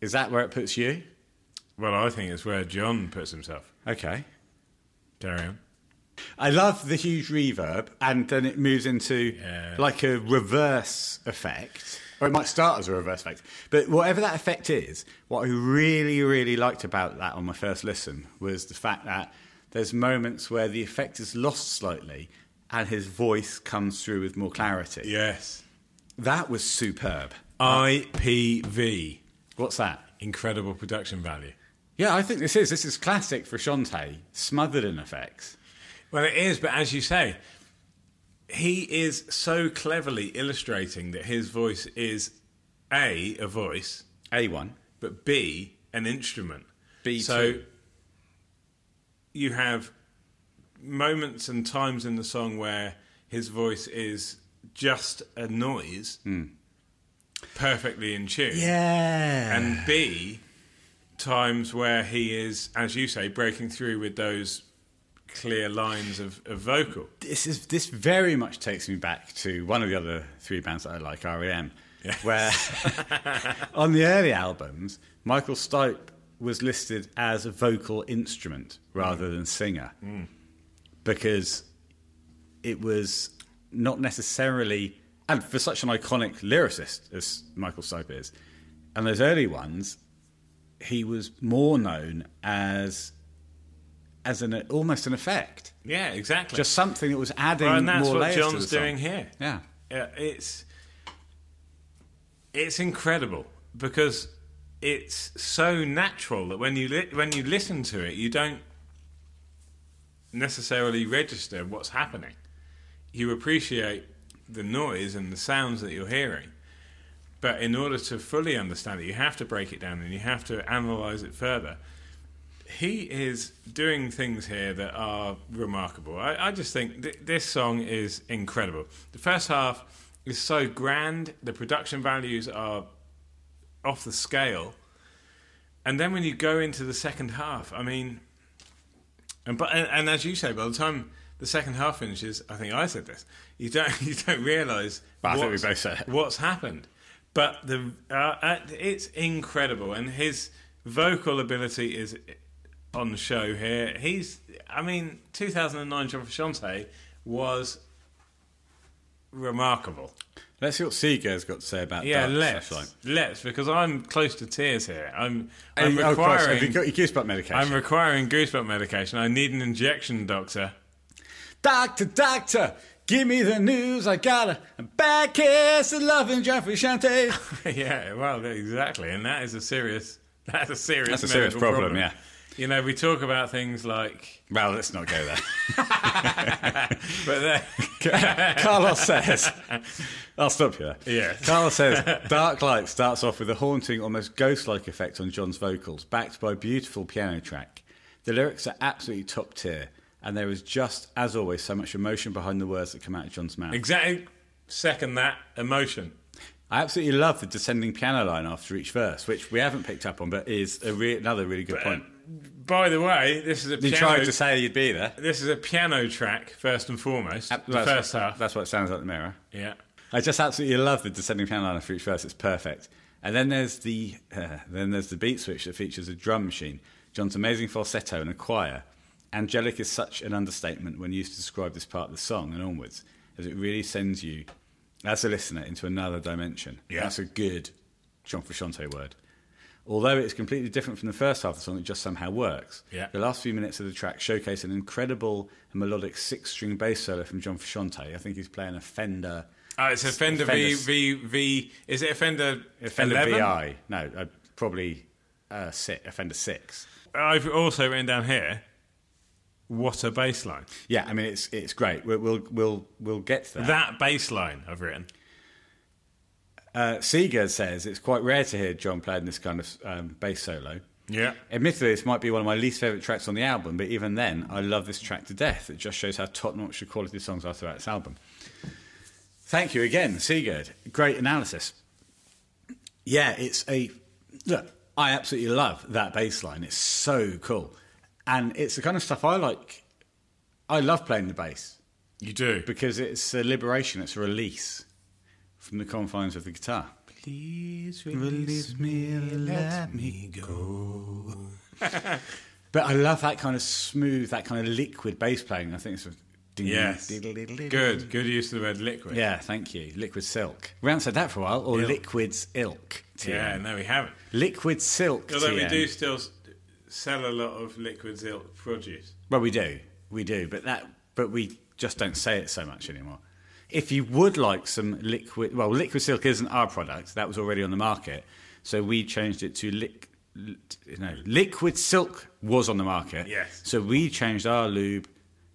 Speaker 1: Is that where it puts you?
Speaker 2: Well, I think it's where John puts himself.
Speaker 1: Okay.
Speaker 2: Carry on.
Speaker 1: I love the huge reverb, and then it moves into
Speaker 2: Yeah.
Speaker 1: like a reverse effect, or it might start as a reverse effect. But whatever that effect is, what I really, really liked about that on my first listen was the fact that there's moments where the effect is lost slightly, and his voice comes through with more clarity.
Speaker 2: Yes.
Speaker 1: That was superb.
Speaker 2: Uh, IPV.
Speaker 1: What's that?
Speaker 2: Incredible production value.
Speaker 1: Yeah, I think this is this is classic for Shante, smothered in effects.
Speaker 2: Well, it is, but as you say, he is so cleverly illustrating that his voice is A, a voice,
Speaker 1: A one.
Speaker 2: but B, an instrument.
Speaker 1: B2.
Speaker 2: So you have moments and times in the song where his voice is just a noise, perfectly in tune.
Speaker 1: Hmm. Yeah.
Speaker 2: And B, times where he is, as you say, breaking through with those clear lines of, of vocal.
Speaker 1: this is this very much takes me back to one of the other three bands that I like, REM, where on the early albums, Michael Stipe was listed as a vocal instrument rather than singer because it was not necessarily, and for such an iconic lyricist as Michael Stipe is, and those early ones, he was more known as as an almost an effect
Speaker 2: Yeah, exactly.
Speaker 1: just something that was adding
Speaker 2: Well, and that's
Speaker 1: more
Speaker 2: what
Speaker 1: layers to
Speaker 2: John's
Speaker 1: the song.
Speaker 2: doing here.
Speaker 1: Yeah,
Speaker 2: Uh, it's it's incredible because it's so natural that when you li- when you listen to it, you don't necessarily register what's happening. You appreciate the noise and the sounds that you're hearing, but in order to fully understand it, you have to break it down and you have to analyze it further. He is doing things here that are remarkable. I, I just think th- this song is incredible. The first half is so grand, the production values are off the scale. And then when you go into the second half, I mean, and but and, and as you say, by the time the second half finishes, I think I said this. You don't you don't realise.
Speaker 1: But I think we
Speaker 2: what's-
Speaker 1: both said it.
Speaker 2: what's happened. But the uh, uh, it's incredible, and his vocal ability is on show here. He's, I mean, 2009 John Frusciante was remarkable.
Speaker 1: let's see what Seeger's got to say about
Speaker 2: Yeah,
Speaker 1: that.
Speaker 2: let's
Speaker 1: That's
Speaker 2: let's because I'm close to tears here. I'm
Speaker 1: right.
Speaker 2: I'm
Speaker 1: oh, Christ, have you
Speaker 2: requiring
Speaker 1: got your goosebump medication?
Speaker 2: I'm requiring goosebump medication. I need an injection, doctor.
Speaker 1: doctor, doctor, give me the news. I got a bad case of loving Jeffrey Shante.
Speaker 2: yeah, well, exactly, and that is a serious. That's a serious.
Speaker 1: That's a serious
Speaker 2: medical
Speaker 1: problem, yeah.
Speaker 2: You know, we talk about things like,
Speaker 1: well, let's not go
Speaker 2: but then,
Speaker 1: there. Carlos says, I'll stop you there.
Speaker 2: Yes.
Speaker 1: Carlos says, Dark Light starts off with a haunting, almost ghost like effect on John's vocals, backed by a beautiful piano track. The lyrics are absolutely top tier. And there is just, as always, so much emotion behind the words that come out of John's mouth.
Speaker 2: Exactly. Second that emotion.
Speaker 1: I absolutely love the descending piano line after each verse, which we haven't picked up on, but is a re- another really good point.
Speaker 2: By the way, this is a
Speaker 1: You
Speaker 2: uh, piano.
Speaker 1: tried to say you'd be there.
Speaker 2: this is a piano track first and foremost. the
Speaker 1: That's-
Speaker 2: first half.
Speaker 1: That's what it sounds like in the mirror.
Speaker 2: Yeah.
Speaker 1: I just absolutely love the descending piano line for each verse. It's perfect. And then there's the uh, then there's the beat switch that features a drum machine, John's amazing falsetto, and a choir. Angelic is such an understatement when used to describe this part of the song and onwards, as it really sends you, as a listener, into another dimension.
Speaker 2: Yeah.
Speaker 1: That's a good John Frusciante word. Although it's completely different from the first half of the song, it just somehow works.
Speaker 2: Yeah.
Speaker 1: The last few minutes of the track showcase an incredible and melodic six string bass solo from John Frusciante. I think he's playing a Fender.
Speaker 2: Oh, it's a Fender,
Speaker 1: Fender
Speaker 2: v,
Speaker 1: s-
Speaker 2: v, v. Is it a Fender?
Speaker 1: A Fender
Speaker 2: 11?
Speaker 1: VI. No, uh, probably uh, si a Fender 6.
Speaker 2: I've also written down here. What a bass line.
Speaker 1: Yeah, I mean, it's, it's great. We'll, we'll, we'll, we'll get to that.
Speaker 2: That bass line I've written.
Speaker 1: Uh, Seeger says it's quite rare to hear John playing this kind of um, bass solo.
Speaker 2: Yeah.
Speaker 1: Admittedly, this might be one of my least favourite tracks on the album, but even then, I love this track to death. It just shows how top notch the quality of songs are throughout this album. Thank you again, Seagird. Great analysis. Yeah, it's a. Look, I absolutely love that bass line. It's so cool. And it's the kind of stuff I like. I love playing the bass
Speaker 2: You do.
Speaker 1: because it's a liberation, it's a release from the confines of the guitar.
Speaker 2: Please
Speaker 1: me, let me go. but I love that kind of smooth, that kind of liquid bass playing. I think it's. a ding,
Speaker 2: Yes.
Speaker 1: diddle, diddle, diddle.
Speaker 2: Good. Good use of the word liquid.
Speaker 1: Yeah, thank you. Liquid silk. We haven't said that for a while. Or
Speaker 2: Ilk.
Speaker 1: liquids ilk. TM.
Speaker 2: Yeah, no, we haven't.
Speaker 1: Liquid silk.
Speaker 2: Although we
Speaker 1: TM.
Speaker 2: do still s- sell a lot of liquid silk produce.
Speaker 1: Well, we do, we do, but that, but we just don't say it so much anymore. If you would like some liquid, well, liquid silk isn't our product; that was already on the market, so we changed it to lic. li- No, liquid silk was on the market.
Speaker 2: Yes.
Speaker 1: So we changed our lube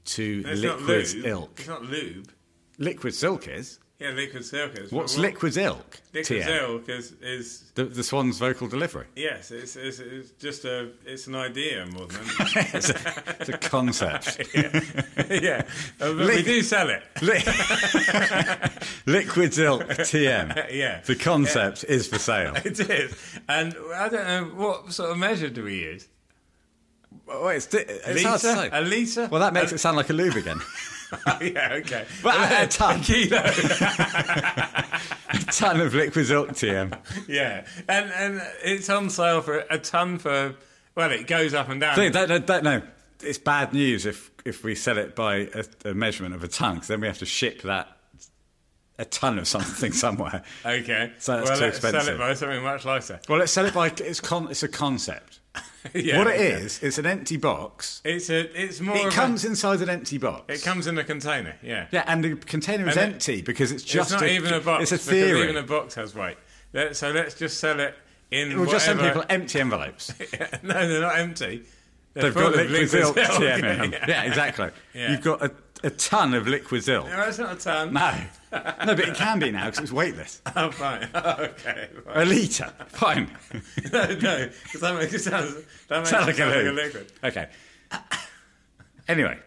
Speaker 1: to
Speaker 2: It's not
Speaker 1: liquid
Speaker 2: lube.
Speaker 1: ilk.
Speaker 2: It's not lube.
Speaker 1: Liquid silk is.
Speaker 2: Yeah, liquid silk is.
Speaker 1: What's
Speaker 2: Well,
Speaker 1: liquid ilk?
Speaker 2: Liquid
Speaker 1: TM?
Speaker 2: silk is, is
Speaker 1: The, the Swan's vocal delivery.
Speaker 2: yes, it's, it's, it's just a it's an idea more than anything.
Speaker 1: it's, a, it's a concept.
Speaker 2: yeah. Uh, but we
Speaker 1: Liquid-
Speaker 2: do sell it.
Speaker 1: Li- Liquid Silk TM.
Speaker 2: Yeah.
Speaker 1: The concept is for sale.
Speaker 2: It is, and I don't know what sort of measure do we use.
Speaker 1: Well, it's, it's hard to
Speaker 2: Lisa,
Speaker 1: say.
Speaker 2: a Lisa.
Speaker 1: Well, that makes it sound like a lube again.
Speaker 2: yeah, okay.
Speaker 1: But a, a ton,
Speaker 2: Kilo.
Speaker 1: a ton of Liquid Silk TM.
Speaker 2: yeah, and and it's on sale for a ton for. Well, it goes up and down.
Speaker 1: Don't, don't, don't, no, it's bad news if, if we sell it by a, a measurement of a ton, because then we have to ship that a ton of something somewhere.
Speaker 2: Okay.
Speaker 1: So that's
Speaker 2: well,
Speaker 1: too
Speaker 2: let's Sell
Speaker 1: expensive.
Speaker 2: it by something much lighter.
Speaker 1: Well, let's sell it by it's con, it's a concept.
Speaker 2: Yeah,
Speaker 1: what it
Speaker 2: okay.
Speaker 1: is, it's an empty box.
Speaker 2: It's a. It's more.
Speaker 1: It
Speaker 2: of
Speaker 1: comes
Speaker 2: A,
Speaker 1: inside an empty box.
Speaker 2: it comes in a container. Yeah.
Speaker 1: Yeah, and the container is
Speaker 2: And it-
Speaker 1: empty because it's just
Speaker 2: it's not
Speaker 1: a,
Speaker 2: even a box.
Speaker 1: It's a
Speaker 2: because
Speaker 1: theory.
Speaker 2: Even a box has weight. Let, so let's just sell it in.
Speaker 1: well, just some
Speaker 2: whatever-
Speaker 1: people empty envelopes.
Speaker 2: no, they're not empty. They're
Speaker 1: They've
Speaker 2: full
Speaker 1: got
Speaker 2: of
Speaker 1: liquid zilch.
Speaker 2: silk.
Speaker 1: Yeah, man.
Speaker 2: Yeah.
Speaker 1: Yeah, exactly.
Speaker 2: Yeah.
Speaker 1: You've got a, a ton of liquid zilch.
Speaker 2: No, that's not a ton.
Speaker 1: No, no, but it can be now because it's weightless.
Speaker 2: Oh, fine. okay. Fine.
Speaker 1: A litre, fine.
Speaker 2: no, no, because that makes it sound. That makes
Speaker 1: Sound like a
Speaker 2: it sound like a
Speaker 1: loo.
Speaker 2: liquid.
Speaker 1: Okay. Anyway,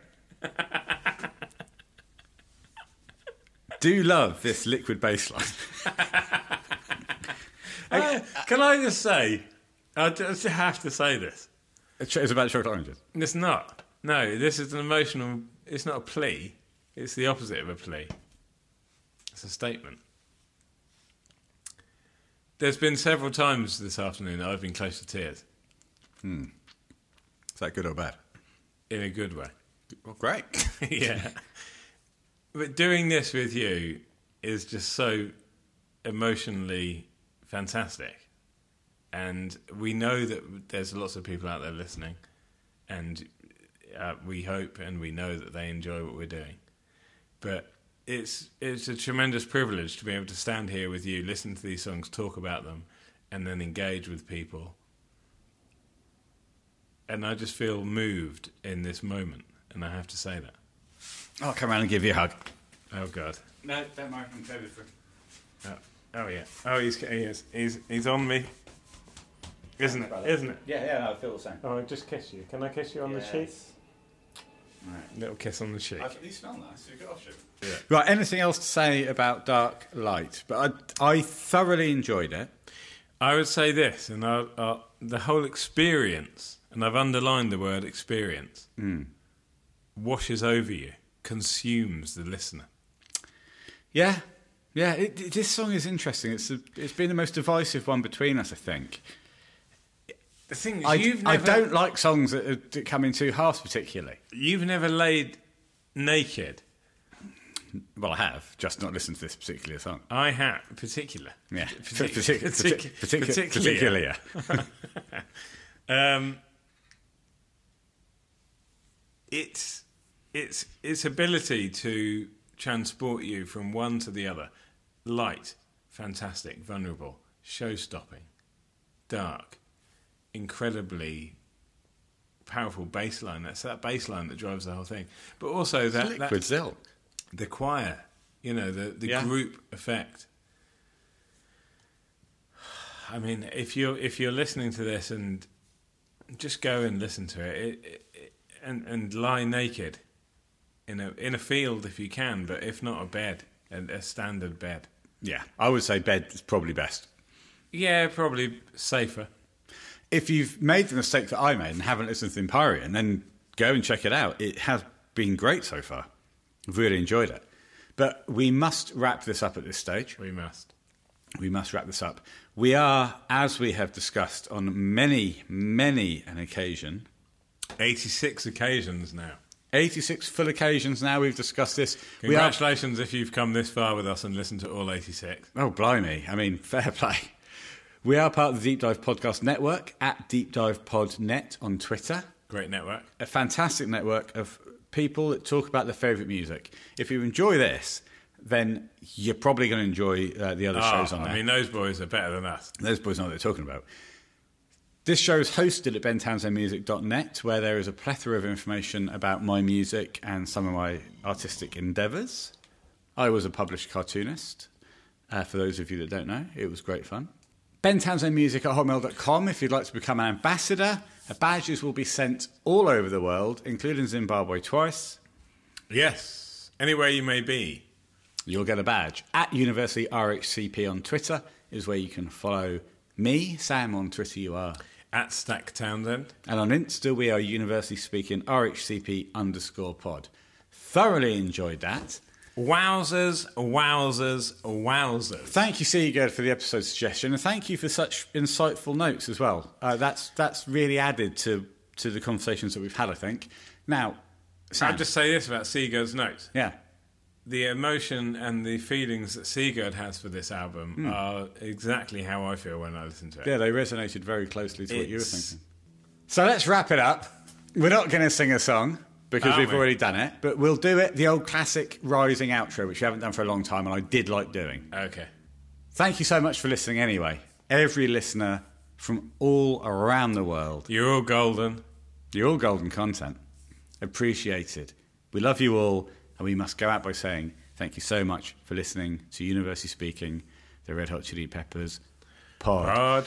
Speaker 1: do love this liquid baseline.
Speaker 2: Uh, can I just say? I just have to say this.
Speaker 1: It's about chocolate oranges.
Speaker 2: It's not. No, this is an emotional. It's not a plea. It's the opposite of a plea. It's a statement. There's been several times this afternoon that I've been close to tears
Speaker 1: Is that good or bad?
Speaker 2: in a good way.
Speaker 1: Well, great.
Speaker 2: yeah. But doing this with you is just so emotionally fantastic. And we know that there's lots of people out there listening. And uh, we hope and we know that they enjoy what we're doing. But it's, it's a tremendous privilege to be able to stand here with you, listen to these songs, talk about them, and then engage with people and I just feel moved in this moment, and I have to say that.
Speaker 1: I'll come around and give you a hug.
Speaker 2: Oh God.
Speaker 1: No, don't mind. I'm very free.
Speaker 2: Oh, oh, yeah. Oh, he's he is. he's he's on me, isn't it? Isn't it?
Speaker 1: Yeah, yeah, no, I feel the same. Uh,
Speaker 2: Oh, I just kiss you. Can I kiss you on the cheek?
Speaker 1: Right,
Speaker 2: Little kiss on the cheek.
Speaker 1: These smell nice. You've got off Right. Anything else to say about Dark Light? But I, I thoroughly enjoyed it.
Speaker 2: I would say this, and I, I, the whole experience, and I've underlined the word experience,
Speaker 1: Hmm.
Speaker 2: washes over you, consumes the listener.
Speaker 1: Yeah. Yeah, it, it- this song is interesting. It's the it's been the most divisive one between us, I think.
Speaker 2: The thing is,
Speaker 1: I,
Speaker 2: you've
Speaker 1: I
Speaker 2: never,
Speaker 1: don't like songs that, are, that come in two halves particularly.
Speaker 2: you've never laid naked.
Speaker 1: Well, I have just not listened to this particular song.
Speaker 2: I have, particular.
Speaker 1: Yeah,
Speaker 2: Partic-
Speaker 1: Partic-
Speaker 2: partic-
Speaker 1: partic-
Speaker 2: particular.
Speaker 1: particular.
Speaker 2: Um, it's it's its ability to transport you from one to the other. Light, fantastic, vulnerable, show-stopping, dark, incredibly powerful bass line. That's that bass line that drives the whole thing. But also that, that
Speaker 1: Liquid Silk.
Speaker 2: the choir, you know, the, the
Speaker 1: Yeah.
Speaker 2: group effect. I mean, if you're if you're listening to this and just go and listen to it, it, it, it and and lie naked in a in a field if you can, but if not a bed, a, a standard bed.
Speaker 1: Yeah, I would say bed is probably best.
Speaker 2: Yeah, probably safer.
Speaker 1: If you've made the mistake that I made and haven't listened to Empyrean, then go and check it out. It has been great so far. I've really enjoyed it. But we must wrap this up at this stage.
Speaker 2: We must.
Speaker 1: We must wrap this up. We are, as we have discussed on many, many an occasion,
Speaker 2: Eighty six occasions now.
Speaker 1: 86 full occasions now we've discussed this. We are
Speaker 2: Congratulations if you've come this far with us and listened to all eighty six.
Speaker 1: Oh, blimey. I mean, fair play. We are part of the Deep Dive Podcast Network at deepdivepodnet on Twitter.
Speaker 2: Great network.
Speaker 1: A fantastic network of people that talk about their favourite music. If you enjoy this, then you're probably going to enjoy uh, the other shows
Speaker 2: Ah,
Speaker 1: on there.
Speaker 2: I mean, those boys are better than us.
Speaker 1: Those boys know what they're talking about. This show is hosted at bentownsendmusic.net, where there is a plethora of information about my music and some of my artistic endeavours. I was a published cartoonist. Uh, for those of you that don't know, it was great fun. Ben Townsend Music at hotmail.com if you'd like to become an ambassador. Badges will be sent all over the world, including Zimbabwe twice.
Speaker 2: Yes. Anywhere you may be.
Speaker 1: You'll get a badge. At University RHCP on Twitter is where you can follow me. Sam on Twitter, you are
Speaker 2: At Stack Townsend.
Speaker 1: And on Insta, we are University Speaking RHCP underscore pod. Thoroughly enjoyed that.
Speaker 2: Wowzers, wowzers, wowzers.
Speaker 1: Thank you, Seagird, for the episode suggestion, and thank you for such insightful notes as well. Uh, that's that's really added to to the conversations that we've had. I think. Now, Sam,
Speaker 2: I'll just say this about Seagird's notes.
Speaker 1: yeah,
Speaker 2: The emotion and the feelings that Seagird has for this album are exactly how I feel when I listen to it.
Speaker 1: Hmm. yeah, they resonated very closely to what you were
Speaker 2: It's-
Speaker 1: thinking. So let's wrap it up. We're not going to sing a song because
Speaker 2: Aren't
Speaker 1: we've
Speaker 2: we?
Speaker 1: already done it, but we'll do it the old classic rising outro, which we haven't done for a long time, and I did like doing.
Speaker 2: Okay.
Speaker 1: Thank you so much for listening anyway. Every listener from all around the world,
Speaker 2: You're all golden.
Speaker 1: you're all golden content. Appreciated. We love you all, and we must go out by saying thank you so much for listening to University Speaking, the Red Hot Chili Peppers pod.
Speaker 2: Rod.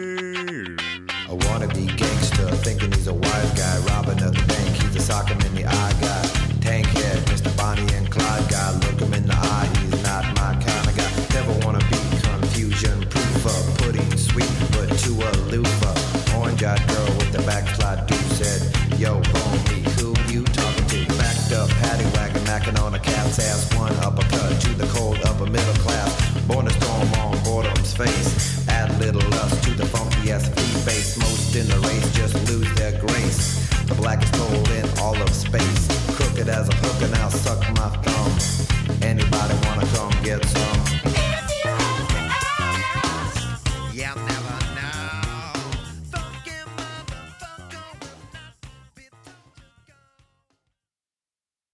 Speaker 5: A wannabe gangster, thinking he's a wise guy, robbing a bank. He's a sock him in the eye guy. Tank head, Mr. Bonnie and Clyde guy. Look him in the eye, he's not my kind of guy. Never wanna be confusion proof of pudding sweet, but too aloof of. Orange eyed girl with the backslide dude said, Yo, bone me, who you talking to? Backed up paddy wagon, macking on a cat's ass. One uppercut to the cold upper middle class. Born to storm on boredom's face. Add little lust to the funky ass free base. Most in the race just lose their grace. The blackest hole in all of space. Crooked as a hook and I'll suck my thumb. Anybody wanna come get some?